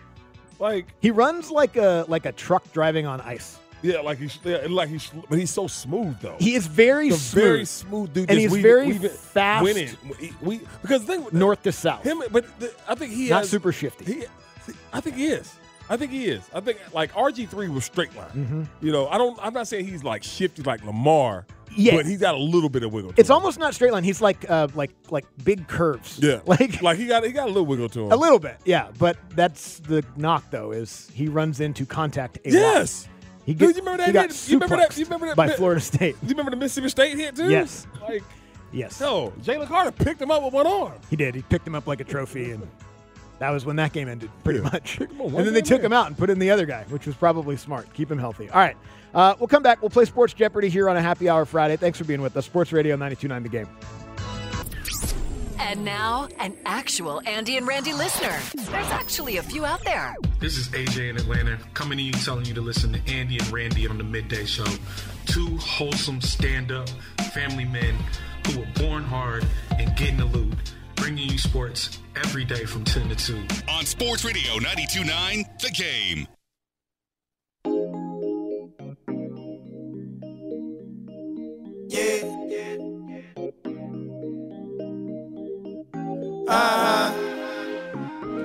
Speaker 5: Like
Speaker 4: he runs like a like a truck driving on ice.
Speaker 5: Yeah, like he's yeah, like he's but he's so smooth though.
Speaker 4: He is very
Speaker 5: The
Speaker 4: smooth.
Speaker 5: very smooth dude,
Speaker 4: and
Speaker 5: just
Speaker 4: he's
Speaker 5: weave-
Speaker 4: very
Speaker 5: weave it-
Speaker 4: fast.
Speaker 5: winning. We because the thing,
Speaker 4: north to south.
Speaker 5: Him, but the, I think he
Speaker 4: Not
Speaker 5: has-
Speaker 4: super shifty.
Speaker 5: He, I think he is. I think he is. I think like RG three was straight line.
Speaker 4: Mhm.
Speaker 5: You know, I don't. I'm not saying he's like shifty like Lamar.
Speaker 4: Yes.
Speaker 5: but he's got a little bit of wiggle. To
Speaker 4: It's almost not straight line. He's like uh like like big curves.
Speaker 5: him. Yeah,
Speaker 4: *laughs* like
Speaker 5: like he got he got a little wiggle to him.
Speaker 4: A little bit, yeah. But that's the knock, though, is he runs into contact a lot.
Speaker 5: Yes.
Speaker 4: He
Speaker 5: Dude,
Speaker 4: gets,
Speaker 5: you remember
Speaker 4: he
Speaker 5: that
Speaker 4: got
Speaker 5: hit? You remember that- you
Speaker 4: suplexed
Speaker 5: remember that
Speaker 4: by
Speaker 5: bit?
Speaker 4: Florida State. *laughs*
Speaker 5: Do you remember the Mississippi State hit too?
Speaker 4: Yes.
Speaker 5: Like
Speaker 4: Yes,
Speaker 5: no, Jalen Carter picked him up with one arm.
Speaker 4: he did. He picked him up like a trophy, and that was when that game ended, pretty much.
Speaker 14: Oh,
Speaker 5: up,
Speaker 4: And
Speaker 5: one
Speaker 4: then they
Speaker 5: game
Speaker 4: took
Speaker 5: in.
Speaker 4: him out and put in the other guy, which was probably smart. Keep him healthy. All right, uh, we'll come back. We'll play Sports Jeopardy here on a Happy Hour Friday. Thanks for being with us. Sports Radio 92.9 The Game.
Speaker 15: And now, an actual Andy and Randy listener. There's actually a few out there.
Speaker 21: This is AJ in Atlanta coming to you telling you to listen to Andy and Randy on the Midday Show. Two wholesome stand up family men who were born hard and get in the loop, bringing you sports every day from 10 to 2.
Speaker 6: On Sports Radio 929, The Game.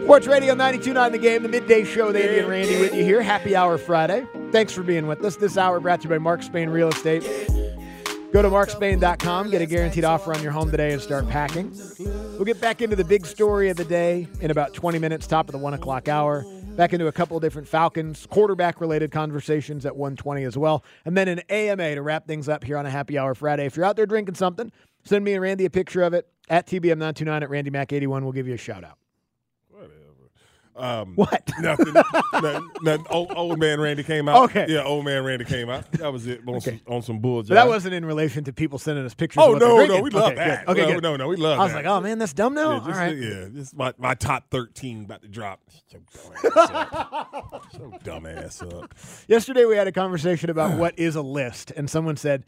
Speaker 4: Sports Radio 92.9 The Game, the midday show with Andy and Randy with you here. Happy Hour Friday. Thanks for being with us. This hour brought to you by Mark Spain Real Estate. Go to markspain.com, get a guaranteed offer on your home today, and start packing. We'll get back into the big story of the day in about 20 minutes, top of the 1 o'clock hour. Back into a couple of different Falcons quarterback-related conversations at 120 as well. And then an AMA to wrap things up here on a Happy Hour Friday. If you're out there drinking something, send me and Randy a picture of it at TBM929 at RandyMac81. We'll give you a shout-out.
Speaker 5: Um,
Speaker 4: what?
Speaker 5: Nothing. nothing, nothing. Old, old man Randy came out.
Speaker 4: Okay.
Speaker 5: Yeah, old man Randy came out. That was it. On, some, on some bull.
Speaker 4: But that
Speaker 5: jive.
Speaker 4: wasn't in relation to people sending us pictures.
Speaker 5: Oh,
Speaker 4: of what they're
Speaker 5: no, no,
Speaker 4: drinking.
Speaker 5: we love
Speaker 4: okay,
Speaker 5: that.
Speaker 4: Good. Okay,
Speaker 5: No,
Speaker 4: good.
Speaker 5: no, no, we love
Speaker 4: I was
Speaker 5: that.
Speaker 4: like, oh man, that's dumb now.
Speaker 5: Yeah, just,
Speaker 4: All right,
Speaker 5: yeah, this is my, my top 13 about to
Speaker 4: *laughs*
Speaker 5: drop. Shut your dumb ass up. Shut your dumb ass up.
Speaker 4: Yesterday we had a
Speaker 5: *sighs*
Speaker 4: conversation about what is a list, and someone said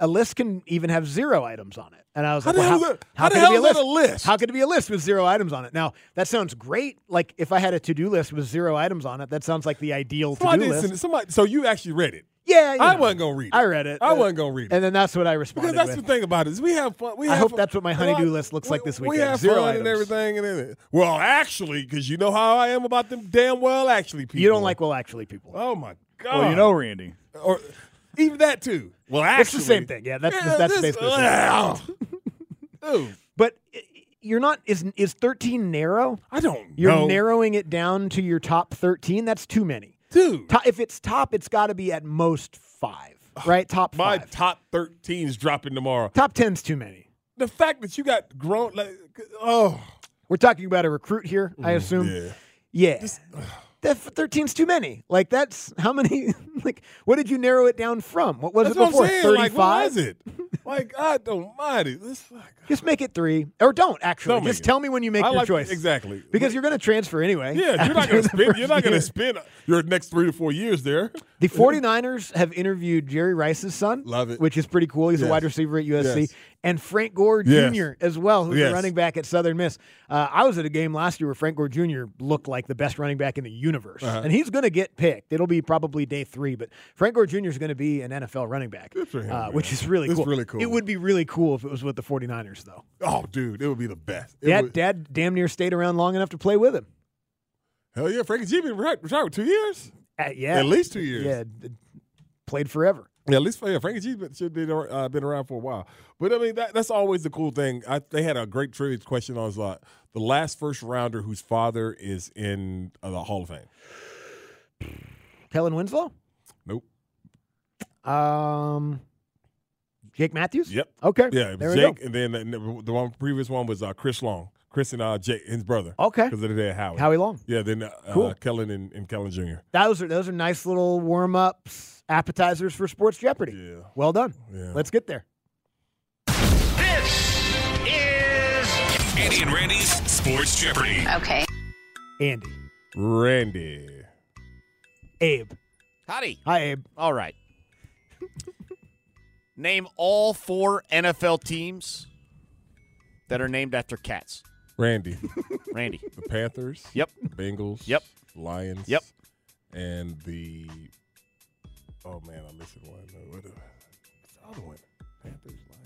Speaker 4: a list can even have zero items on it. And I was
Speaker 5: How
Speaker 4: like,
Speaker 5: the
Speaker 4: well,
Speaker 5: hell
Speaker 4: how,
Speaker 5: is that- how the
Speaker 4: could it
Speaker 5: hell
Speaker 4: be a
Speaker 5: is
Speaker 4: list?
Speaker 5: that a list?
Speaker 4: How could it be a list with zero items on it? Now that sounds great. Like if I had a to-do list with zero items on it, that sounds like the ideal
Speaker 5: Somebody,
Speaker 4: to-do
Speaker 5: did send
Speaker 4: list.
Speaker 5: it- somebody, so you actually read it.
Speaker 4: Yeah, you
Speaker 5: I
Speaker 4: know.
Speaker 5: wasn't gonna read it.
Speaker 4: I read it.
Speaker 5: I
Speaker 4: Uh,
Speaker 5: wasn't gonna read it.
Speaker 4: And then that's what I responded
Speaker 5: Because that's
Speaker 4: with.
Speaker 5: the thing about it is we have fun. We
Speaker 4: I
Speaker 5: have
Speaker 4: hope
Speaker 5: fun-
Speaker 4: that's what my
Speaker 5: you know,
Speaker 4: honeydew
Speaker 5: I-
Speaker 4: list looks like this
Speaker 5: we
Speaker 4: weekend.
Speaker 5: have
Speaker 4: Zero
Speaker 5: fun
Speaker 4: items.
Speaker 5: and everything, and then, well, actually, because you know how I am about them damn well actually people.
Speaker 4: You don't like well actually people.
Speaker 5: Oh my god.
Speaker 11: Well, you know, Randy.
Speaker 5: or even that too. Well, actually,
Speaker 4: It's the same thing. Yeah, that's- that's
Speaker 5: this- uh,
Speaker 4: basically the
Speaker 5: Ugh.
Speaker 4: same But i- you're not is is 13 narrow?
Speaker 5: I don't
Speaker 4: You're
Speaker 5: know.
Speaker 4: narrowing it down to your top 13. That's too many.
Speaker 5: Dude.
Speaker 4: if it's top, it's got to be at most 5, right? Top 5.
Speaker 5: My top 13 is dropping tomorrow.
Speaker 4: Top 10's too many.
Speaker 5: The fact that you got grown, like, oh, Mm,
Speaker 4: We're talking about a recruit here, I assume. Yeah. that 13's too many. Like that's how many *laughs* like what did you narrow it down from? What was
Speaker 5: that's
Speaker 4: it
Speaker 5: what
Speaker 4: before?
Speaker 5: I'm saying.
Speaker 4: 35?
Speaker 5: Like, what was
Speaker 4: *laughs*
Speaker 5: it? Like, I don't mind it. This, like,
Speaker 4: Just make it 3 or don't actually.
Speaker 5: Don't make
Speaker 4: Just
Speaker 5: it.
Speaker 4: tell me when you make
Speaker 5: I
Speaker 4: your
Speaker 5: like-
Speaker 4: choice.
Speaker 5: exactly.
Speaker 4: Because you're going to transfer anyway.
Speaker 5: yeah, you're
Speaker 4: *laughs*
Speaker 5: not
Speaker 4: after
Speaker 5: gonna
Speaker 4: the
Speaker 5: spend. You're
Speaker 4: first
Speaker 5: not gonna
Speaker 4: year.
Speaker 5: spend your next three to four years there.
Speaker 4: The 49ers have interviewed Jerry Rice's son.
Speaker 5: Love it.
Speaker 4: Which is pretty cool. He's a
Speaker 5: Yes.
Speaker 4: wide receiver at USC.
Speaker 5: Yes.
Speaker 4: And Frank Gore
Speaker 5: Yes.
Speaker 4: Jr. as well, who's
Speaker 5: Yes.
Speaker 4: a running back at Southern Miss. Uh, I was at a game last year where Frank Gore Jr. looked like the best running back in the universe.
Speaker 5: Uh-huh.
Speaker 4: And he's going to get picked. It'll be probably day three, but Frank Gore Jr. is going to be an NFL running back,
Speaker 5: him,
Speaker 4: uh,
Speaker 5: man.
Speaker 4: which is really
Speaker 5: It's
Speaker 4: cool.
Speaker 5: really cool.
Speaker 4: It would be really cool if it was with the 49ers, though.
Speaker 5: Oh, dude, it would be the best. It
Speaker 4: Dad,
Speaker 5: would-
Speaker 4: Dad damn near stayed around long enough to play with him.
Speaker 5: hell yeah, Frankie G been retired retired two years.
Speaker 4: Uh, yeah.
Speaker 5: At least two years.
Speaker 4: Yeah. d- Played forever.
Speaker 5: Yeah, at least yeah, Frankie G should been ar- uh, been around for a while. But I mean, that, that's always the cool thing. I, they had a great trivia question on slot. The last first rounder whose father is in uh, the Hall of Fame.
Speaker 4: Kellen Winslow?
Speaker 5: Nope.
Speaker 4: Um, Jake Matthews?
Speaker 5: Yep.
Speaker 4: Okay.
Speaker 5: Yeah, it
Speaker 4: There
Speaker 5: was
Speaker 4: we go.
Speaker 5: Jake, and then the, the one previous one was uh, Chris Long, Chris and uh, Jake, his brother.
Speaker 4: Okay.
Speaker 5: because they had Howie.
Speaker 4: Howie Long.
Speaker 5: Yeah, then uh,
Speaker 4: Cool.
Speaker 5: uh, Kellen and, and Kellen Jr.
Speaker 4: Those are those are nice little warm ups, appetizers for Sports Jeopardy.
Speaker 5: Yeah.
Speaker 4: Well done.
Speaker 5: Yeah.
Speaker 4: Let's get there.
Speaker 6: Andy and Randy's Sports Jeopardy.
Speaker 22: Okay.
Speaker 4: Andy.
Speaker 5: Randy.
Speaker 4: Abe.
Speaker 14: Howdy.
Speaker 4: Hi, Abe.
Speaker 14: All right. *laughs* Name all four NFL teams that are named after cats.
Speaker 4: *laughs*
Speaker 5: Randy.
Speaker 14: Randy.
Speaker 5: The Panthers.
Speaker 14: Yep.
Speaker 5: Bengals.
Speaker 14: Yep.
Speaker 5: Lions.
Speaker 14: Yep.
Speaker 5: And the. Oh man, I missed one. Uh, What the, what's the other one? Panthers. Lions.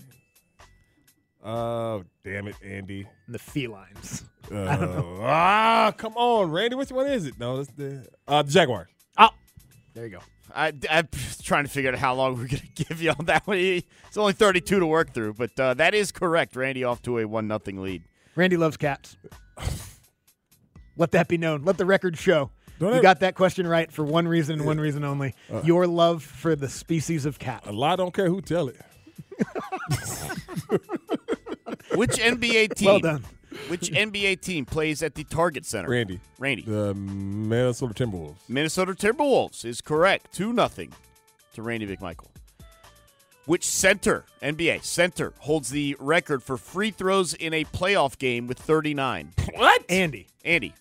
Speaker 5: Oh damn it, Andy.
Speaker 4: The felines. *laughs* I don't
Speaker 5: Uh,
Speaker 4: know.
Speaker 5: ah, come on, Randy. Which one is it? No, that's the uh, the Jaguars.
Speaker 4: Ah. There you go.
Speaker 14: I, am *laughs* trying to figure out how long we're going to *laughs* give you on that one. It's only 32 to work through, but uh, that is correct. Randy off to a 1 nothing lead.
Speaker 4: Randy loves cats. Let that be known. Let the record show. you
Speaker 5: I-
Speaker 4: got that question right for one reason and one reason only.
Speaker 5: Uh.
Speaker 4: Your love for the species of cat.
Speaker 5: A lot. Don't care who tell it.
Speaker 4: *laughs*
Speaker 14: Which NBA team?
Speaker 5: Well done.
Speaker 14: Which NBA team plays at the Target Center?
Speaker 5: Randy.
Speaker 14: Randy.
Speaker 5: The Minnesota Timberwolves.
Speaker 14: Minnesota Timberwolves is correct. 2 nothing to Randy McMichael. Which center, NBA center, holds the record for free throws in a playoff game with 39? What?
Speaker 4: Andy.
Speaker 14: Andy.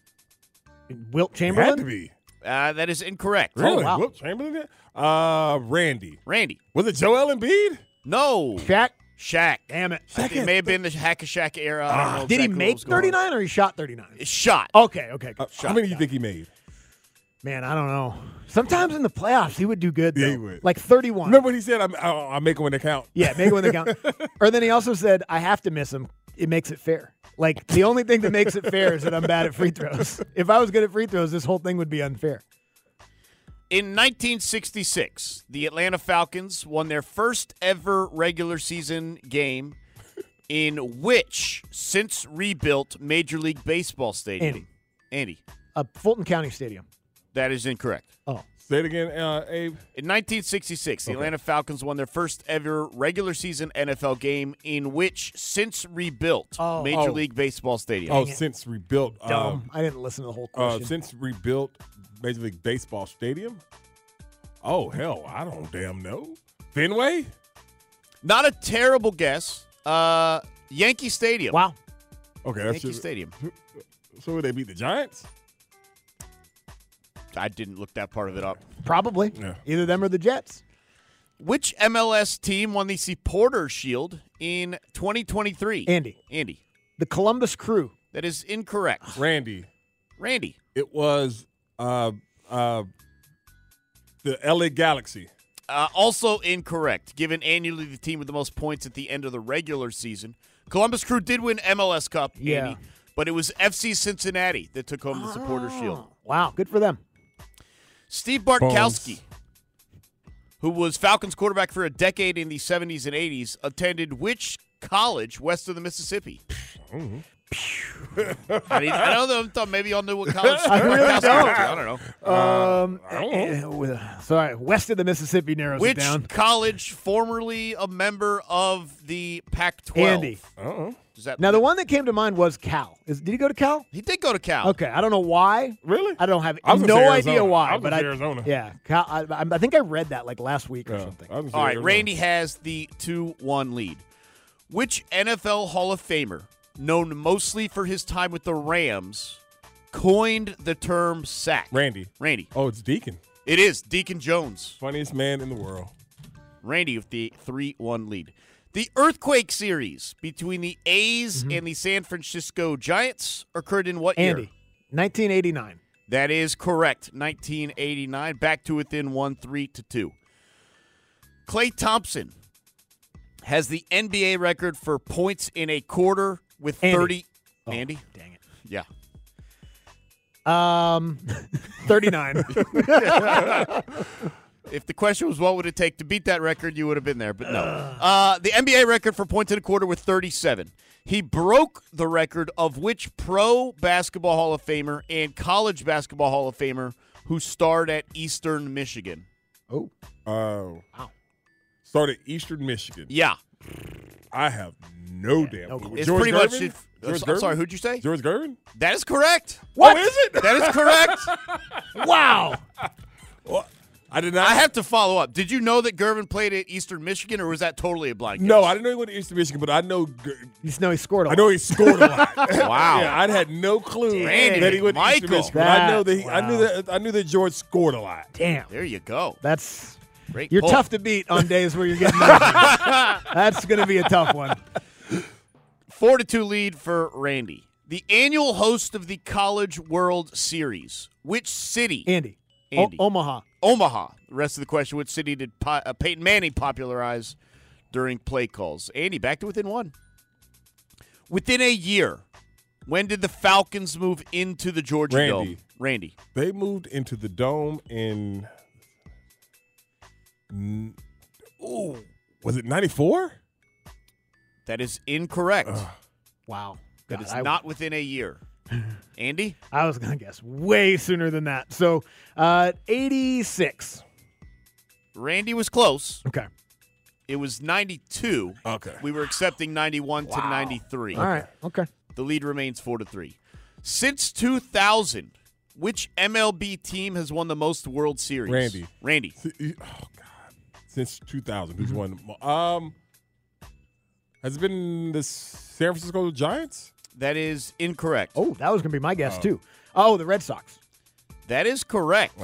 Speaker 4: Wilt Chamberlain? Oh,
Speaker 5: to be.
Speaker 14: Uh, that is incorrect.
Speaker 5: Really? Wilt Chamberlain? Uh, Randy.
Speaker 14: Randy.
Speaker 5: Was it Joel Embiid?
Speaker 14: No.
Speaker 4: Shaq.
Speaker 14: Shaq.
Speaker 4: Damn it. Ah.
Speaker 14: I think It may have been the Hack a Shack era. I don't know
Speaker 4: Did he
Speaker 14: exactly what
Speaker 4: make
Speaker 14: was going on.
Speaker 4: 39 or he shot 39?
Speaker 14: Shot.
Speaker 4: Okay, okay. good.
Speaker 5: How many do you think he made?
Speaker 4: Man, I don't know. Sometimes in the playoffs, he would do good. Though.
Speaker 5: Yeah, he would.
Speaker 4: Like 31.
Speaker 5: Remember what he said? I, I, I make it when they count.
Speaker 4: Yeah, make it when
Speaker 5: *laughs*
Speaker 4: they count. or then he also said, I have to miss him. It makes it fair. Like, the only thing that makes it fair is that I'm bad at free
Speaker 5: *laughs*
Speaker 4: throws. If I was good at free throws, this whole thing would be unfair.
Speaker 14: In 1966, the Atlanta Falcons won their first ever regular season game in which since rebuilt Major League Baseball stadium?
Speaker 4: Andy.
Speaker 14: Andy,
Speaker 4: Uh, Fulton County Stadium.
Speaker 14: that is incorrect.
Speaker 4: Oh.
Speaker 5: Say it again, uh, Abe.
Speaker 14: In 1966, the
Speaker 5: Okay.
Speaker 14: Atlanta Falcons won their first ever regular season NFL game in which since rebuilt
Speaker 4: Oh.
Speaker 14: Major
Speaker 5: Oh.
Speaker 14: League Baseball stadium?
Speaker 5: Oh, since rebuilt. uh,
Speaker 4: Dumb. I didn't listen to the whole
Speaker 5: Uh,
Speaker 4: question.
Speaker 5: since rebuilt Major League Baseball Stadium. Oh hell, I don't damn know. Fenway.
Speaker 14: Not a terrible guess. Uh, Yankee Stadium.
Speaker 4: Wow.
Speaker 5: Okay, that's
Speaker 14: Yankee
Speaker 5: just-
Speaker 14: Stadium.
Speaker 5: So would they beat the Giants?
Speaker 14: I didn't look that part of it up.
Speaker 4: Probably.
Speaker 5: Yeah.
Speaker 4: Either them or the Jets.
Speaker 14: Which MLS team won the C. Porter Shield in 2023?
Speaker 4: Andy.
Speaker 14: Andy.
Speaker 4: The Columbus Crew.
Speaker 14: That is
Speaker 5: *sighs*
Speaker 14: incorrect.
Speaker 5: Randy.
Speaker 14: Randy.
Speaker 5: It was uh uh the LA Galaxy.
Speaker 14: Uh, also incorrect, given annually the team with the most points at the end of the regular season. Columbus Crew did win MLS Cup,
Speaker 4: Yeah.
Speaker 14: Andy, but it was FC Cincinnati that took home the supporter shield.
Speaker 4: Oh, Wow. Good for them.
Speaker 14: Steve Bartkowski, who was Falcons quarterback for a decade in the 70s and 80s, attended which college west of the Mississippi?
Speaker 5: Mm-hmm.
Speaker 14: I, mean, I don't know. Thought maybe y'all
Speaker 5: *laughs*
Speaker 14: knew what college.
Speaker 4: I really
Speaker 14: Bartkowski went to.
Speaker 4: don't.
Speaker 14: I don't know.
Speaker 4: Um, eh, with- sorry, west of the Mississippi narrows
Speaker 14: Which
Speaker 4: it down.
Speaker 14: college, formerly a member of the Pac-12?
Speaker 4: Andy.
Speaker 5: Oh.
Speaker 14: Does that
Speaker 4: Now the one that came to mind was Cal. Is, did he go to Cal?
Speaker 14: he did go to Cal.
Speaker 4: Okay, I don't know why.
Speaker 5: Really?
Speaker 4: I don't have
Speaker 5: I was gonna say
Speaker 4: no
Speaker 5: Arizona.
Speaker 4: idea why.
Speaker 5: I was
Speaker 4: but
Speaker 5: gonna
Speaker 4: I,
Speaker 5: say Arizona.
Speaker 4: Yeah, Cal, I, I, I think I read that like last week or something.
Speaker 5: I was
Speaker 14: All right,
Speaker 5: there.
Speaker 14: Randy has the two-one lead. Which NFL Hall of Famer, known mostly for his time with the Rams, coined the term sack?
Speaker 5: Randy.
Speaker 14: Randy.
Speaker 5: Oh, it's Deacon.
Speaker 14: It is Deacon Jones.
Speaker 5: Funniest man in the world.
Speaker 14: Randy with the 3 1 lead. The earthquake series between the A's and the San Francisco Giants occurred in what
Speaker 4: Andy,
Speaker 14: year? *laughs*
Speaker 4: 1989.
Speaker 14: That is correct. 1989. Back to within 1 3 to 2. Clay Thompson has the NBA record for points in a quarter with
Speaker 4: Andy.
Speaker 14: 30.
Speaker 4: Oh,
Speaker 14: Andy?
Speaker 4: dang it.
Speaker 14: Yeah. *laughs*
Speaker 4: Um, 39.
Speaker 14: If the question was what would it take to beat that record, you would have been there, but no. Uh, the NBA record for points in a quarter with 37. He broke the record of which pro basketball Hall of Famer and college basketball Hall of Famer who starred at Eastern Michigan.
Speaker 4: oh.
Speaker 5: Oh.
Speaker 4: Wow.
Speaker 5: Started Eastern Michigan.
Speaker 14: Yeah,
Speaker 5: I have no damn clue.
Speaker 4: no clue.
Speaker 5: Was
Speaker 14: It's
Speaker 5: George
Speaker 14: pretty much
Speaker 5: Gervin?
Speaker 14: it- I'm
Speaker 5: George
Speaker 14: so- I'm
Speaker 5: Gervin?
Speaker 14: sorry, who'd you say?
Speaker 5: George Gervin?
Speaker 14: that is correct.
Speaker 5: What is it?
Speaker 14: That is correct.
Speaker 4: Wow.
Speaker 5: I did not.
Speaker 14: I have to follow up. Did you know that Gervin played at Eastern Michigan, or was that totally a blind?
Speaker 5: No, I didn't know he went to Eastern Michigan, but I know.
Speaker 4: You know he scored a
Speaker 5: I know he scored a
Speaker 4: *laughs*
Speaker 5: lot.
Speaker 14: Wow.
Speaker 5: yeah, I had no clue
Speaker 14: Randy
Speaker 5: that he went to Eastern
Speaker 14: Michael.
Speaker 5: Michigan. but I know that he, I knew that I knew that George scored a lot.
Speaker 4: Damn.
Speaker 14: There you go.
Speaker 4: That's
Speaker 14: Great
Speaker 4: You're
Speaker 14: pull.
Speaker 4: tough to beat on days where you're getting. nothing.
Speaker 14: *laughs*
Speaker 4: That's going to be a tough one.
Speaker 14: Four to two lead for Randy. The annual host of the College World Series. Which city?
Speaker 4: Andy. O-
Speaker 14: Andy.
Speaker 4: Omaha.
Speaker 14: Omaha. The rest of the question: Which city did pa- uh, Peyton Manning popularize during play calls? Andy, back to within one. Within a year, when did the Falcons move into the Georgia
Speaker 5: Randy.
Speaker 14: Dome? Randy.
Speaker 5: They moved into the dome in. n- Ooh, was it ninety four?
Speaker 14: That is incorrect.
Speaker 4: wow.
Speaker 14: That
Speaker 4: God,
Speaker 14: is
Speaker 4: I-
Speaker 14: not within a year. Andy?
Speaker 4: I was going to guess way sooner than that. So, uh, 86.
Speaker 14: Randy was close.
Speaker 4: Okay.
Speaker 14: It was 92.
Speaker 5: Okay.
Speaker 14: We were accepting 91 to 93.
Speaker 4: All right. Okay.
Speaker 14: The lead remains 4 to 3. Since 2000, which MLB team has won the most World Series?
Speaker 5: Randy.
Speaker 14: Randy.
Speaker 5: Oh God! Since two thousand,
Speaker 14: Mm-hmm.
Speaker 5: who's won? mo- Um, has it been the San Francisco Giants?
Speaker 14: That is incorrect.
Speaker 4: Oh, that was going to be my guess,
Speaker 5: Oh.
Speaker 4: too. Oh, the Red Sox.
Speaker 14: That is correct.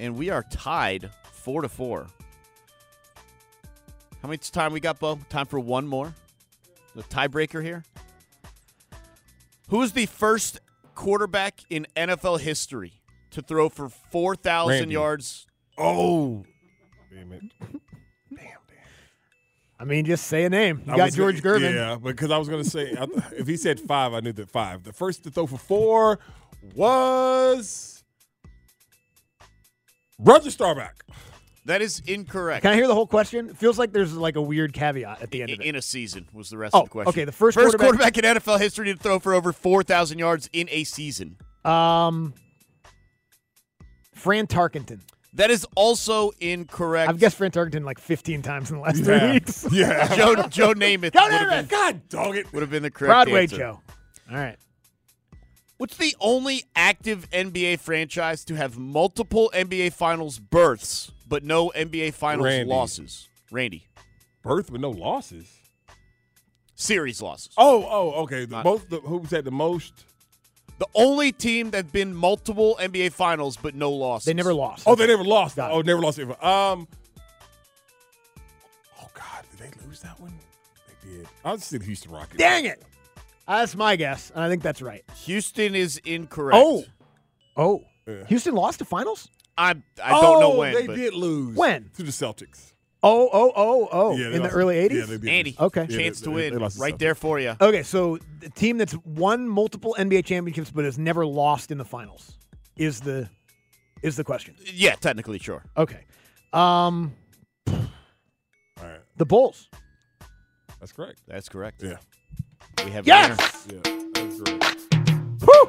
Speaker 14: And we are tied 4 to 4. How much time we got, Bo? Time for one more? The tiebreaker here? Who is the first quarterback in NFL history to throw for 4,000
Speaker 5: Randy.
Speaker 14: yards?
Speaker 5: Oh, *laughs* damn it!
Speaker 4: I mean, just say a name. You
Speaker 5: I
Speaker 4: got
Speaker 5: was
Speaker 4: George
Speaker 5: gonna-
Speaker 4: Gervin.
Speaker 5: Yeah, because I was going to say I- if he said five, I knew that five. The first to throw for four was Roger Starbuck.
Speaker 14: That is incorrect.
Speaker 4: Can I hear the whole question? It feels like there's like a weird caveat at the end of it.
Speaker 14: in a season was the rest
Speaker 4: Oh,
Speaker 14: of the question.
Speaker 4: okay, the first quarterback-
Speaker 14: quarterback, in NFL history to throw for over 4,000 yards in a season.
Speaker 4: Um, Fran Tarkenton.
Speaker 14: That is also incorrect.
Speaker 4: I've guessed Fran Tarkenton like 15 times in the last three
Speaker 14: Yeah.
Speaker 4: weeks.
Speaker 14: Yeah. Joe- Joe
Speaker 4: *laughs*
Speaker 14: Namath
Speaker 4: Joe
Speaker 14: would've
Speaker 4: Namath.
Speaker 14: been-
Speaker 5: God dog it.
Speaker 14: Would have been the correct
Speaker 4: Broadway
Speaker 14: answer.
Speaker 4: Joe. All right.
Speaker 14: What's the only active NBA franchise to have multiple NBA Finals berths but no NBA Finals
Speaker 5: Randy.
Speaker 14: losses? Randy.
Speaker 5: Birth with no losses.
Speaker 14: Series losses.
Speaker 5: Oh, oh, okay. The, both the, who said the most?
Speaker 14: The Uh, only team that's been multiple NBA Finals but no losses.
Speaker 4: They never lost.
Speaker 5: Oh, they never lost. Oh, never lost. ever. Um. Oh God, did they lose that one? They did. I was the Houston Rockets.
Speaker 4: Dang it. Uh, that's my guess. And I think that's right.
Speaker 14: Houston is incorrect.
Speaker 4: Oh. Oh. Houston lost the finals?
Speaker 14: I I don't know
Speaker 5: Oh,
Speaker 14: when.
Speaker 5: they
Speaker 14: but-
Speaker 5: did lose.
Speaker 4: When?
Speaker 5: to the Celtics.
Speaker 4: Oh, oh, oh,
Speaker 5: Yeah,
Speaker 4: oh.
Speaker 5: they
Speaker 4: in the
Speaker 5: lost-
Speaker 4: early
Speaker 5: yeah,
Speaker 4: 80s?
Speaker 5: they did.
Speaker 14: Andy.
Speaker 4: Okay.
Speaker 14: Chance to win.
Speaker 5: lost to
Speaker 14: Right there for you.
Speaker 4: Okay, so the team that's won multiple NBA championships but has never lost in the finals is the is the question.
Speaker 14: Yeah, technically, sure.
Speaker 4: Okay. Um
Speaker 5: All right,
Speaker 4: the Bulls.
Speaker 5: that's correct.
Speaker 14: That's correct.
Speaker 5: Yeah.
Speaker 14: We have a
Speaker 4: Yes!
Speaker 5: Yeah, that's correct.
Speaker 4: Whew!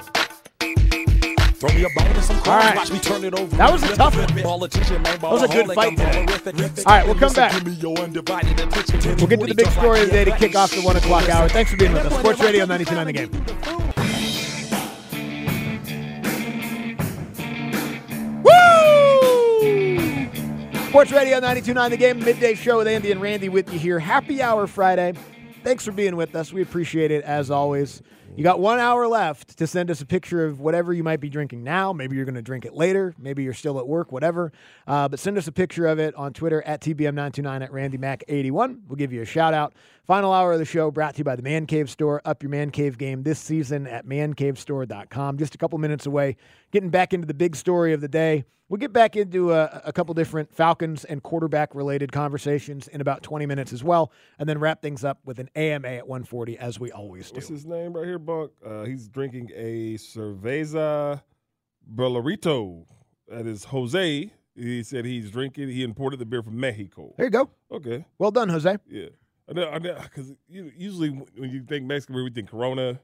Speaker 23: Throw me a ball and some
Speaker 4: All
Speaker 23: coins,
Speaker 4: right.
Speaker 23: watch me turn it over.
Speaker 4: That was a tough one.
Speaker 23: Politician, man,
Speaker 4: That was a good
Speaker 23: ballaholic,
Speaker 4: fight
Speaker 23: I'm
Speaker 4: today.
Speaker 23: horrific.
Speaker 4: All right, we'll come back.
Speaker 23: Give me your undivided attention. Tell me
Speaker 4: We'll get to
Speaker 23: what he
Speaker 4: the big
Speaker 23: talk
Speaker 4: story of the day to
Speaker 23: like.
Speaker 4: kick off the one o'clock hour. Thanks for being with us. Sports Radio 92.9 The Game. Woo! Sports Radio 92.9 The Game, midday show with Andy and Randy with you here. Happy Hour Friday. Thanks for being with us. We appreciate it as always. You got one hour left to send us a picture of whatever you might be drinking now. Maybe you're going to drink it later. Maybe you're still at work, whatever. Uh, but send us a picture of it on Twitter at TBM929 at RandyMac81. We'll give you a shout out. Final hour of the show brought to you by the Man Cave Store. Up your Man Cave game this season at mancavestore.com. Just a couple minutes away. Getting back into the big story of the day. We'll get back into a, a couple different Falcons and quarterback related conversations in about 20 minutes as well, and then wrap things up with an AMA at 140 as we always do.
Speaker 5: What's his name right here, Buck? Uh, he's drinking a Cerveza Bellarito. That is Jose. He said he's drinking. He imported the beer from Mexico.
Speaker 4: There you go.
Speaker 5: Okay.
Speaker 4: Well done, Jose.
Speaker 5: Yeah. I know, I know, because usually when you think Mexican beer, we think Corona.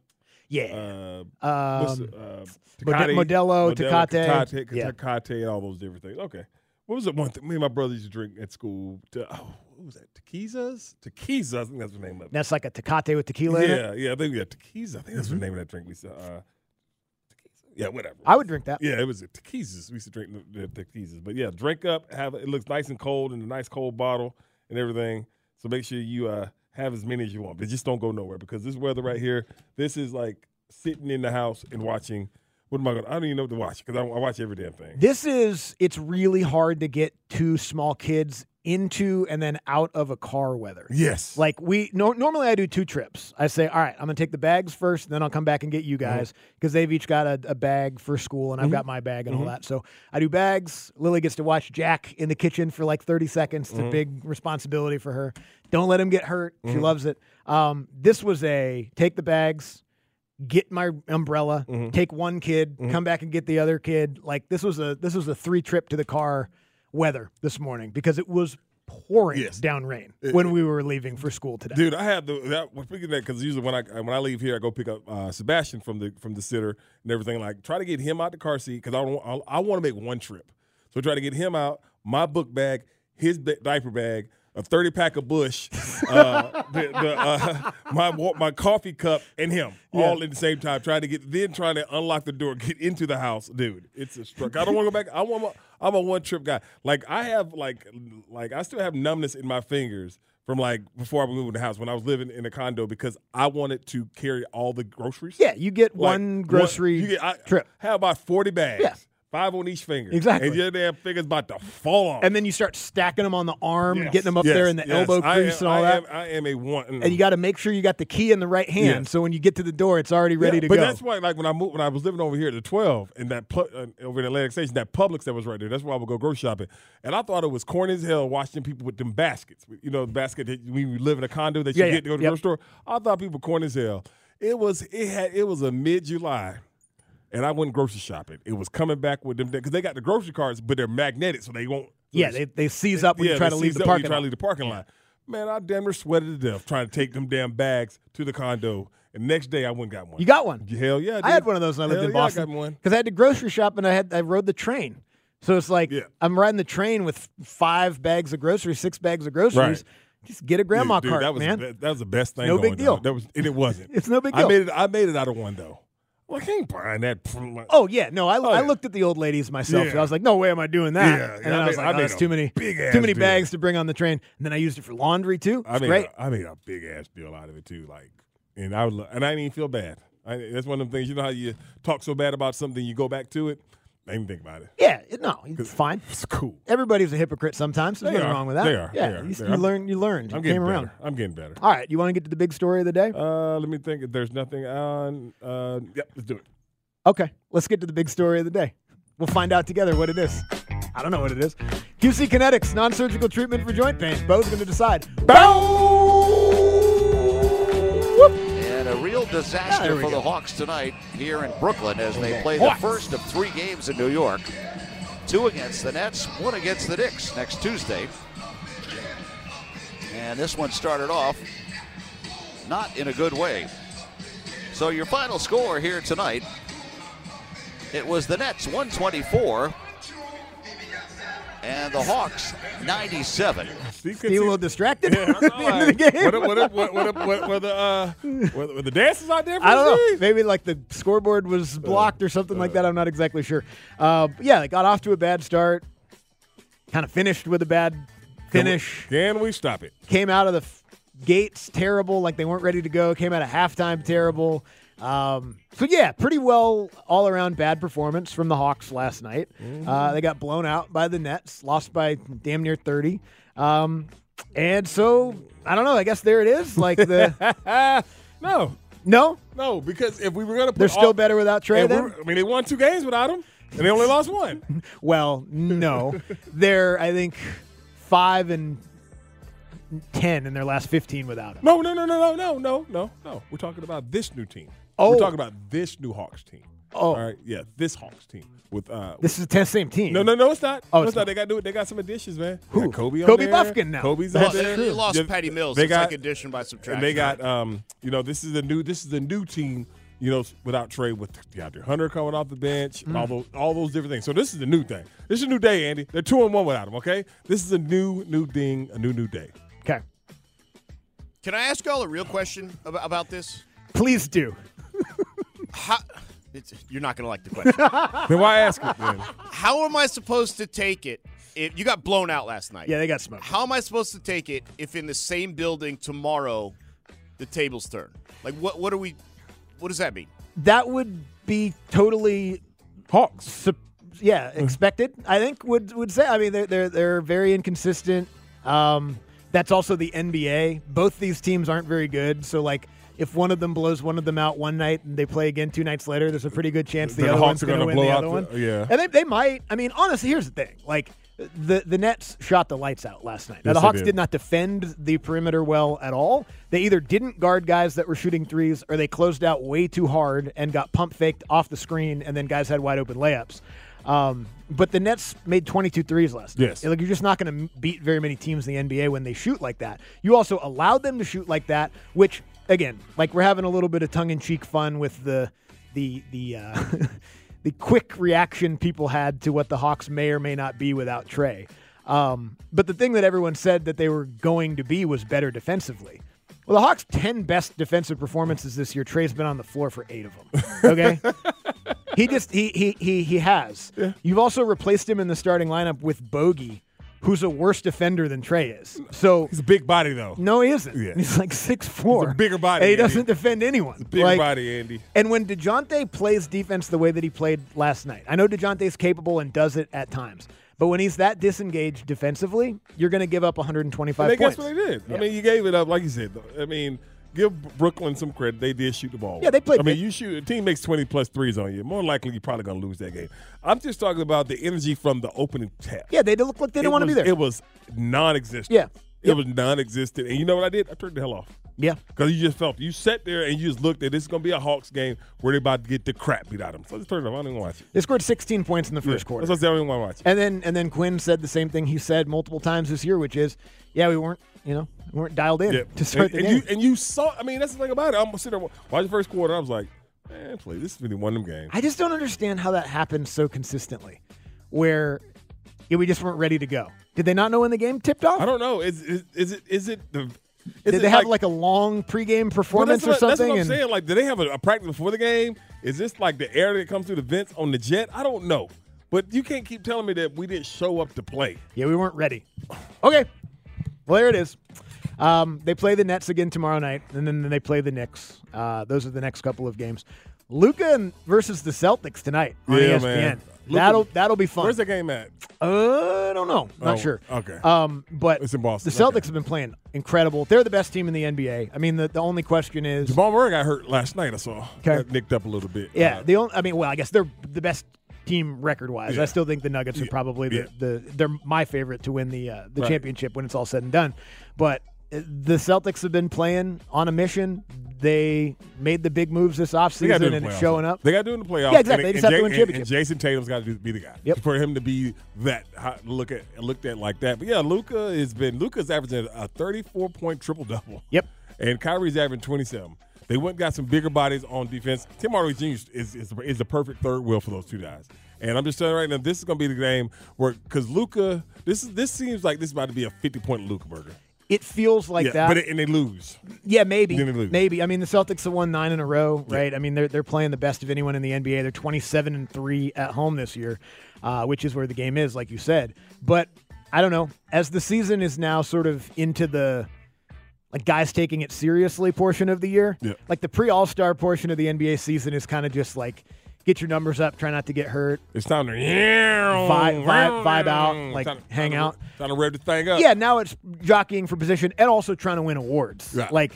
Speaker 4: Yeah.
Speaker 5: Uh, what's the-
Speaker 4: Um,
Speaker 5: uh,
Speaker 4: Mode-
Speaker 5: Tecate,
Speaker 4: Modelo, Tecate.
Speaker 5: Tecate,
Speaker 4: Yeah.
Speaker 5: Tecate, and all those different things. Okay. What was the one thing me and my brother used to drink at school? Te- oh, what was that? Tequizas? Tequizas, I think that's the name of it.
Speaker 4: That's like a tecate with tequila in it. Mm-hmm.
Speaker 5: Yeah, yeah. I think we had tequila. I think that's the name of that drink we saw. Uh, tequila. Yeah, whatever.
Speaker 4: I would drink that.
Speaker 5: Yeah, it was a tequises. We used to drink the the tequises. But yeah, drink up. Have it looks nice and cold in a nice cold bottle and everything. So make sure you uh, have as many as you want, but just don't go nowhere because this weather right here, this is like sitting in the house and watching. What am I going? to I don't even know what to watch because I, I watch every damn thing.
Speaker 4: This is it's really hard to get two small kids into and then out of a car weather.
Speaker 5: Yes.
Speaker 4: Like we no, normally I do two trips. I say, "All right, I'm going to take the bags first, and then I'll come back and get you guys because they've each got a, a bag for school and I've
Speaker 24: Mhm.
Speaker 4: got my bag and
Speaker 24: Mhm.
Speaker 4: all that." So, I do bags. Lily gets to watch Jack in the kitchen for like 30 seconds. It's a
Speaker 24: Mhm.
Speaker 4: big responsibility for her. Don't let him get hurt. She
Speaker 24: Mhm.
Speaker 4: loves it. Um, this was a take the bags, get my umbrella, take one kid,
Speaker 5: Mm-hmm.
Speaker 24: Mhm.
Speaker 4: come back and get the other kid. Like this was a this was a three trip to the car weather this morning because it was pouring down rain
Speaker 5: It-
Speaker 4: when we were leaving for school today.
Speaker 5: Dude, I have the that well, speaking of that because usually when I when I leave here, I go pick up uh, Sebastian from the from the sitter and everything. Like try to get him out the car seat because I don't I, I want to make one trip. So try to get him out, my book bag, his ba- diaper bag, a thirty pack of Bush, uh, the, the, uh, my wa- my coffee cup, and him
Speaker 25: Yeah.
Speaker 5: all at the same time. Trying to get then trying to unlock the door, get into the house, dude. It's a struggle. I don't want to go back. I want. my- I'm a one trip guy. Like I have like like I still have numbness in my fingers from like before I moved in the house when I was living in a condo because I wanted to carry all the groceries.
Speaker 4: Yeah, you get
Speaker 5: Like,
Speaker 4: one grocery
Speaker 5: you get- I
Speaker 4: trip.
Speaker 5: Have about forty bags.
Speaker 4: Yeah.
Speaker 5: Five on each finger.
Speaker 4: Exactly.
Speaker 5: And your damn finger's about to fall off.
Speaker 4: And then you start stacking them on the arm,
Speaker 5: Yes,
Speaker 4: getting them up there
Speaker 5: yes,
Speaker 4: in the
Speaker 5: yes.
Speaker 4: elbow
Speaker 5: I
Speaker 4: crease
Speaker 5: am-
Speaker 4: and all
Speaker 5: I
Speaker 4: that.
Speaker 5: Am, I am a one.
Speaker 4: and you got to make sure you got the key in the right hand,
Speaker 5: Yes.
Speaker 4: so when you get to the door, it's already ready
Speaker 5: Yeah,
Speaker 4: to
Speaker 5: but
Speaker 4: go.
Speaker 5: that's why, like when I moved, when I was living over here at the twelve, and that pl- uh, over in Atlantic Station, that Publix that was right there. That's where I would go grocery shopping, and I thought it was corny as hell watching people with them baskets. You know, the basket that when you live in a condo that you
Speaker 4: Yeah, yeah,
Speaker 5: get to go to the
Speaker 4: yep.
Speaker 5: grocery store. I thought people corny as hell. It was it had it was a mid July. And I went grocery shopping. It was coming back with them because they got the grocery carts, but they're magnetic, so they won't.
Speaker 4: Yeah, they- they seize up when you try
Speaker 5: they
Speaker 4: to leave
Speaker 5: seize
Speaker 4: the
Speaker 5: up when
Speaker 4: parking
Speaker 5: you try to
Speaker 4: lot.
Speaker 5: leave the parking lot. Man, I damn near sweated to death trying to take them damn bags to the condo. And next day, I went and got one.
Speaker 4: You got one?
Speaker 5: Hell yeah!
Speaker 4: I had
Speaker 5: dude.
Speaker 4: one of those when I lived
Speaker 5: Hell
Speaker 4: in
Speaker 5: yeah, I
Speaker 4: Boston.
Speaker 5: got one.
Speaker 4: Because I had to grocery shop and I had I rode the train. So it's like I'm riding the train with five bags of groceries, six bags of groceries.
Speaker 5: Right.
Speaker 4: Just get a grandma
Speaker 5: dude,
Speaker 4: cart,
Speaker 5: that was
Speaker 4: man.
Speaker 5: That, that was the best thing.
Speaker 4: No
Speaker 5: going
Speaker 4: big deal.
Speaker 5: down. That was, and it wasn't.
Speaker 4: It's *laughs* no big
Speaker 5: I
Speaker 4: deal.
Speaker 5: made it. I made it out of one though. Well, I can't buy that.
Speaker 4: Oh yeah, no, I, I looked at the old ladies myself.
Speaker 5: Yeah.
Speaker 4: So I was like, no way am I doing that.
Speaker 5: Yeah,
Speaker 4: and
Speaker 5: yeah,
Speaker 4: then
Speaker 5: I
Speaker 4: I was
Speaker 5: made-
Speaker 4: like,
Speaker 5: I
Speaker 4: oh,
Speaker 5: made
Speaker 4: that's
Speaker 5: a
Speaker 4: too many,
Speaker 5: big-ass
Speaker 4: too many
Speaker 5: deal.
Speaker 4: bags to bring on the train. And then I used it for laundry too.
Speaker 5: I
Speaker 4: It's
Speaker 5: made.
Speaker 4: great.
Speaker 5: A, I made a big ass deal out of it too. Like, and I would, lo- and I didn't even feel bad. I, that's one of them things. You know how you talk so bad about something, you go back to it. I didn't even think about it.
Speaker 4: yeah, it- no, it's fine.
Speaker 5: It's cool.
Speaker 4: Everybody's a hypocrite sometimes. There's
Speaker 5: They
Speaker 4: nothing
Speaker 5: are.
Speaker 4: wrong with that.
Speaker 5: They are.
Speaker 4: Yeah,
Speaker 5: They are.
Speaker 4: you,
Speaker 5: They
Speaker 4: you
Speaker 5: are.
Speaker 4: learned. You learned.
Speaker 5: I'm
Speaker 4: you
Speaker 5: getting
Speaker 4: came
Speaker 5: better.
Speaker 4: around.
Speaker 5: I'm getting better.
Speaker 4: All right, you want to get to the big story of the day?
Speaker 5: Uh, let me think. If there's nothing on. Uh, yep, let's do it.
Speaker 4: Okay, let's get to the big story of the day. We'll find out together what it is. I don't know what it is. QC Kinetics, non surgical treatment for joint pain. Bo's going to decide.
Speaker 24: And a real disaster
Speaker 4: There we
Speaker 24: for
Speaker 4: go.
Speaker 24: the Hawks tonight here in Brooklyn as they play
Speaker 4: Hawks.
Speaker 24: the first of three games in New York. Two against the Nets, one against the Knicks next Tuesday. And this one started off not in a good way. So your final score here tonight, it was the Nets 124 and the Hawks 97.
Speaker 4: Be a little distracted at the *laughs* end of
Speaker 5: Like,
Speaker 4: the game.
Speaker 5: What, up- what, up- what, what, up- what, what the uh, what, what the dances out there? For Uh,
Speaker 4: I don't
Speaker 5: the
Speaker 4: know. Maybe like the scoreboard was blocked or something like that. I'm not exactly sure. Uh, but yeah, they got off to a bad start, kind of finished with a bad finish.
Speaker 5: Can we stop it?
Speaker 4: Came out of the f- gates terrible, like they weren't ready to go. Came out of halftime terrible. Um, so yeah, pretty well all around bad performance from the Hawks last night.
Speaker 5: Mm-hmm.
Speaker 4: Uh, they got blown out by the Nets, lost by damn near 30. Um, and so I don't know. I guess there it is. Like
Speaker 5: *laughs*
Speaker 4: the
Speaker 5: no,
Speaker 4: no,
Speaker 5: No, because if we were going to put
Speaker 4: They're still
Speaker 5: all-
Speaker 4: better without Trey.
Speaker 5: if we
Speaker 4: Then
Speaker 5: were- I mean, they won two games without him, and they only lost one.
Speaker 4: *laughs* Well, no. They're, I think, five and 10 in their last 15 without him.
Speaker 5: No, no, no, no, no, no, no, no, no. We're talking about this new team.
Speaker 4: Oh.
Speaker 5: we're talking about this new Hawks team.
Speaker 4: Oh,
Speaker 5: all right, yeah, this Hawks team with uh,
Speaker 4: This is the same team.
Speaker 5: No, no, no, it's not.
Speaker 4: Oh,
Speaker 5: No, it's,
Speaker 4: it's
Speaker 5: not. They got to do it. They got some additions, man. They got Kobe, on
Speaker 4: Kobe
Speaker 5: there.
Speaker 4: Bufkin now.
Speaker 5: Kobe's
Speaker 4: That's
Speaker 5: on there.
Speaker 4: true. They lost
Speaker 5: Yeah,
Speaker 4: Patty Mills.
Speaker 5: They
Speaker 4: It's like
Speaker 5: got
Speaker 14: addition by subtraction,
Speaker 5: And they got, um, you know, this is the new. This is the new team. You know, without Trey, with DeAndre Hunter coming off the bench,
Speaker 4: Mm.
Speaker 5: and all those, all those different things. So this is the new thing. This is a new day, Andy. They're two and one without him. Okay, this is a new, new thing, a new, new day.
Speaker 4: Okay,
Speaker 14: Can I ask y'all a real question ab- about this?
Speaker 4: please do.
Speaker 14: How, It's, you're not going to like the
Speaker 4: *laughs*
Speaker 14: question.
Speaker 5: Then why ask it then?
Speaker 14: How am I supposed to take it if you got blown out last night?
Speaker 4: Yeah, they got smoked.
Speaker 14: How am I supposed to take it if in the same building tomorrow the tables turn? Like what what are we what does that mean?
Speaker 4: That would be totally
Speaker 5: Hawks.
Speaker 4: yeah, expected. I think would would say. I mean, they're they're, they're very inconsistent. Um, that's also the NBA. Both these teams aren't very good. So like, if one of them blows one of them out one night and they play again two nights later, there's a pretty good chance the,
Speaker 5: The
Speaker 4: other
Speaker 5: Hawks
Speaker 4: one's
Speaker 5: are
Speaker 4: going to
Speaker 5: gonna
Speaker 4: win
Speaker 5: blow
Speaker 4: the
Speaker 5: out
Speaker 4: other one.
Speaker 5: the- yeah.
Speaker 4: and they, they might. I mean, honestly, here's the thing. Like. The the Nets shot the lights out last night. Now
Speaker 5: Yes,
Speaker 4: the
Speaker 5: they
Speaker 4: Hawks
Speaker 5: did.
Speaker 4: did not defend the perimeter well at all. They either didn't guard guys that were shooting threes or they closed out way too hard and got pump faked off the screen and then guys had wide open layups. Um, but the Nets made 22 threes last night.
Speaker 5: Yes.
Speaker 4: Like you're just not going to beat very many teams in the NBA when they shoot like that. You also allowed them to shoot like that, which again, like we're having a little bit of tongue in cheek fun with the the the uh, *laughs* the quick reaction people had to what the Hawks may or may not be without Trey. Um, but the thing that everyone said that they were going to be was better defensively. Well, the Hawks' 10 best defensive performances this year, Trey's been on the floor for eight of
Speaker 5: *laughs*
Speaker 4: them. Okay? he just, he, he, he, he has. You've also replaced him in the starting lineup with Bogey, who's a worse defender than Trey is. So He's
Speaker 5: a big body, though.
Speaker 4: No, he isn't. *laughs* He's like 6'4.
Speaker 5: He's a bigger body,
Speaker 4: And he
Speaker 5: Andy.
Speaker 4: doesn't defend anyone.
Speaker 5: Big
Speaker 4: Like,
Speaker 5: body, Andy.
Speaker 4: and when DeJounte plays defense the way that he played last night, I know DeJounte's capable and does it at times. But when he's that disengaged defensively, you're going to give up 125
Speaker 5: And they
Speaker 4: points.
Speaker 5: guess what they did. I mean, you gave it up, like you said. I mean, give Brooklyn some credit. They did shoot the ball.
Speaker 4: Yeah, they played
Speaker 5: I mean,
Speaker 4: good.
Speaker 5: you shoot a team makes twenty plus threes on you. More likely, you're probably going to lose that game. I'm just talking about the energy from the opening tap.
Speaker 4: yeah, they look like they
Speaker 5: It
Speaker 4: didn't want to be
Speaker 5: was-
Speaker 4: there.
Speaker 5: It was non-existent.
Speaker 4: Yeah.
Speaker 5: It was non-existent. And you know what I did? I turned the hell off.
Speaker 4: Yeah.
Speaker 5: Because you just felt you sat there and you just looked at this is gonna be a Hawks game where they about to get the crap beat out of them. So I just turned it off. I didn't even watch it.
Speaker 4: They scored 16 points in the first
Speaker 5: Yeah,
Speaker 4: quarter.
Speaker 5: That's what I said. I didn't want to watch it.
Speaker 4: And then and then Quinn said the same thing he said multiple times this year, which is, yeah, we weren't you know we weren't dialed in
Speaker 5: Yeah.
Speaker 4: to start
Speaker 5: and,
Speaker 4: the
Speaker 5: and
Speaker 4: game.
Speaker 5: You, and you saw. I mean, that's the thing about it. I'm sitting there wa- watch the first quarter. I was like, man, please, this is really one of them games.
Speaker 4: I just don't understand how that happens so consistently, where yeah, we just weren't ready to go. Did they not know when the game tipped off?
Speaker 5: I don't know. Is is, is it is it the is
Speaker 4: Did
Speaker 5: it
Speaker 4: they have like, a long pregame
Speaker 5: Well,
Speaker 4: performance
Speaker 5: that's
Speaker 4: or
Speaker 5: what-
Speaker 4: something?
Speaker 5: That's
Speaker 4: and-
Speaker 5: what I'm saying. Like, do they have a, a practice before the game? Is this like the air that comes through the vents on the jet? I don't know. But you can't keep telling me that we didn't show up to play.
Speaker 4: Yeah, we weren't ready. Okay. Well, there it is. Um, they play the Nets again tomorrow night, and then they play the Knicks. Uh, those are the next couple of games. Luca versus the Celtics tonight on E
Speaker 5: Yeah,
Speaker 4: ESPN.
Speaker 5: man. Luka-
Speaker 4: that'll that'll be fun.
Speaker 5: Where's the game at?
Speaker 4: Uh, I don't know. Not
Speaker 5: Oh,
Speaker 4: sure.
Speaker 5: okay.
Speaker 4: Um, but
Speaker 5: It's in Boston.
Speaker 4: the Celtics have been playing incredible. They're the best team in the NBA. I mean, the, the only question is
Speaker 5: Jamal Murray got hurt last night. I saw.
Speaker 4: Okay.
Speaker 5: Got nicked up a little bit.
Speaker 4: yeah,
Speaker 5: Uh,
Speaker 4: the only I mean, well, I guess they're the best team record wise. I
Speaker 5: Yeah.
Speaker 4: still think the Nuggets are probably the,
Speaker 5: Yeah.
Speaker 4: the they're my favorite to win the uh, the
Speaker 5: Right.
Speaker 4: championship when it's all said and done. But uh, the Celtics have been playing on a mission. They made the big moves this
Speaker 5: they gotta do
Speaker 4: offseason
Speaker 5: the
Speaker 4: and it's
Speaker 5: playoffs.
Speaker 4: showing up.
Speaker 5: They got to do it in the playoffs.
Speaker 4: Yeah, exactly.
Speaker 5: And,
Speaker 4: they just
Speaker 5: and
Speaker 4: have to
Speaker 5: Ja-
Speaker 4: win
Speaker 5: and-
Speaker 4: championship.
Speaker 5: And Jason Tatum's got to be the guy.
Speaker 4: Yep.
Speaker 5: For him to be that high, look at looked at like that. But yeah, Luca has been Luca's averaging a 34 point triple double.
Speaker 4: Yep.
Speaker 5: And Kyrie's averaging 27. They went and got some bigger bodies on defense. Tim Hardaway Jr. is is, is the perfect third wheel for those two guys. And I'm just telling you right now, this is going to be the game where because Luca, this is this seems like this is about to be a 50 point Luca burger.
Speaker 4: It feels like
Speaker 5: yeah,
Speaker 4: that.
Speaker 5: but it, and they lose.
Speaker 4: Yeah, maybe.
Speaker 5: Then they lose.
Speaker 4: Maybe. I mean, the Celtics have won nine in a row, right? I mean, they're they're playing the best of anyone in the NBA. They're twenty seven and three at home this year, uh, which is where the game is, like you said. But I don't know. As the season is now sort of into the like guys taking it seriously portion of the year,
Speaker 5: Yeah.
Speaker 4: like the pre All Star portion of the NBA season is kind of just like get your numbers up, try not to get hurt,
Speaker 5: It's time to yeah,
Speaker 4: vibe vibe, vibe out, like
Speaker 5: Time to-
Speaker 4: hang
Speaker 5: time to-
Speaker 4: out.
Speaker 5: time to rev the thing up.
Speaker 4: Yeah, now it's jockeying for position and also trying to win awards.
Speaker 5: Right.
Speaker 4: Like,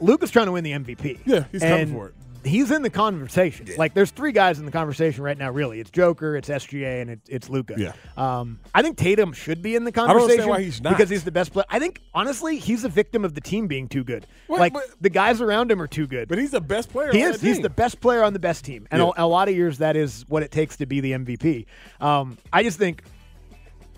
Speaker 4: Luca's trying to win the MVP.
Speaker 5: Ah. Yeah, he's coming
Speaker 4: And
Speaker 5: for it.
Speaker 4: He's in the conversation. Like, there's three guys in the conversation right now. Really, it's Joker, it's SGA, and it, it's Luca.
Speaker 5: Yeah.
Speaker 4: Um, I think Tatum should be in the
Speaker 5: don't understand
Speaker 4: conversation
Speaker 5: why he's not.
Speaker 4: because he's the best player. I think honestly, he's a victim of the team being too good.
Speaker 5: What-
Speaker 4: like
Speaker 5: but-
Speaker 4: the guys around him are too good.
Speaker 5: But he's the best player.
Speaker 4: He
Speaker 5: on
Speaker 4: is.
Speaker 5: that
Speaker 4: He's
Speaker 5: team.
Speaker 4: the best player on the best team, and
Speaker 5: Yeah.
Speaker 4: a, a lot of years that is what it takes to be the MVP. Um, I just think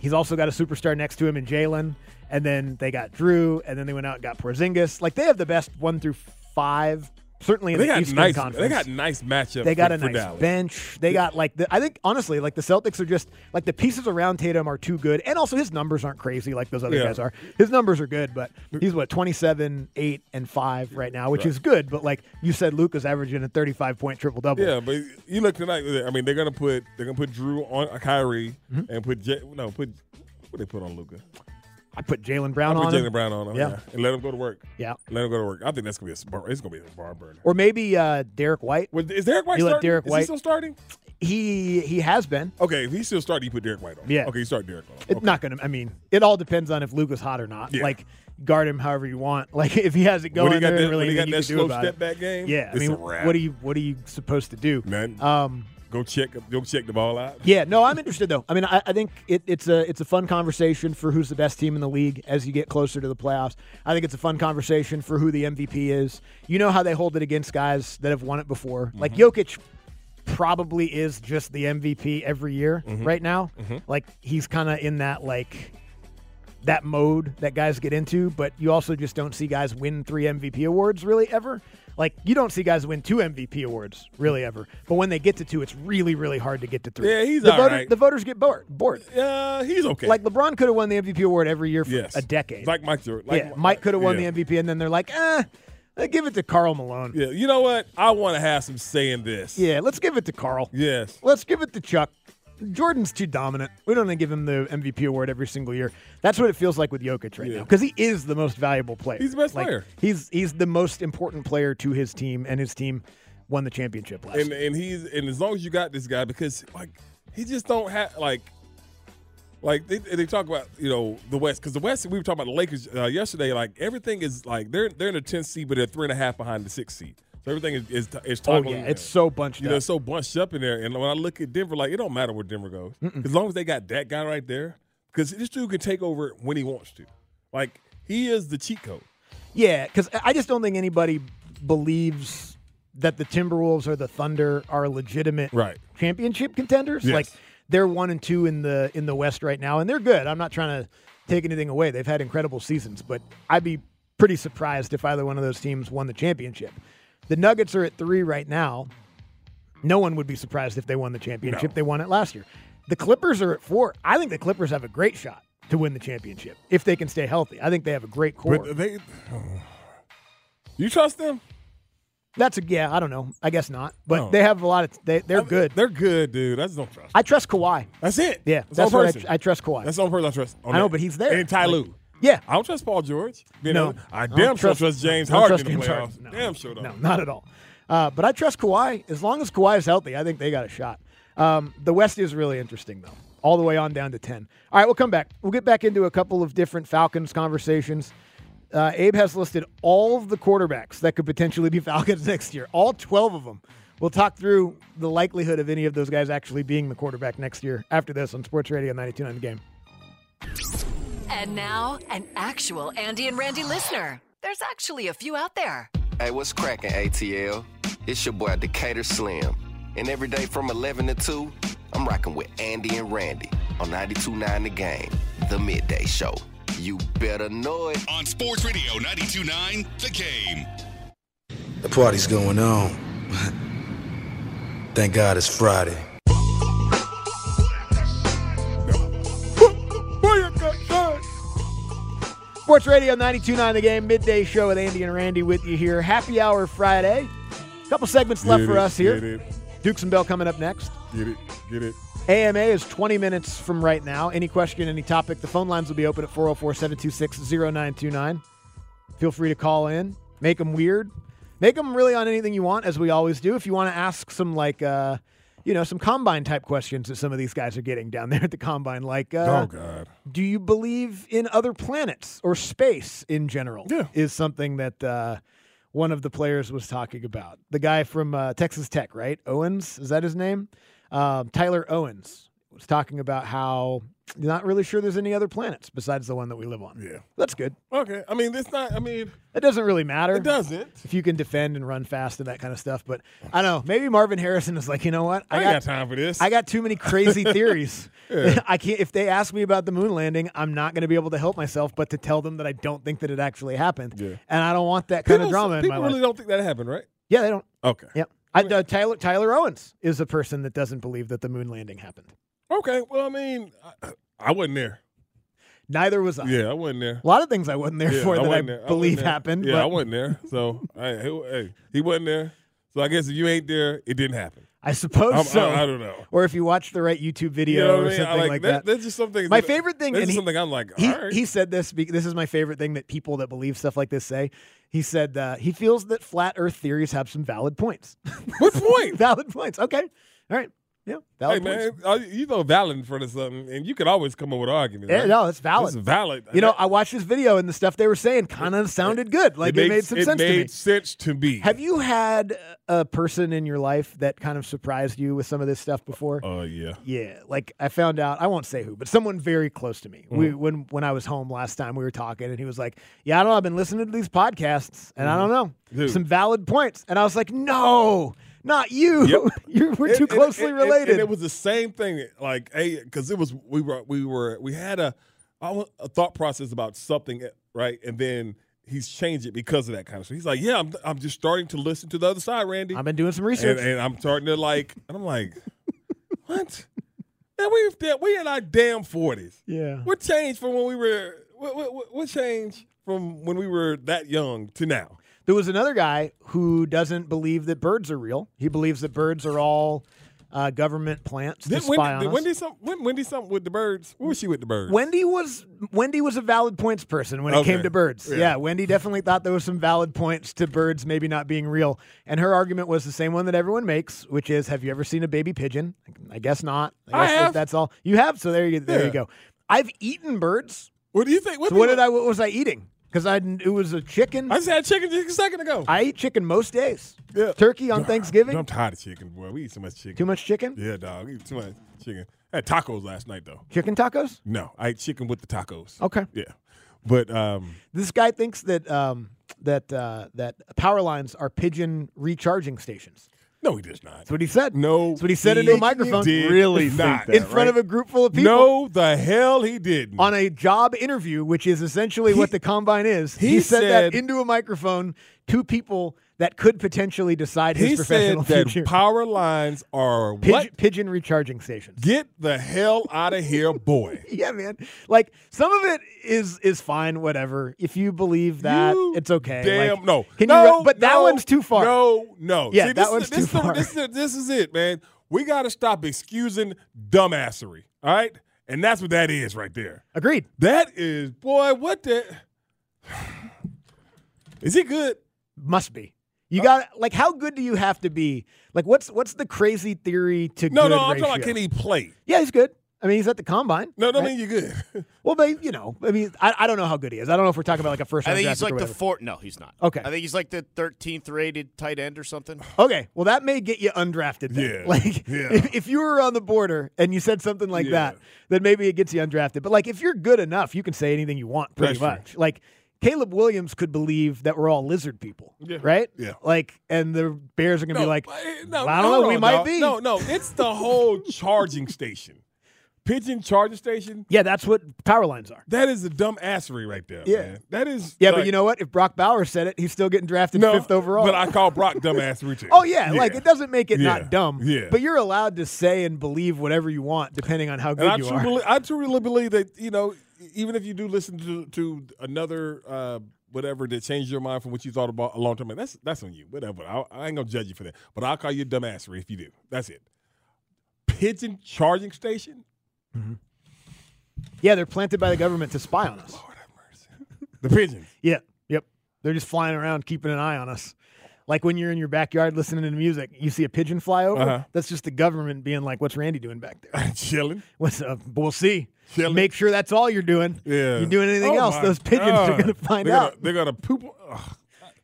Speaker 4: he's also got a superstar next to him in Jalen, and then they got Drew, and then they went out and got Porzingis. Like they have the best one through five certainly in
Speaker 5: they
Speaker 4: the
Speaker 5: got
Speaker 4: Eastern
Speaker 5: nice,
Speaker 4: Conference.
Speaker 5: They got nice matchups.
Speaker 4: They got
Speaker 5: for,
Speaker 4: a
Speaker 5: for
Speaker 4: nice
Speaker 5: Dallas.
Speaker 4: bench. They got like the, I think honestly, like the Celtics are just like the pieces around Tatum are too good, and also his numbers aren't crazy like those other
Speaker 5: Yeah.
Speaker 4: guys are. His numbers are good, but he's what 27, 8, and five right now, which
Speaker 5: Right.
Speaker 4: is good. But like you said, Luca's averaging a thirty five point triple double.
Speaker 5: Yeah, but you look tonight. I mean, they're gonna put they're gonna put Drew on uh, Kyrie
Speaker 4: Mm-hmm.
Speaker 5: and put J, no put what they put on Luca.
Speaker 4: I put Jalen Brown
Speaker 5: I put
Speaker 4: on
Speaker 5: Jalen
Speaker 4: him.
Speaker 5: Brown on him. Yeah.
Speaker 4: Yeah.
Speaker 5: and let him go to work.
Speaker 4: Yeah.
Speaker 5: let him go to work. I think that's gonna be a bar- it's gonna be a bar burner.
Speaker 4: Or maybe uh, Derek White.
Speaker 5: Is Derek White
Speaker 4: You let
Speaker 5: starting?
Speaker 4: Derek
Speaker 5: Is
Speaker 4: White.
Speaker 5: he still starting?
Speaker 4: He he has been.
Speaker 5: Okay, if he's still starting, you put Derek White on.
Speaker 4: Yeah.
Speaker 5: Okay, you start Derek on.
Speaker 4: It's not gonna. I mean, it all depends on if Luca's hot or not.
Speaker 5: Yeah.
Speaker 4: Like guard him however you want. *laughs* Like if he has it
Speaker 5: When
Speaker 4: going,
Speaker 5: he got
Speaker 4: there
Speaker 5: that-
Speaker 4: ain't really
Speaker 5: when he got
Speaker 4: anything you
Speaker 5: that
Speaker 4: can do
Speaker 5: slow
Speaker 4: about
Speaker 5: step
Speaker 4: it.
Speaker 5: back game,
Speaker 4: Yeah, I
Speaker 5: it's
Speaker 4: mean,
Speaker 5: a wrap.
Speaker 4: what do you what are you supposed to do?
Speaker 5: None.
Speaker 4: Um,
Speaker 5: Go check go check the ball out.
Speaker 4: yeah, no, I'm interested though. I mean, I, I think it, it's a it's a fun conversation for who's the best team in the league as you get closer to the playoffs. I think it's a fun conversation for who the MVP is. You know how they hold it against guys that have won it before,
Speaker 5: Mm-hmm.
Speaker 4: like Jokic. Probably is just the MVP every year
Speaker 5: Mm-hmm.
Speaker 17: Mhm.
Speaker 4: right now.
Speaker 17: Mhm.
Speaker 4: Like he's kind of in that like that mode that guys get into, but you also just don't see guys win three MVP awards really ever. Like you don't see guys win two MVP awards really ever. But when they get to two, it's really really hard to get to three.
Speaker 5: Yeah, he's
Speaker 4: the
Speaker 5: all
Speaker 4: voters,
Speaker 5: right.
Speaker 4: The voters get bored. Bored.
Speaker 5: Yeah, he's okay.
Speaker 4: Like LeBron could have won the MVP award every year for
Speaker 5: Yes.
Speaker 4: a decade.
Speaker 5: Like Mike Jordan. Like
Speaker 4: yeah, Mike could have won
Speaker 5: yeah.
Speaker 4: the MVP, and then they're like, eh, let's give it to Carl Malone.
Speaker 5: Yeah, you know what? I want to have some say in this.
Speaker 4: Yeah, let's give it to Carl.
Speaker 5: Yes.
Speaker 4: Let's give it to Chuck. Jordan's too dominant. We don't want to give him the MVP award every single year. That's what it feels like with Jokic right now because he is the most valuable player.
Speaker 5: He's the best
Speaker 4: Like,
Speaker 5: player.
Speaker 4: He's he's the most important player to his team, and his team won the championship last.
Speaker 5: and and he's and as long as you got this guy because like he just don't have like like they, they talk about you know the West because the West we were talking about the Lakers uh, yesterday like everything is like they're they're in the tenth seed but they're three and a half behind the sixth seed so everything is is, is
Speaker 4: Oh,
Speaker 5: toggling
Speaker 4: yeah,
Speaker 5: in
Speaker 4: it's
Speaker 5: there.
Speaker 4: so bunched
Speaker 5: you
Speaker 4: up.
Speaker 5: know it's so bunched up in there and when I look at Denver like it don't matter where Denver goes as long as they got that guy right there because this dude can take over when he wants to like he is the cheat code
Speaker 4: Yeah, because I just don't think anybody believes that the Timberwolves or the Thunder are legitimate
Speaker 5: Right.
Speaker 4: championship contenders.
Speaker 5: Yes.
Speaker 4: Like they're one and two in the in the West right now, and they're good. I'm not trying to take anything away. They've had incredible seasons, but I'd be pretty surprised if either one of those teams won the championship. The Nuggets are at three right now. No one would be surprised if they won the championship.
Speaker 5: No.
Speaker 4: They won it last year. The Clippers are at four. I think the Clippers have a great shot to win the championship if they can stay healthy. I think they have a great core.
Speaker 5: but they you trust them
Speaker 4: That's a yeah. I don't know. I guess not. But
Speaker 5: No.
Speaker 4: they have a lot of they. They're good.
Speaker 5: they're good dude I just don't trust
Speaker 4: I trust Kawhi.
Speaker 5: That's it.
Speaker 4: Yeah,
Speaker 5: That's,
Speaker 4: that's
Speaker 5: all
Speaker 4: what I
Speaker 5: person.
Speaker 4: tr- I trust Kawhi.
Speaker 5: That's the only person I trust. on
Speaker 4: I know,
Speaker 5: that.
Speaker 4: but he's there.
Speaker 5: And Ty
Speaker 4: Like,
Speaker 5: Lue.
Speaker 4: yeah.
Speaker 5: I don't trust Paul George. You
Speaker 4: No.
Speaker 5: know, I
Speaker 4: I don't
Speaker 5: damn sure
Speaker 4: trust-
Speaker 5: trust, James
Speaker 4: I don't
Speaker 5: Harden
Speaker 4: trust
Speaker 5: in the
Speaker 4: James
Speaker 5: playoffs.
Speaker 4: Harden.
Speaker 5: Damn sure don't.
Speaker 4: No, not at all. Uh, but I trust Kawhi. As long as Kawhi is healthy, I think they got a shot. Um, the West is really interesting though, all the way on down to ten. All right, we'll come back. We'll get back into a couple of different Falcons conversations. Uh, Abe has listed all of the quarterbacks that could potentially be *laughs* Falcons next year, all twelve of them. We'll talk through the likelihood of any of those guys actually being the quarterback next year after this on Sports Radio 92.9 The Game.
Speaker 15: And now, an actual Andy and Randy listener. There's actually a few out there.
Speaker 25: Hey, what's cracking, ATL? It's your boy Decatur Slim. And every day from 11 to 2, I'm rocking with Andy and Randy on 92.9 The Game, The Midday Show. You better know it.
Speaker 6: On Sports Radio 929, The Game.
Speaker 2: The party's going on. *laughs* Thank God it's Friday.
Speaker 4: Sports Radio 92.9 The Game, midday show with Andy and Randy with you here. Happy Hour Friday. couple segments left
Speaker 5: Get
Speaker 4: for
Speaker 5: it,
Speaker 4: us here.
Speaker 5: get it.
Speaker 4: Dukes and Bell coming up next.
Speaker 5: Get it. Get it.
Speaker 4: AMA is 20 minutes from right now. Any question, any topic, the phone lines will be open at 404 726 0929. Feel free to call in, make them weird, make them really on anything you want, as we always do. If you want to ask some, like, uh, you know, some combine type questions that some of these guys are getting down there at the combine, like, uh,
Speaker 5: oh God.
Speaker 4: do you believe in other planets or space in general? Yeah. Is something that uh, one of the players was talking about. The guy from uh, Texas Tech, right? Owens, is that his name? Um, Tyler Owens was talking about how you're not really sure there's any other planets besides the one that we live on. Yeah. That's good.
Speaker 5: Okay. I mean, it's not. I mean,
Speaker 4: It doesn't really matter. It
Speaker 5: doesn't.
Speaker 4: If you can defend and run fast and that kind of stuff. But I don't know. Maybe Marvin Harrison is like, you know what?
Speaker 5: I ain't got time for this.
Speaker 4: I got too
Speaker 5: *laughs*
Speaker 4: many crazy theories.
Speaker 5: Yeah.
Speaker 4: *laughs* I can't. If they ask me about the moon landing, I'm not going to be able to help myself but to tell them that I don't think that it actually happened. And I don't want that kind
Speaker 5: People-
Speaker 4: of drama in my
Speaker 5: People really
Speaker 4: life.
Speaker 5: don't think that happened, right?
Speaker 4: Yeah, they don't.
Speaker 5: Okay.
Speaker 4: Yep. I, uh, Tyler Tyler Owens is the person that doesn't believe that the moon landing happened.
Speaker 5: Okay. Well, I mean, I, I wasn't there.
Speaker 4: Neither was I.
Speaker 5: Yeah, I wasn't there.
Speaker 4: A lot of things I wasn't there
Speaker 5: Yeah,
Speaker 4: for that I,
Speaker 5: wasn't there. wasn't
Speaker 4: believe
Speaker 5: there.
Speaker 4: happened.
Speaker 5: Yeah,
Speaker 4: but
Speaker 5: I wasn't there.
Speaker 4: *laughs*
Speaker 5: So hey, he, hey, he wasn't there. So I guess if you ain't there, it didn't happen.
Speaker 4: I suppose
Speaker 5: I'm- I-
Speaker 4: so.
Speaker 5: I don't know.
Speaker 4: Or if you watch the right YouTube
Speaker 5: You
Speaker 4: video
Speaker 5: know what
Speaker 4: or
Speaker 5: I mean? I
Speaker 4: something
Speaker 5: like,
Speaker 4: like,
Speaker 5: that-
Speaker 4: that.
Speaker 5: that's just something
Speaker 4: My
Speaker 5: that-
Speaker 4: favorite thing.
Speaker 5: that's
Speaker 4: and
Speaker 5: just
Speaker 4: he-
Speaker 5: something I'm like,
Speaker 4: He,
Speaker 5: all right.
Speaker 4: he said this. be- This is my favorite thing that people that believe stuff like this say. He said uh, he feels that flat Earth theories have some valid points. *laughs*
Speaker 5: What point?
Speaker 4: valid points. Okay. All right. Yeah. Valid
Speaker 5: Hey
Speaker 4: points.
Speaker 5: man, uh, you throw valid in front of something, and you can always come up with arguments.
Speaker 4: Yeah,
Speaker 5: right?
Speaker 4: Eh, no, it's valid.
Speaker 5: It's valid. Eh.
Speaker 4: You know, I watched this video and the stuff they were saying kind of sounded good. Like
Speaker 5: makes-
Speaker 4: it, made some sense
Speaker 5: It made
Speaker 4: to me.
Speaker 5: sense to me.
Speaker 4: Have you had a person in your life that kind of surprised you with some of this stuff before?
Speaker 5: Oh yeah.
Speaker 4: Yeah, like I found out I won't say who, but someone very close to me. We
Speaker 5: Mhm.
Speaker 4: when when I was home last time we were talking and he was like, "Yeah, I don't know, I've been listening to these podcasts and I
Speaker 5: Mm-hmm.
Speaker 4: don't know.
Speaker 5: Dude.
Speaker 4: Some valid points." And I was like, "No, not you. *laughs* You're, we're
Speaker 5: And-
Speaker 4: too
Speaker 5: and-
Speaker 4: closely
Speaker 5: and- and-
Speaker 4: related."
Speaker 5: And it was the same thing, like, hey, because it was we were we were we had a I wa- a thought process about something, eh, right? And then he's changed it because of that kind of stuff. He's like, yeah, I'm I'm just starting to listen to the other side, Randy.
Speaker 4: I've been doing some research.
Speaker 5: and, and I'm starting to like, and I'm like, what? Man, we that we in our damn forties.
Speaker 4: Yeah.
Speaker 5: What changed from when we were? What, what, what- what changed from when we were that young to now?
Speaker 4: There was another guy who doesn't believe that birds are real. He believes that birds are all uh, government plants to
Speaker 5: Did
Speaker 4: spy
Speaker 5: Wendy,
Speaker 4: on
Speaker 5: did
Speaker 4: us.
Speaker 5: Wendy some, when, Wendy something with the birds? What was she with the birds?
Speaker 4: Wendy was Wendy was a valid points person when it came
Speaker 5: Okay.
Speaker 4: to birds. Yeah.
Speaker 5: Yeah.
Speaker 4: Wendy definitely thought there was some valid points to birds maybe not being real. And her argument was the same one that everyone makes, which is have you ever seen a baby pigeon? I guess not.
Speaker 5: I
Speaker 4: guess that-
Speaker 5: have.
Speaker 4: that's all. You have, so there you there you
Speaker 5: Yeah.
Speaker 4: go. I've eaten birds.
Speaker 5: What do you think?
Speaker 4: so what did I what was I eating? Because I it was a chicken.
Speaker 5: I just had chicken just a second ago.
Speaker 4: I eat chicken most days.
Speaker 5: Yeah.
Speaker 4: Turkey on Thanksgiving.
Speaker 5: I'm tired of chicken, boy. We eat so much chicken.
Speaker 4: Too much chicken?
Speaker 5: Yeah, dog. We eat too much chicken. I had tacos last night though.
Speaker 4: Chicken tacos?
Speaker 5: No, I ate chicken with the tacos.
Speaker 4: Okay.
Speaker 5: Yeah, but um,
Speaker 4: This guy thinks that um, that uh, that power lines are pigeon recharging stations.
Speaker 5: no, he does not.
Speaker 4: That's what he said.
Speaker 5: No,
Speaker 4: That's what he said into a microphone.
Speaker 5: did not.
Speaker 4: in front of a group full of people.
Speaker 5: No, the hell he didn't.
Speaker 4: On a job interview, which is essentially what the combine is, he,
Speaker 5: he
Speaker 4: said, that
Speaker 5: said-
Speaker 4: into a microphone to people that could potentially decide his
Speaker 5: he said
Speaker 4: professional
Speaker 5: that
Speaker 4: future.
Speaker 5: power lines are what?
Speaker 4: Pigeon, pigeon recharging stations.
Speaker 5: Get the hell out of here, boy.
Speaker 4: *laughs* Yeah, man. Like some of it is is fine, whatever. If you believe that, it's okay.
Speaker 5: Damn
Speaker 4: Like,
Speaker 5: no.
Speaker 4: Can
Speaker 5: no,
Speaker 4: you? re- But that
Speaker 5: no,
Speaker 4: one's too far.
Speaker 5: No, no.
Speaker 4: Yeah,
Speaker 5: See,
Speaker 4: that
Speaker 5: this,
Speaker 4: one's
Speaker 5: is, this,
Speaker 4: too
Speaker 5: is-
Speaker 4: far.
Speaker 5: this is this is it, man. We got to stop excusing dumbassery. All right, and that's what that is right there.
Speaker 4: Agreed.
Speaker 5: That is, boy. What the? Is he good?
Speaker 4: Must be. You got like how good do you have to be? Like what's what's the crazy theory to
Speaker 5: No,
Speaker 4: good
Speaker 5: no. I'm
Speaker 4: ratio?
Speaker 5: talking about can he play?
Speaker 4: Yeah, he's good. I mean, he's at the combine.
Speaker 5: No, no.
Speaker 4: right?
Speaker 5: I mean you good.
Speaker 4: Well, but you know, I mean, I, I don't know how good he is. I don't know if we're talking about like a first
Speaker 14: I
Speaker 4: round
Speaker 14: think
Speaker 4: draft
Speaker 14: he's
Speaker 4: pick
Speaker 14: like
Speaker 4: or
Speaker 14: the
Speaker 4: whatever.
Speaker 14: four. No, he's not.
Speaker 4: Okay. Oh,
Speaker 14: I think he's like the 13th rated tight end or something.
Speaker 4: Okay, well that may get you undrafted. Then.
Speaker 5: Yeah.
Speaker 4: *laughs* Like
Speaker 5: Yeah.
Speaker 4: if, if you were on the border and you said something like
Speaker 5: Yeah.
Speaker 4: that, then maybe it gets you undrafted. But like if you're good enough, you can say anything you want pretty
Speaker 5: That's true.
Speaker 4: much. Like Caleb Williams could believe that we're all lizard people,
Speaker 5: Yeah.
Speaker 4: right?
Speaker 5: Yeah.
Speaker 4: Like, and the Bears are gonna be like,
Speaker 5: uh,
Speaker 4: I don't
Speaker 5: hold
Speaker 4: know, we
Speaker 5: on,
Speaker 4: might
Speaker 5: dog.
Speaker 4: be.
Speaker 5: No, no. It's the whole charging station, pigeon charging station.
Speaker 4: Yeah, that's what power lines are.
Speaker 5: That is a dumbassery right there.
Speaker 4: Yeah.
Speaker 5: man. that is.
Speaker 4: Yeah, but
Speaker 5: like-
Speaker 4: you know what? If Brock Bauer said it, he's still getting drafted fifth overall.
Speaker 5: But I call Brock dumbassery too.
Speaker 4: *laughs* oh yeah, like it doesn't make it
Speaker 5: Yeah.
Speaker 4: not dumb.
Speaker 5: Yeah.
Speaker 4: But you're allowed to say and believe whatever you want, depending on how
Speaker 5: And
Speaker 4: good
Speaker 5: I
Speaker 4: you
Speaker 5: truly,
Speaker 4: are.
Speaker 5: believe, I truly believe that you know, even if you do listen to to another uh, whatever that changed your mind from what you thought about a long time, ago, that's that's on you. Whatever, I, I ain't gonna judge you for that. But I'll call you dumbassery if you do. That's it. Pigeon charging station.
Speaker 4: Yeah, they're planted by the government to spy on us.
Speaker 5: The pigeons.
Speaker 4: Yeah. Yep. They're just flying around, keeping an eye on us. Like when you're in your backyard listening to music, you see a pigeon fly over.
Speaker 5: Uh-huh.
Speaker 4: That's just the government being like, "What's Randy doing back there?
Speaker 5: *laughs* chilling.
Speaker 4: What's up? We'll see.
Speaker 5: Chilling.
Speaker 4: Make sure that's all you're doing.
Speaker 5: Yeah.
Speaker 4: You doing anything
Speaker 5: Oh
Speaker 4: else?
Speaker 5: my
Speaker 4: Those pigeons are
Speaker 5: God.
Speaker 4: going to find
Speaker 5: They're
Speaker 4: out.
Speaker 5: gonna- they're gonna poop. Ugh.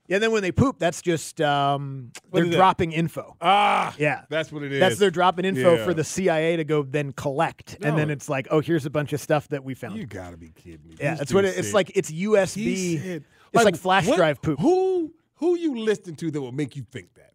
Speaker 4: Yeah, then when they poop, that's just um,
Speaker 5: What
Speaker 4: they're
Speaker 5: is that?
Speaker 4: dropping info.
Speaker 5: Ah,
Speaker 4: Yeah.
Speaker 5: that's what it is.
Speaker 4: That's they're dropping info
Speaker 5: Yeah.
Speaker 4: for the CIA to go then collect, and then
Speaker 5: No.
Speaker 4: it's like, oh, here's a bunch of stuff that we found.
Speaker 5: You gotta be kidding me.
Speaker 4: yeah,
Speaker 5: This
Speaker 4: that's what
Speaker 5: dude
Speaker 4: it, it's
Speaker 5: said-
Speaker 4: like. It's USB.
Speaker 5: He said-
Speaker 4: it's like flash
Speaker 5: what-
Speaker 4: drive poop.
Speaker 5: Who who you listening to that will make you think that?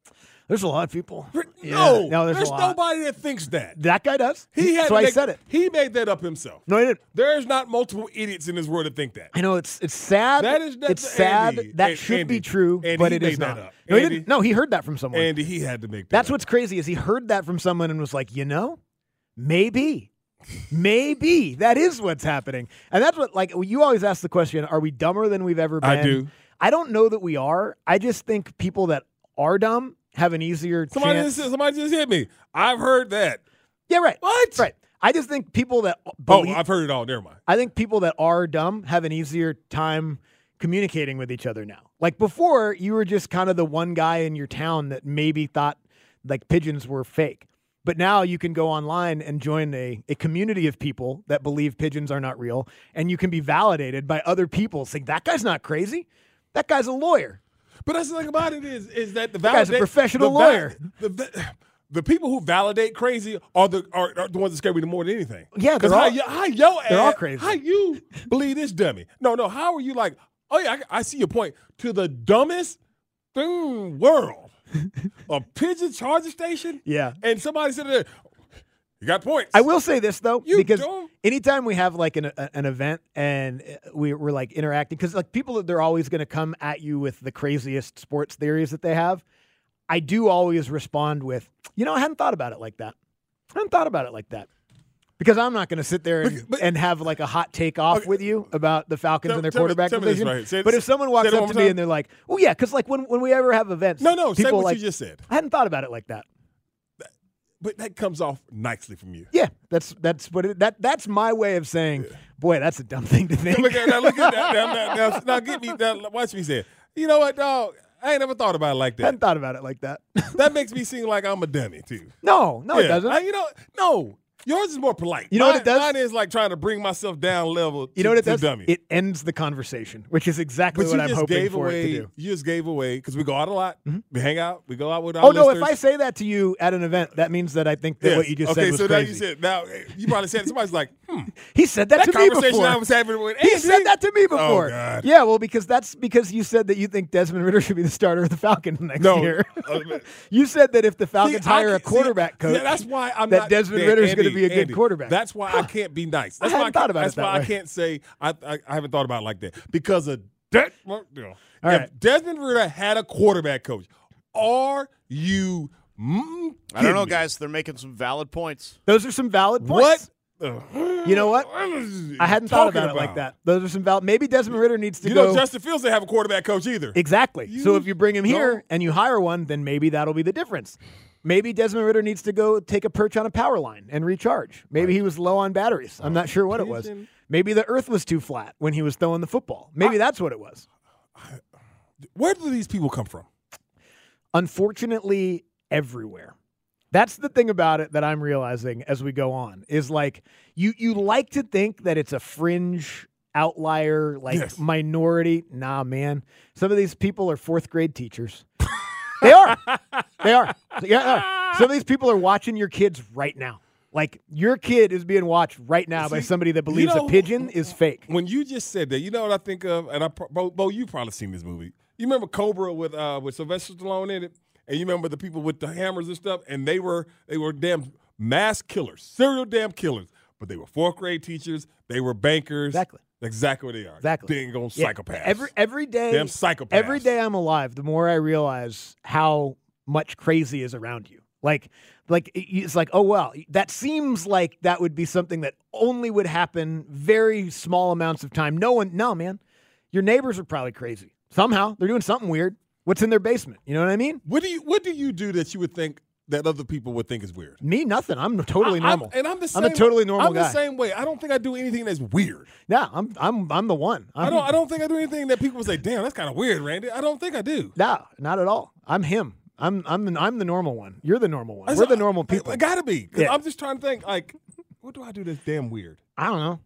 Speaker 4: There's a lot of people. Yeah,
Speaker 5: No,
Speaker 4: no,
Speaker 5: there's,
Speaker 4: there's, a lot.
Speaker 5: nobody that thinks that.
Speaker 4: That guy does.
Speaker 5: He had
Speaker 4: That's
Speaker 5: to
Speaker 4: why I
Speaker 5: make-
Speaker 4: said it.
Speaker 5: He made that up himself.
Speaker 4: No, he didn't.
Speaker 5: There's not multiple idiots in this world that think that.
Speaker 4: I know it's it's sad.
Speaker 5: That is- that's
Speaker 4: it's sad.
Speaker 5: Andy.
Speaker 4: that
Speaker 5: An-
Speaker 4: should
Speaker 5: Andy.
Speaker 4: be true,
Speaker 5: Andy,
Speaker 4: but
Speaker 5: he
Speaker 4: it is
Speaker 5: made that
Speaker 4: not.
Speaker 5: up.
Speaker 4: No, he
Speaker 5: Andy-
Speaker 4: didn't. No, he heard that from someone.
Speaker 5: Andy, he had to make that.
Speaker 4: That's what's crazy is he heard that from someone and was like, you know, maybe, maybe that is what's happening. And that's what like you always ask the question: Are we dumber than we've ever been?
Speaker 5: I do.
Speaker 4: I don't know that we are. I just think people that are dumb have an easier
Speaker 5: Somebody
Speaker 4: chance.
Speaker 5: just, somebody just hit me. I've heard that.
Speaker 4: yeah, right. What? Right. I just think people that
Speaker 5: Oh,
Speaker 4: believe,
Speaker 5: I've heard it all. Never mind.
Speaker 4: I think people that are dumb have an easier time communicating with each other now. Like before, you were just kind of the one guy in your town that maybe thought like pigeons were fake. But now you can go online and join a, a community of people that believe pigeons are not real, and you can be validated by other people saying, That guy's not crazy. That guy's a lawyer.
Speaker 5: But that's the thing about it is is that the
Speaker 4: That guy's a
Speaker 5: validate-
Speaker 4: professional
Speaker 5: the va-
Speaker 4: lawyer.
Speaker 5: the, the- the people who validate crazy are the are, are the ones that scare me the more than anything.
Speaker 4: Yeah,
Speaker 5: because
Speaker 4: they're
Speaker 5: how
Speaker 4: all-
Speaker 5: you how yo
Speaker 4: they're all
Speaker 5: ass-
Speaker 4: crazy.
Speaker 5: How you believe this dummy? No, no. How are you like? Oh yeah, I, I see your point. To the dumbest thing in the
Speaker 4: *laughs*
Speaker 5: world, a pigeon charging station.
Speaker 4: Yeah.
Speaker 5: and somebody said there. You got points.
Speaker 4: I will say this though,
Speaker 5: You
Speaker 4: because
Speaker 5: don't-
Speaker 4: anytime we have like an a, an event and uh, we, we're like interacting, because like people, they're always going to come at you with the craziest sports theories that they have. I do always respond with, you know, I hadn't thought about it like that. I hadn't thought about it like that. Because I'm not going to sit there and, and have like a hot take off with you about the Falcons
Speaker 5: Tell-
Speaker 4: and their
Speaker 5: tell me-
Speaker 4: quarterback
Speaker 5: tell me this
Speaker 4: position.
Speaker 5: right here. Say
Speaker 4: but
Speaker 5: this-
Speaker 4: if someone
Speaker 5: say
Speaker 4: walks
Speaker 5: that one
Speaker 4: up to
Speaker 5: more
Speaker 4: me
Speaker 5: time.
Speaker 4: and they're like, "Oh yeah," because like when, when we ever have events,
Speaker 5: No, no.
Speaker 4: people
Speaker 5: Say what
Speaker 4: like,
Speaker 5: you just said.
Speaker 4: I hadn't thought about it like that.
Speaker 5: But that comes off nicely from you.
Speaker 4: Yeah, that's that's what it, that that's my way of saying. Boy, that's a dumb thing to think.
Speaker 5: Look at now, look at
Speaker 4: *laughs*
Speaker 5: that. Now, now, now, now get me. Now, watch me say. it. You know what, dog? I ain't never thought about it like that.
Speaker 4: hadn't thought about it like that. *laughs*
Speaker 5: that makes me seem like I'm a dummy too.
Speaker 4: No, no, it
Speaker 5: Yeah.
Speaker 4: doesn't.
Speaker 5: I- you know, no. Yours is more polite.
Speaker 4: You know what it
Speaker 5: Mine-
Speaker 4: does?
Speaker 5: Mine is like trying to bring myself down level.
Speaker 4: you
Speaker 5: to-
Speaker 4: know what it
Speaker 5: to
Speaker 4: does?
Speaker 5: Dummy.
Speaker 4: It ends the conversation, which is exactly
Speaker 5: but you
Speaker 4: what I'm
Speaker 5: just
Speaker 4: hoping
Speaker 5: gave
Speaker 4: for
Speaker 5: away.
Speaker 4: it to do. Mm-hmm.
Speaker 5: You just gave away because we go out a lot. We hang out. We go out with our.
Speaker 4: Oh no! If I
Speaker 5: listeners.
Speaker 4: say that to you at an event, that means that I think that
Speaker 5: Yes.
Speaker 4: what you just
Speaker 5: okay,
Speaker 4: said was
Speaker 5: so
Speaker 4: crazy.
Speaker 5: now you said now eh, you probably said somebody's like hmm,
Speaker 4: *laughs* he said that, to me
Speaker 5: conversation
Speaker 4: before.
Speaker 5: I was having with
Speaker 4: he
Speaker 5: Andy.
Speaker 4: said that to me before.
Speaker 5: Oh, God.
Speaker 4: Yeah, well, because that's because you said that you think Desmond Ritter should be the starter of the Falcons *laughs* next
Speaker 5: No. *laughs*
Speaker 4: year.
Speaker 5: Uh, man.
Speaker 4: you said that if the Falcons
Speaker 5: See, I
Speaker 4: hire a
Speaker 5: can't- see,
Speaker 4: quarterback coach,
Speaker 5: Yeah, that's why I'm
Speaker 4: that
Speaker 5: not
Speaker 4: Desmond
Speaker 5: that
Speaker 4: Ritter is going to
Speaker 5: Andy,
Speaker 4: be a good
Speaker 5: Andy,
Speaker 4: quarterback.
Speaker 5: That's why I can't be nice.
Speaker 4: I
Speaker 5: That's why
Speaker 4: hadn't
Speaker 5: I
Speaker 4: thought
Speaker 5: can't-
Speaker 4: about it
Speaker 5: That's
Speaker 4: that
Speaker 5: why
Speaker 4: way.
Speaker 5: I can't say I, I I haven't thought about it like that because of that. If
Speaker 4: right.
Speaker 5: Desmond Ritter had a quarterback coach, are you? Mm,
Speaker 14: I don't
Speaker 5: kidding
Speaker 14: know,
Speaker 5: me?
Speaker 14: guys. They're making some valid points.
Speaker 4: Those are some valid points.
Speaker 5: What? Ugh.
Speaker 4: You know what? I hadn't thought
Speaker 5: Talking
Speaker 4: about, it like
Speaker 5: about.
Speaker 4: that. Those are some valid. Maybe Desmond Ritter needs to
Speaker 5: You
Speaker 4: go.
Speaker 5: know, Justin Fields didn't have a quarterback coach either.
Speaker 4: exactly. so
Speaker 5: You
Speaker 4: if you bring him here and you hire one, then maybe that'll be the difference. Maybe Desmond Ritter needs to go take a perch on a power line and recharge. Maybe he was low on batteries. I'm
Speaker 5: Oh,
Speaker 4: not sure what it was.
Speaker 5: Pigeon.
Speaker 4: Maybe the earth was too flat when he was throwing the football. Maybe that's what it was.
Speaker 5: Where do these people come from?
Speaker 4: Unfortunately, everywhere. That's the thing about it that I'm realizing as we go on is like you you like to think that it's a fringe outlier like
Speaker 5: Yes.
Speaker 4: minority. Nah, man. Some of these people are fourth grade teachers. *laughs* they are. They are. Yeah, they are. Some of these people are watching your kids right now. Like your kid is being watched right now by
Speaker 5: See,
Speaker 4: somebody that
Speaker 5: you
Speaker 4: believes
Speaker 5: know-
Speaker 4: a pigeon is fake.
Speaker 5: When you just said that, you know what I think of, and I pro- Bo, Bo you probably seen this movie. You remember Cobra with uh, with Sylvester Stallone in it, and you remember the people with the hammers and stuff, and they were they were damn mass killers, serial damn killers, but they were fourth grade teachers, they were bankers,
Speaker 4: Exactly.
Speaker 5: exactly what they are,
Speaker 4: Exactly.
Speaker 5: dang on
Speaker 4: Yeah.
Speaker 5: psychopaths.
Speaker 4: Every every day,
Speaker 5: Them psychopaths.
Speaker 4: Every day I'm alive, the more I realize how much crazy is around you. Like, like it- it's like, oh well, that seems like that would be something that only would happen very small amounts of time. No one, no man, your neighbors are probably crazy somehow. They're doing something weird. What's in their basement? You know what I mean?
Speaker 5: what do you what do you do that you would think that other people would think is weird?
Speaker 4: Me, nothing. I'm totally
Speaker 5: I- I'm-
Speaker 4: normal.
Speaker 5: and I'm the same.
Speaker 4: I'm a totally normal
Speaker 5: I'm
Speaker 4: guy.
Speaker 5: the same way. I don't think I do anything that's weird.
Speaker 4: Yeah, I'm, I'm, I'm the one. I'm,
Speaker 5: I don't. I don't think I do anything that people would say. Damn, that's kind of weird, Randy. I don't think I do.
Speaker 4: No, not at all. I'm him. I'm, I'm, the, I'm the normal one. You're the normal one.
Speaker 5: I
Speaker 4: We're
Speaker 5: said,
Speaker 4: the normal
Speaker 5: I-
Speaker 4: people.
Speaker 5: I, gotta be. 'cause
Speaker 4: Yeah.
Speaker 5: I'm just trying to think. Like, what do I do that's damn weird?
Speaker 4: I don't know.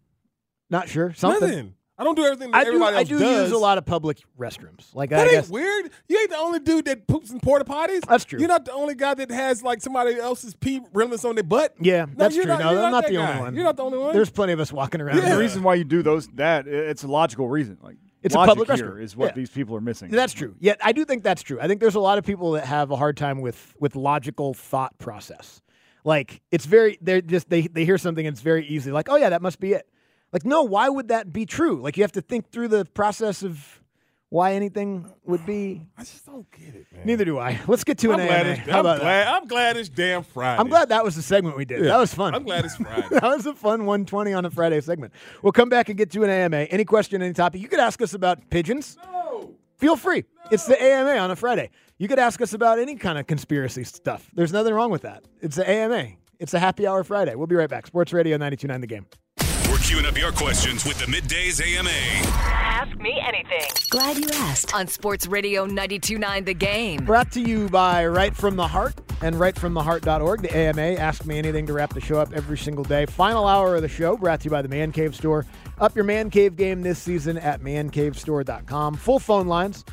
Speaker 4: Not sure. Something.
Speaker 5: Nothing. I don't do everything that
Speaker 4: I do.
Speaker 5: everybody
Speaker 4: I
Speaker 5: else
Speaker 4: do
Speaker 5: does.
Speaker 4: use a lot of public restrooms. Like
Speaker 5: That
Speaker 4: I
Speaker 5: ain't
Speaker 4: guess.
Speaker 5: weird. You ain't the only dude that poops in porta potties.
Speaker 4: That's true.
Speaker 5: You're not the only guy that has like somebody else's pee remnants on their butt.
Speaker 4: Yeah,
Speaker 5: No,
Speaker 4: that's
Speaker 5: you're
Speaker 4: true.
Speaker 5: not-
Speaker 4: no,
Speaker 5: you're not
Speaker 4: I'm not
Speaker 5: that
Speaker 4: the only
Speaker 5: guy.
Speaker 4: one.
Speaker 5: You're not the only one.
Speaker 4: There's plenty of us walking around.
Speaker 5: Yeah.
Speaker 11: The reason why you do those that i- it's a logical reason. Like
Speaker 4: It's
Speaker 11: logic
Speaker 4: a public
Speaker 11: here
Speaker 4: restroom.
Speaker 11: is what
Speaker 4: Yeah.
Speaker 11: these people are missing.
Speaker 4: That's true. Yeah, I do think that's true. I think there's a lot of people that have a hard time with with logical thought process. Like it's very they're just they they hear something and it's very easy like, "Oh yeah, that must be it." Like, "No, why would that be true?" Like you have to think through the process of why anything would be I just don't get it, man. Neither do I. Let's get to
Speaker 5: I'm
Speaker 4: an
Speaker 5: glad
Speaker 4: AMA.
Speaker 5: it's-
Speaker 4: How
Speaker 5: I'm
Speaker 4: about
Speaker 5: glad-
Speaker 4: that?
Speaker 5: I'm glad it's damn Friday.
Speaker 4: I'm glad that was the segment we did.
Speaker 5: Yeah.
Speaker 4: That was fun.
Speaker 5: I'm glad
Speaker 4: *laughs*
Speaker 5: it's Friday.
Speaker 4: that was a fun 120 on a Friday segment. We'll come back and get to an AMA. Any question, any topic, you could ask us about pigeons. No. Feel free. It's the AMA on a Friday. You could ask us about any kind of conspiracy stuff. There's nothing wrong with that. It's the AMA. It's a happy hour Friday. We'll be right back. Sports Radio 929 The Game.
Speaker 6: We're queuing up your questions with the Middays AMA.
Speaker 15: Ask me anything. Glad you asked. On Sports Radio 92.9 The Game.
Speaker 4: Brought to you by Right From the Heart and rightfromtheheart.org, the AMA. Ask me anything to wrap the show up every single day. Final hour of the show brought to you by the Man Cave Store. Up your Man Cave game this season at mancavestore.com. Full phone lines.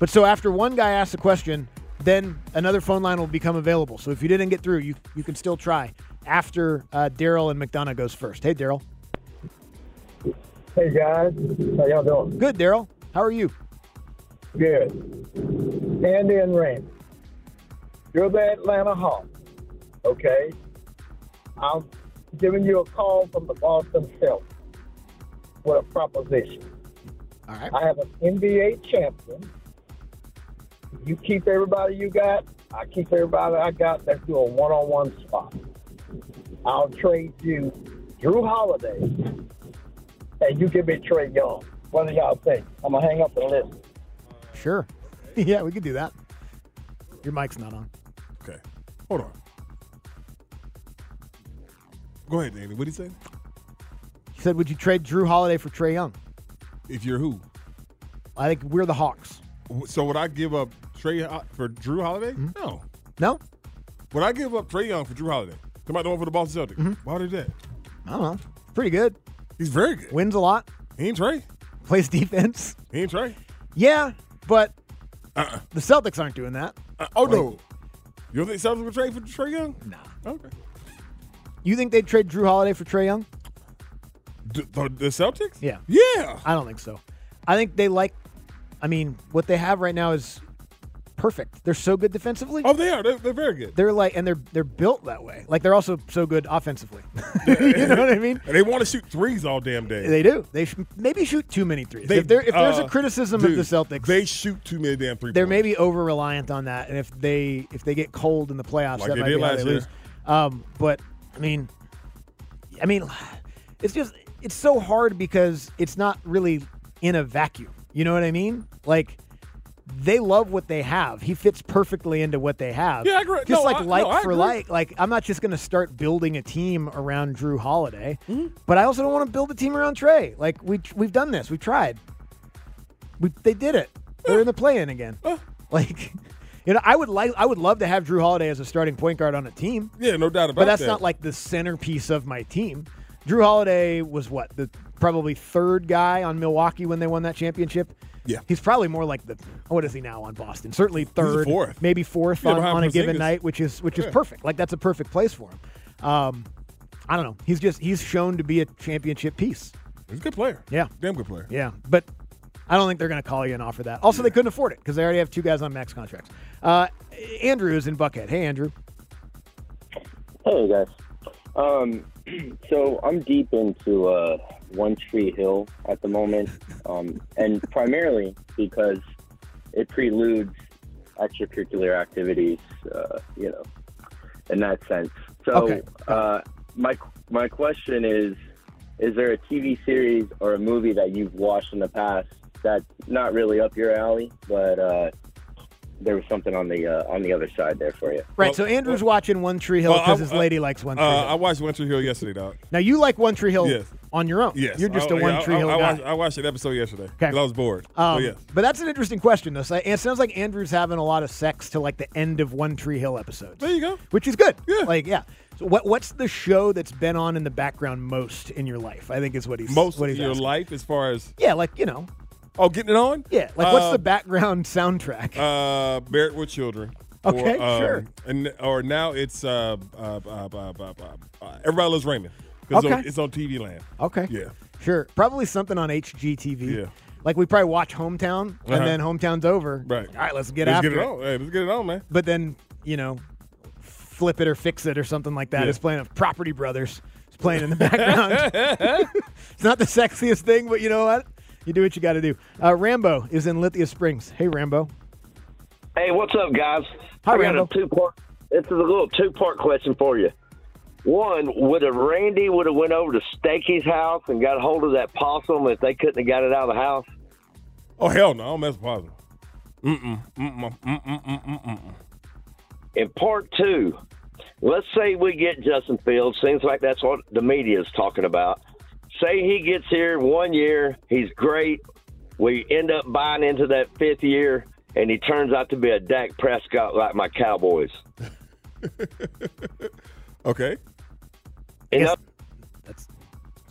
Speaker 4: But so after one guy asks a question, then another phone line will become available. So if you didn't get through, you, you can still try after uh, Daryl and McDonough goes first. Hey, Daryl.
Speaker 17: Hey guys, how y'all doing?
Speaker 4: Good, Daryl. How are you?
Speaker 17: Good. Andy and Randy, you're the Atlanta Hawks, okay? I'm giving you a call from the Boston Celtics with a proposition.
Speaker 4: All right.
Speaker 17: I have an NBA champion. You keep everybody you got. I keep everybody I got. Let's do a one-on-one spot. I'll trade you Drew Holiday, and you give me Trey Young. What do y'all think? I'm gonna hang up and listen.
Speaker 4: Sure. *laughs* yeah, we could do that. Your mic's not on.
Speaker 5: Okay. Hold on. Go ahead, Danny. What do you say?
Speaker 4: He said, "Would you trade Drew Holiday for Trey Young?"
Speaker 5: If you're who?
Speaker 4: I think we're the Hawks.
Speaker 5: So would I give up Trey Ho- for Drew Holiday? No.
Speaker 4: Mm-hmm. No.
Speaker 5: Would I give up Trey Young for Drew Holiday? Come out the one for the Boston Celtics. Why did that?
Speaker 4: Mm-hmm. I don't know. Pretty good.
Speaker 5: He's very good. *laughs*
Speaker 4: Wins a lot.
Speaker 5: He ain't Trey.
Speaker 4: Plays defense.
Speaker 5: He ain't Trey. Uh-uh.
Speaker 4: Yeah, but the Celtics aren't doing that.
Speaker 5: oh no. You don't think Celtics would trade for Trey Young? No. Okay.
Speaker 4: You think they'd trade Drew Holiday for Trey Young?
Speaker 5: The, the, the Celtics?
Speaker 4: Yeah.
Speaker 5: Yeah.
Speaker 4: I don't think so. I think they like. I mean, what they have right now is perfect. They're so good defensively.
Speaker 5: Oh, they are. They're, they're very good.
Speaker 4: They're like, and they're they're built that way. Like they're also so good offensively. *laughs* you know what I mean?
Speaker 5: And they want to shoot threes all damn day.
Speaker 4: They do. They sh- maybe shoot too many threes. if, there, if there's a
Speaker 5: uh,
Speaker 4: criticism of
Speaker 5: dude,
Speaker 4: the Celtics,
Speaker 5: they shoot too many damn three.
Speaker 4: they're
Speaker 5: pointers.
Speaker 4: maybe over reliant on that, and if they if they get cold in the playoffs,
Speaker 5: Like
Speaker 4: that
Speaker 5: they
Speaker 4: might
Speaker 5: did
Speaker 4: be how
Speaker 5: last
Speaker 4: they
Speaker 5: year.
Speaker 4: lose. Um, but I mean, I mean, it's just it's so hard because it's not really in a vacuum. You know what I mean? Like they love what they have. He fits perfectly into what they have.
Speaker 5: Yeah, I agree.
Speaker 4: Just
Speaker 5: No,
Speaker 4: like
Speaker 5: I-
Speaker 4: like
Speaker 5: no, I
Speaker 4: for
Speaker 5: agree.
Speaker 4: like, like I'm not just going to start building a team around Drew Holiday,
Speaker 5: Mm-hmm.
Speaker 4: but I also don't want to build a team around Trey. Like we we've done this. We've tried. We they did it. They're in the play-in again.
Speaker 5: Uh.
Speaker 4: *laughs* Like, you know, I would like I would love to have Drew Holiday as a starting point guard on a team.
Speaker 5: Yeah, no doubt about
Speaker 4: But that's
Speaker 5: that.
Speaker 4: not like the centerpiece of my team. Drew Holiday was what the probably third guy on Milwaukee when they won that championship.
Speaker 5: Yeah.
Speaker 4: he's probably more like the what is he now on Boston? Certainly
Speaker 5: a
Speaker 4: third,
Speaker 5: fourth.
Speaker 4: maybe fourth
Speaker 5: Yeah,
Speaker 4: on,
Speaker 5: behind
Speaker 4: on a given
Speaker 5: Porzingis.
Speaker 4: night, which is which
Speaker 5: Yeah.
Speaker 4: is perfect. Like that's a perfect place for him. Um, I don't know. He's just he's shown to be a championship piece.
Speaker 5: He's a good player.
Speaker 4: Yeah,
Speaker 5: damn good player.
Speaker 4: Yeah, but I don't think they're going to call you and offer that. Also, they couldn't afford it because they already have two guys on max contracts. Uh, Andrew is in Buckhead. Hey, Andrew.
Speaker 3: Hey guys. Um, *clears throat* so I'm deep into uh, One Tree Hill at the moment, um, and primarily because it preludes extracurricular activities, uh, you know, in that sense. So
Speaker 9: Okay.
Speaker 3: uh, my my question is: Is there a TV series or a movie that you've watched in the past that's not really up your alley, but uh, there was something on the uh, on the other side there for you?
Speaker 4: Right, so Andrew's watching One Tree Hill
Speaker 5: Well, I-
Speaker 4: because his
Speaker 5: I-
Speaker 4: lady likes One Tree
Speaker 5: Uh,
Speaker 4: Hill.
Speaker 5: I watched One Tree Hill yesterday, dog.
Speaker 4: now, you like One Tree Hill
Speaker 5: Yes.
Speaker 4: on your own.
Speaker 5: Yes,
Speaker 4: You're just
Speaker 5: a
Speaker 4: a One Tree Hill
Speaker 5: I,
Speaker 4: guy.
Speaker 5: watched, I oh, watched an episode yesterday.
Speaker 4: 'Kay.
Speaker 5: because I was bored.
Speaker 4: Um,
Speaker 5: so yes.
Speaker 4: But that's an interesting question, though. So it sounds like Andrew's having a lot of sex to like the end of One Tree Hill episodes. There
Speaker 5: you go.
Speaker 4: Which is good. Yeah. Like, yeah. So what what's the show that's been on in the background most in your life? I think is what he's
Speaker 5: Most
Speaker 4: what
Speaker 5: of
Speaker 4: he's
Speaker 5: your
Speaker 4: asking.
Speaker 5: life, as far as
Speaker 4: Yeah, like you know.
Speaker 5: oh, getting it on.
Speaker 4: Yeah. Like, what's
Speaker 5: Uh,
Speaker 4: the background *laughs* soundtrack?
Speaker 5: Uh, Barrett with children.
Speaker 4: Okay,
Speaker 5: or, um,
Speaker 4: sure.
Speaker 5: And or now it's uh, uh, uh, uh, uh, uh, uh, everybody loves Raymond because
Speaker 4: Okay.
Speaker 5: it's on TV land.
Speaker 4: Okay.
Speaker 5: Yeah.
Speaker 4: Sure. Probably something on HGTV.
Speaker 5: Yeah.
Speaker 4: Like we probably watch Hometown
Speaker 5: Uh-huh.
Speaker 4: and then Hometown's over.
Speaker 5: Right.
Speaker 4: All right, let's get
Speaker 5: let's
Speaker 4: after
Speaker 5: get it on. Hey, let's get it on, man.
Speaker 4: But then you know, flip it or fix it or something like that is
Speaker 5: Yeah.
Speaker 4: playing. A Property Brothers is playing in the
Speaker 5: *laughs*
Speaker 4: background. it's not the sexiest thing, but you know what? You do what you got to do. Uh, Rambo is in Lithia Springs. Hey, Rambo.
Speaker 26: Hey, what's up, guys?
Speaker 4: Hi,
Speaker 26: I got
Speaker 4: Randall.
Speaker 26: a two part. This is a little two part question for you. One, would have Randy would have went over to Stakey's house and got hold of that possum if they couldn't have got it out of the house?
Speaker 5: Oh hell no, I don't mess with positive. Mm-mm, mm-mm, mm-mm, mm-mm, mm-mm.
Speaker 26: And part two, let's say we get Justin Fields. Seems like that's what the media is talking about. Say he gets here one year, he's great. We end up buying into that fifth year, and he turns out to be a Dak Prescott like my Cowboys.
Speaker 5: Okay.
Speaker 26: And
Speaker 5: Yes.
Speaker 26: up-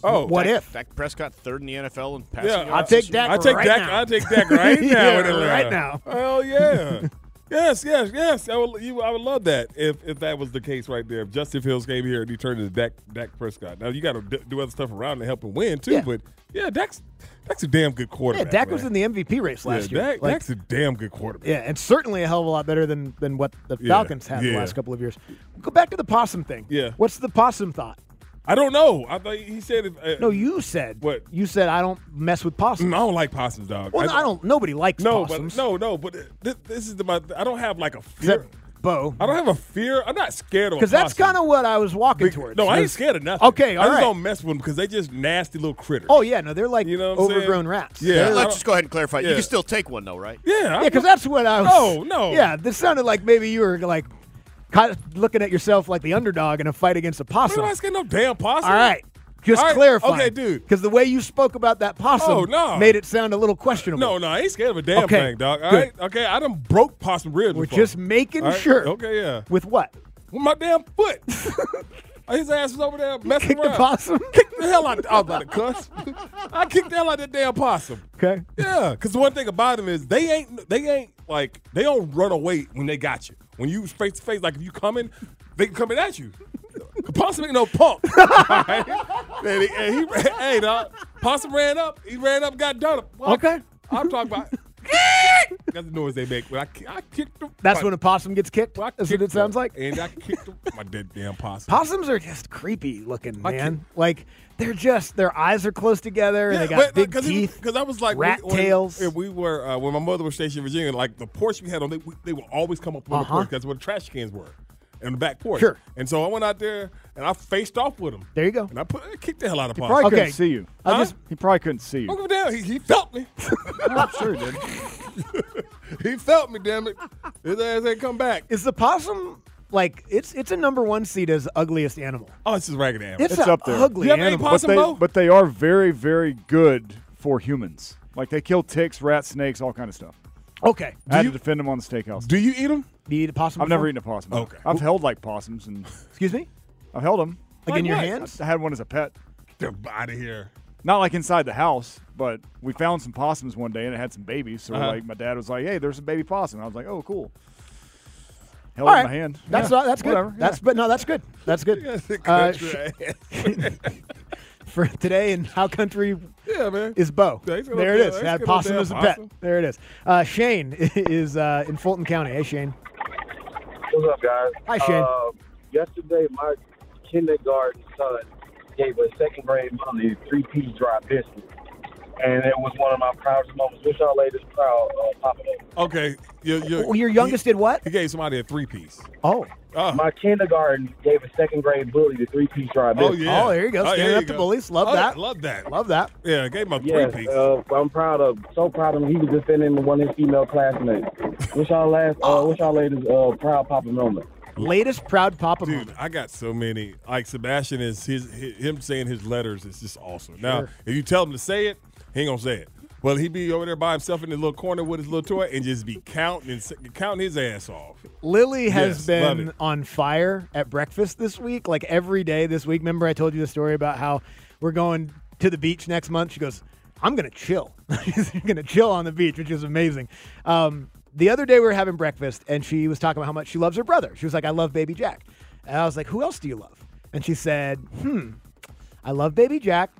Speaker 5: Oh,
Speaker 14: what
Speaker 5: Dak-
Speaker 14: if Dak Prescott third in the NFL and passing?
Speaker 5: Yeah,
Speaker 14: yards this year?
Speaker 5: I take Dak. I take Dak
Speaker 4: *laughs*
Speaker 14: *laughs*
Speaker 5: right now. uh, in Atlanta. Hell yeah. yes, yes, yes. I would. You, I would love that if if that was the case right there. If Justin Fields came here and he turned into Dak Dak Prescott. Now you got to d- do other stuff around to help him win too. But yeah, Dak's Dak's a damn good
Speaker 4: Yeah,
Speaker 5: quarterback.
Speaker 4: Dak was in
Speaker 5: man.
Speaker 4: the MVP race
Speaker 5: Yeah,
Speaker 4: last year.
Speaker 5: Dak,
Speaker 4: Like,
Speaker 5: Dak's a damn good quarterback.
Speaker 4: Yeah, and certainly a hell of a lot better than than what the
Speaker 5: Yeah,
Speaker 4: Falcons had the
Speaker 5: yeah.
Speaker 4: last couple of years. Go back to the possum thing.
Speaker 5: Yeah.
Speaker 4: What's the possum thought?
Speaker 5: I don't know. I thought he said. If, uh,
Speaker 4: No, you said.
Speaker 5: What?
Speaker 4: You said I don't mess with possums.
Speaker 5: No, I don't like possums, dog.
Speaker 4: Well, no, I don't. Nobody likes
Speaker 5: No,
Speaker 4: possums.
Speaker 5: but no, no. But uh, this, this is the my. I don't have like a fear.
Speaker 4: Except Bo.
Speaker 5: I don't have a fear. I'm not scared of.
Speaker 4: Because that's
Speaker 5: possum.
Speaker 4: kind of what I was walking towards.
Speaker 5: No, I ain't
Speaker 4: was-
Speaker 5: scared of nothing.
Speaker 4: Okay,
Speaker 5: I
Speaker 4: all
Speaker 5: just
Speaker 4: right.
Speaker 5: don't mess with them because they just nasty little critters.
Speaker 4: Oh yeah, no, they're like
Speaker 5: what I'm
Speaker 4: overgrown
Speaker 5: saying?
Speaker 4: rats.
Speaker 5: Yeah,
Speaker 4: They're-
Speaker 5: Let's
Speaker 14: Just go ahead and clarify. You
Speaker 5: Yeah.
Speaker 14: can still take one though, right?
Speaker 5: Yeah,
Speaker 4: yeah, because that's what I was.
Speaker 14: No, no.
Speaker 4: Yeah, this sounded like maybe you were like kind of looking at yourself like the underdog in a fight against a possum.
Speaker 5: I'm not scared of no damn possum.
Speaker 4: All right. Just
Speaker 5: All right,
Speaker 4: clarify.
Speaker 5: Okay, dude.
Speaker 4: Because the way you spoke about that possum
Speaker 5: Oh, no.
Speaker 4: made it sound a little questionable.
Speaker 5: No, no, I ain't scared of a damn
Speaker 4: Okay,
Speaker 5: thing, dog. All
Speaker 4: good.
Speaker 5: right, okay. I done broke possum ribs.
Speaker 4: We're
Speaker 5: before.
Speaker 4: just making
Speaker 5: All right,
Speaker 4: sure.
Speaker 5: Okay, yeah.
Speaker 4: With what?
Speaker 5: With my damn
Speaker 4: *laughs*
Speaker 5: foot. His ass was over there messing
Speaker 4: kicked the
Speaker 5: around.
Speaker 4: possum?
Speaker 5: Kicked the hell out. I was about to cuss. I kicked the hell out of that damn possum.
Speaker 4: Okay.
Speaker 5: Yeah, because the one thing about them is they ain't they ain't like they don't run away when they got you. When you face to face, like if you coming, they coming at you. Possum ain't no punk. *laughs* Alright? and he, and he ran, hey, dog. Possum ran up. He ran up, got done up. Well,
Speaker 4: Okay.
Speaker 5: I'm talking
Speaker 4: *laughs*
Speaker 5: about. That's the noise they make. When I, ki- I kicked them.
Speaker 4: That's
Speaker 5: my-
Speaker 4: when a possum gets kicked. That's what it sounds like.
Speaker 5: And I kicked them. My dead damn possum.
Speaker 4: *laughs* Possums are just creepy looking, man. Like they're just their eyes are close together and they got
Speaker 5: but, uh,
Speaker 4: big
Speaker 5: cause
Speaker 4: teeth.
Speaker 5: Because I was like,
Speaker 4: rat
Speaker 5: we, when-
Speaker 4: tails.
Speaker 5: When, we were uh, when my mother was stationed in Virginia, like the porch we had on, they, we, they would always come up on
Speaker 4: Uh-huh.
Speaker 5: the porch. That's where the trash cans were, on the back porch.
Speaker 4: Sure.
Speaker 5: And so I went out there and I faced off with him.
Speaker 4: There you go.
Speaker 5: And I put I kicked the hell out of
Speaker 11: He
Speaker 5: him.
Speaker 11: probably couldn't see you.
Speaker 5: Huh?
Speaker 11: he probably couldn't see
Speaker 5: Look
Speaker 11: you.
Speaker 5: him down. He, he felt me.
Speaker 11: *laughs* I'm
Speaker 5: *laughs*
Speaker 11: sure he did.
Speaker 5: he felt me. Damn it. His ass ain't come back.
Speaker 4: Is the possum like it's it's a number one seed as ugliest animal?
Speaker 5: Oh, it's just ragged animal.
Speaker 4: It's, a
Speaker 11: up there.
Speaker 4: ugly animal.
Speaker 11: but, they, but they are very, very good for humans. Like they kill ticks, rats, snakes, all kind of stuff.
Speaker 4: Okay.
Speaker 11: I had
Speaker 4: Do you-
Speaker 11: to defend them on the steakhouse.
Speaker 5: Do you eat them?
Speaker 4: Do you eat a possum?
Speaker 11: I've never
Speaker 4: before?
Speaker 11: eaten a possum.
Speaker 5: Okay.
Speaker 11: I've held like possums and
Speaker 4: Excuse me?
Speaker 11: I've held them.
Speaker 4: Like Like in your what? hands?
Speaker 11: I had one as a pet.
Speaker 5: They're out of here.
Speaker 11: Not like inside the house, but we found some possums one day and it had some babies. So
Speaker 5: Uh-huh.
Speaker 11: like my dad was like, "Hey, there's a baby possum." I was like, "Oh, cool."
Speaker 4: All
Speaker 11: Held it
Speaker 4: right.
Speaker 11: in my hand.
Speaker 4: That's
Speaker 11: Yeah.
Speaker 4: not, that's good.
Speaker 11: Whatever.
Speaker 4: That's but no, that's good.
Speaker 5: *laughs*
Speaker 4: That's good. Uh, sh- *laughs* for today and how country
Speaker 5: yeah, man.
Speaker 4: is Bo.
Speaker 5: Thanks for
Speaker 4: There it
Speaker 5: the-
Speaker 4: is.
Speaker 5: thanks
Speaker 4: Had
Speaker 5: for the
Speaker 4: possum
Speaker 5: damn
Speaker 4: as a pet.
Speaker 5: possum.
Speaker 4: There it is. Uh, Shane *laughs* is uh, in Fulton County. Hey, Shane.
Speaker 9: What's up, guys?
Speaker 4: Hi, Shane.
Speaker 9: Uh, yesterday, my kindergarten son gave a second grade mommy three piece dry biscuit. And it was one of my proudest moments. Wish y'all ladies proud, uh, Papa Day.
Speaker 5: Okay. Your,
Speaker 9: Oh, your
Speaker 4: youngest did what?
Speaker 5: He gave somebody a Uh-huh. three piece.
Speaker 4: Oh.
Speaker 9: My kindergarten gave a second grade bully the three piece dry biscuit.
Speaker 5: Oh, yeah.
Speaker 4: Oh, there you go.
Speaker 5: Oh,
Speaker 4: Standing
Speaker 5: there
Speaker 4: up
Speaker 5: you
Speaker 4: to
Speaker 5: go.
Speaker 4: bullies. Love
Speaker 5: Oh,
Speaker 4: that.
Speaker 5: Love that.
Speaker 4: Love that.
Speaker 5: Yeah, I gave him a three
Speaker 9: Yes,
Speaker 5: piece.
Speaker 9: uh, I'm proud of, so proud of him. He was defending one of his female classmates. Wish y'all last, uh, wish y'all ladies uh, proud Papa moment.
Speaker 4: Latest proud papa
Speaker 5: Dude,
Speaker 4: moment.
Speaker 5: I got so many. Like Sebastian is his, hi him saying his letters is just awesome. Now,
Speaker 4: Sure.
Speaker 5: if you tell him to say it, he ain't gonna say it. Well, he be over there by himself in his little corner with his little toy and just be counting and s- counting his ass off.
Speaker 4: Lily has
Speaker 5: Yes, love
Speaker 4: been
Speaker 5: it.
Speaker 4: on fire at breakfast this week, like every day this week. Remember, I told you the story about how we're going to the beach next month. She goes, "I'm gonna chill. *laughs* I'm gonna chill on the beach," which is amazing. Um, the other day we were having breakfast, and she was talking about how much she loves her brother. She was like, "I love Baby Jack," and I was like, "Who else do you love?" And she said, "Hmm, I love Baby Jack.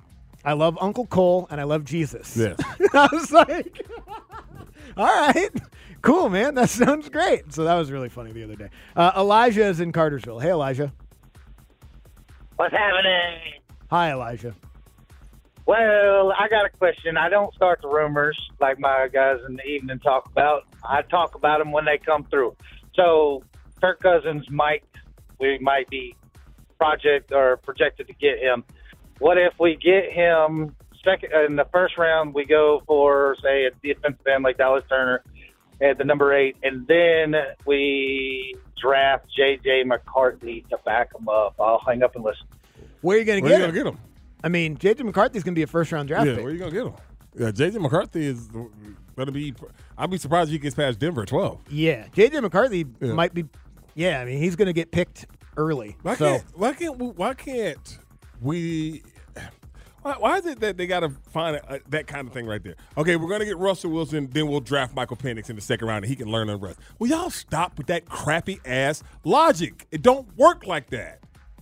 Speaker 4: I love Uncle Cole and I love Jesus.
Speaker 5: Yes.
Speaker 4: *laughs* I was like, all right, cool, man. That *laughs* sounds great. So that was really funny the other day. Uh, Elijah is in Cartersville. Hey, Elijah.
Speaker 27: What's happening?
Speaker 4: Hi, Elijah.
Speaker 27: Well, I got a question. I don't start the rumors like my guys in the evening talk about. I talk about them when they come through. So Kirk Cousins might we might be project or projected to get him. What if we get him second uh, in the first round? We go for say a defensive end like Dallas Turner at the number eight, and then we draft J.J. McCarthy to back him up. I'll hang up and listen.
Speaker 4: Where are you going to
Speaker 5: Where
Speaker 4: get
Speaker 5: you
Speaker 4: him?
Speaker 5: gonna get him?
Speaker 4: I mean, J.J. McCarthy's going to be a first round draft
Speaker 5: yeah,
Speaker 4: pick.
Speaker 5: where you gonna get him? Yeah, JJ McCarthy is going to be. I'd be surprised if he gets past Denver at twelve.
Speaker 4: Yeah, J.J. McCarthy
Speaker 5: Yeah.
Speaker 4: might be. Yeah, I mean, he's going to get picked early.
Speaker 5: Why
Speaker 4: so
Speaker 5: can't why can't we, why can't we why, why is it that they got to find a, that kind of thing right there? Okay, we're gonna get Russell Wilson, then we'll draft Michael Penix in the second round, and he can learn on Russ. Well, y'all stop with that crappy ass logic. It don't work like that.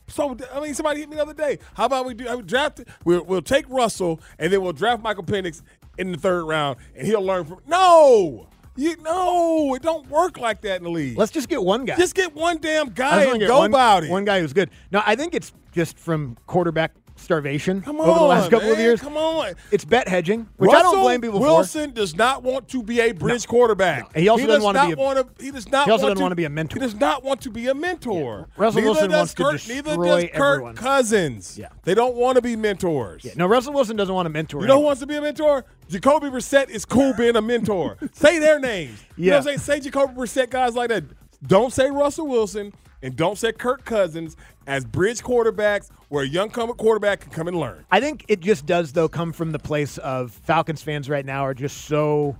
Speaker 5: So I mean, somebody hit me the other day. How about we do? I would draft. We'll, we'll take Russell, and then we'll draft Michael Penix in the third round, and he'll learn from. No, you no, it don't work like that in the league.
Speaker 4: let's just get one guy.
Speaker 5: Just get one damn
Speaker 4: I
Speaker 5: guy
Speaker 4: was gonna
Speaker 5: and
Speaker 4: get
Speaker 5: go
Speaker 4: one,
Speaker 5: about it.
Speaker 4: One guy who's good. No, I think it's just from quarterback starvation
Speaker 5: Come
Speaker 4: over the
Speaker 5: on,
Speaker 4: last couple of
Speaker 5: man,
Speaker 4: years.
Speaker 5: Come on.
Speaker 4: It's bet hedging, which I don't
Speaker 5: Russell
Speaker 4: blame people for.
Speaker 5: Wilson does not want to be a bridge quarterback.
Speaker 4: And he also doesn't
Speaker 5: does
Speaker 4: wanna be
Speaker 5: not
Speaker 4: a-
Speaker 5: wanna- he does not
Speaker 4: he also
Speaker 5: want
Speaker 4: doesn't
Speaker 5: to
Speaker 4: wanna be a mentor.
Speaker 5: He does not want to be a mentor.
Speaker 4: Russell
Speaker 5: neither
Speaker 4: Wilson
Speaker 5: does
Speaker 4: wants to
Speaker 5: Kirk, neither does
Speaker 4: destroy
Speaker 5: Kirk
Speaker 4: everyone.
Speaker 5: Cousins. Yeah. They don't want to be mentors.
Speaker 4: No, Russell Wilson doesn't want to mentor.
Speaker 5: You know who
Speaker 4: anyone.
Speaker 5: wants to be a mentor? Jacoby Brissett is cool being a
Speaker 4: *laughs*
Speaker 5: mentor. say their names. You know what
Speaker 4: Yeah.
Speaker 5: I'm saying? Say Jacoby Brissett, guys like that. Don't say Russell Wilson and don't say Kirk Cousins as bridge quarterbacks where a young com- quarterback can come and learn.
Speaker 4: I think it just does though come from the place of Falcons fans right now are just so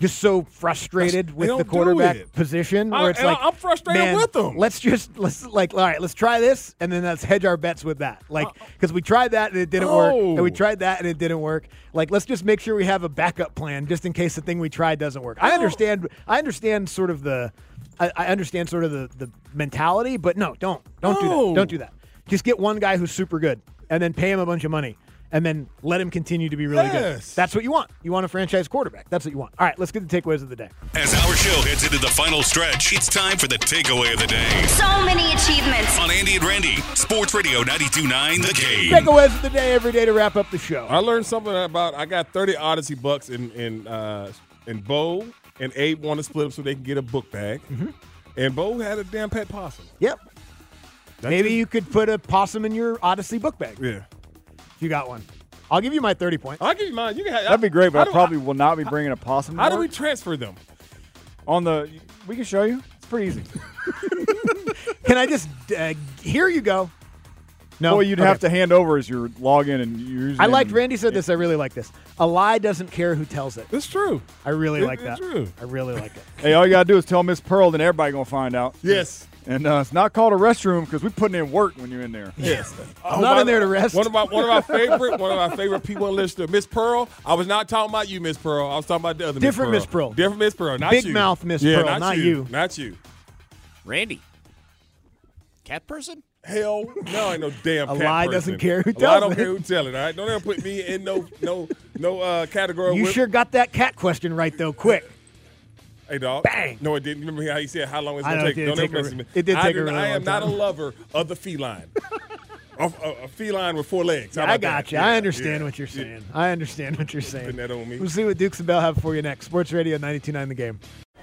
Speaker 4: just so frustrated with
Speaker 5: don't
Speaker 4: the
Speaker 5: do
Speaker 4: quarterback
Speaker 5: it.
Speaker 4: position
Speaker 5: I-
Speaker 4: where it's
Speaker 5: and
Speaker 4: like
Speaker 5: I'm frustrated
Speaker 4: man,
Speaker 5: with 'em.
Speaker 4: Let's just let's like all right, let's try this and then let's hedge our bets with that. Like cuz we tried that and it didn't work and we
Speaker 5: Uh, No.
Speaker 4: tried that and it didn't work. Like let's just make sure we have a backup plan just in case the thing we tried doesn't work. I understand I understand sort of the I, I understand sort of the the mentality, but no, don't don't do that.
Speaker 5: No.
Speaker 4: Don't do that. Just get one guy who's super good and then pay him a bunch of money and then let him continue to be really good.
Speaker 5: Yes.
Speaker 4: That's what you want. You want a franchise quarterback. That's what you want. All right, let's get the takeaways of the day.
Speaker 6: As our show heads into the final stretch, it's time for the takeaway of the day.
Speaker 12: So many achievements.
Speaker 6: On Andy and Randy, Sports Radio 92.9 The Game.
Speaker 4: Takeaways of the day every day to wrap up the show.
Speaker 5: I learned something about. I got thirty Odyssey bucks in in uh, in Bo and Abe want to split them so they can get a book bag. And Bo had a damn pet possum.
Speaker 4: Yep. Maybe you could put a possum in your Odyssey book bag.
Speaker 5: Yeah.
Speaker 4: You got one. I'll give you my 30 points.
Speaker 5: I'll give you mine. You can have,
Speaker 4: *laughs*
Speaker 11: That'd be great,
Speaker 5: How
Speaker 11: but I
Speaker 5: do-
Speaker 11: probably will not be bringing a possum. to
Speaker 5: How do we
Speaker 11: work.
Speaker 5: transfer them?
Speaker 11: on the? We can show you. It's
Speaker 5: *laughs*
Speaker 11: pretty easy.
Speaker 4: Can I just uh, here you go? No.
Speaker 11: Boy, you'd
Speaker 4: Okay.
Speaker 11: have to hand over as your login and your.
Speaker 4: I liked
Speaker 11: username.
Speaker 4: Randy said this. I really like this. A lie doesn't care who tells it.
Speaker 5: It's true.
Speaker 4: I really
Speaker 11: It-
Speaker 4: like that.
Speaker 11: it's true.
Speaker 4: I really like it.
Speaker 11: Hey, all you gotta do is tell Miss Pearl, then everybody gonna find out.
Speaker 5: Yes.
Speaker 11: And uh, it's not called a restroom because we putting in work when you're in there.
Speaker 5: *laughs* Yes.
Speaker 4: I'm not in there to rest.
Speaker 5: One of my one of
Speaker 4: *laughs*
Speaker 5: our favorite one of our favorite people listeners, Miss Pearl. I was not talking about you, Miss Pearl. I was talking about the other
Speaker 4: Different Miss
Speaker 5: Miss
Speaker 4: Pearl.
Speaker 5: Pearl. Different Miss Pearl. Not
Speaker 4: Big
Speaker 5: you.
Speaker 4: mouth Miss
Speaker 5: Yeah,
Speaker 4: Pearl, not you.
Speaker 5: Not you.
Speaker 14: Randy. Cat person?
Speaker 5: Hell no, ain't no damn.
Speaker 4: A
Speaker 5: cat
Speaker 4: lie
Speaker 5: person.
Speaker 4: doesn't care who
Speaker 5: A lie
Speaker 4: tells
Speaker 5: don't
Speaker 4: it.
Speaker 5: care who tell it. All right, don't ever put me in no no no uh, category.
Speaker 4: You
Speaker 5: with,
Speaker 4: sure got that cat question right though, quick.
Speaker 5: Hey dog.
Speaker 4: Bang.
Speaker 5: No, it didn't. Remember how he said how long it's
Speaker 4: I
Speaker 5: gonna
Speaker 4: know, it
Speaker 5: take?
Speaker 4: did
Speaker 5: Don't
Speaker 4: take
Speaker 5: ever
Speaker 4: a-
Speaker 5: mess with me.
Speaker 4: it did
Speaker 5: I
Speaker 4: take a
Speaker 5: do-
Speaker 4: really
Speaker 5: I am
Speaker 4: long
Speaker 5: not a
Speaker 4: time.
Speaker 5: lover of the
Speaker 4: *laughs*
Speaker 5: feline. a, a- a feline with four legs. *laughs* How
Speaker 4: I
Speaker 5: about
Speaker 4: got
Speaker 5: that?
Speaker 4: you.
Speaker 5: Yeah,
Speaker 4: I understand
Speaker 5: yeah,
Speaker 4: what you're
Speaker 5: yeah.
Speaker 4: saying. I understand what you're saying.
Speaker 5: that on me.
Speaker 4: We'll see what Dukes and Bell have for you next. Sports Radio 92.9 The Game.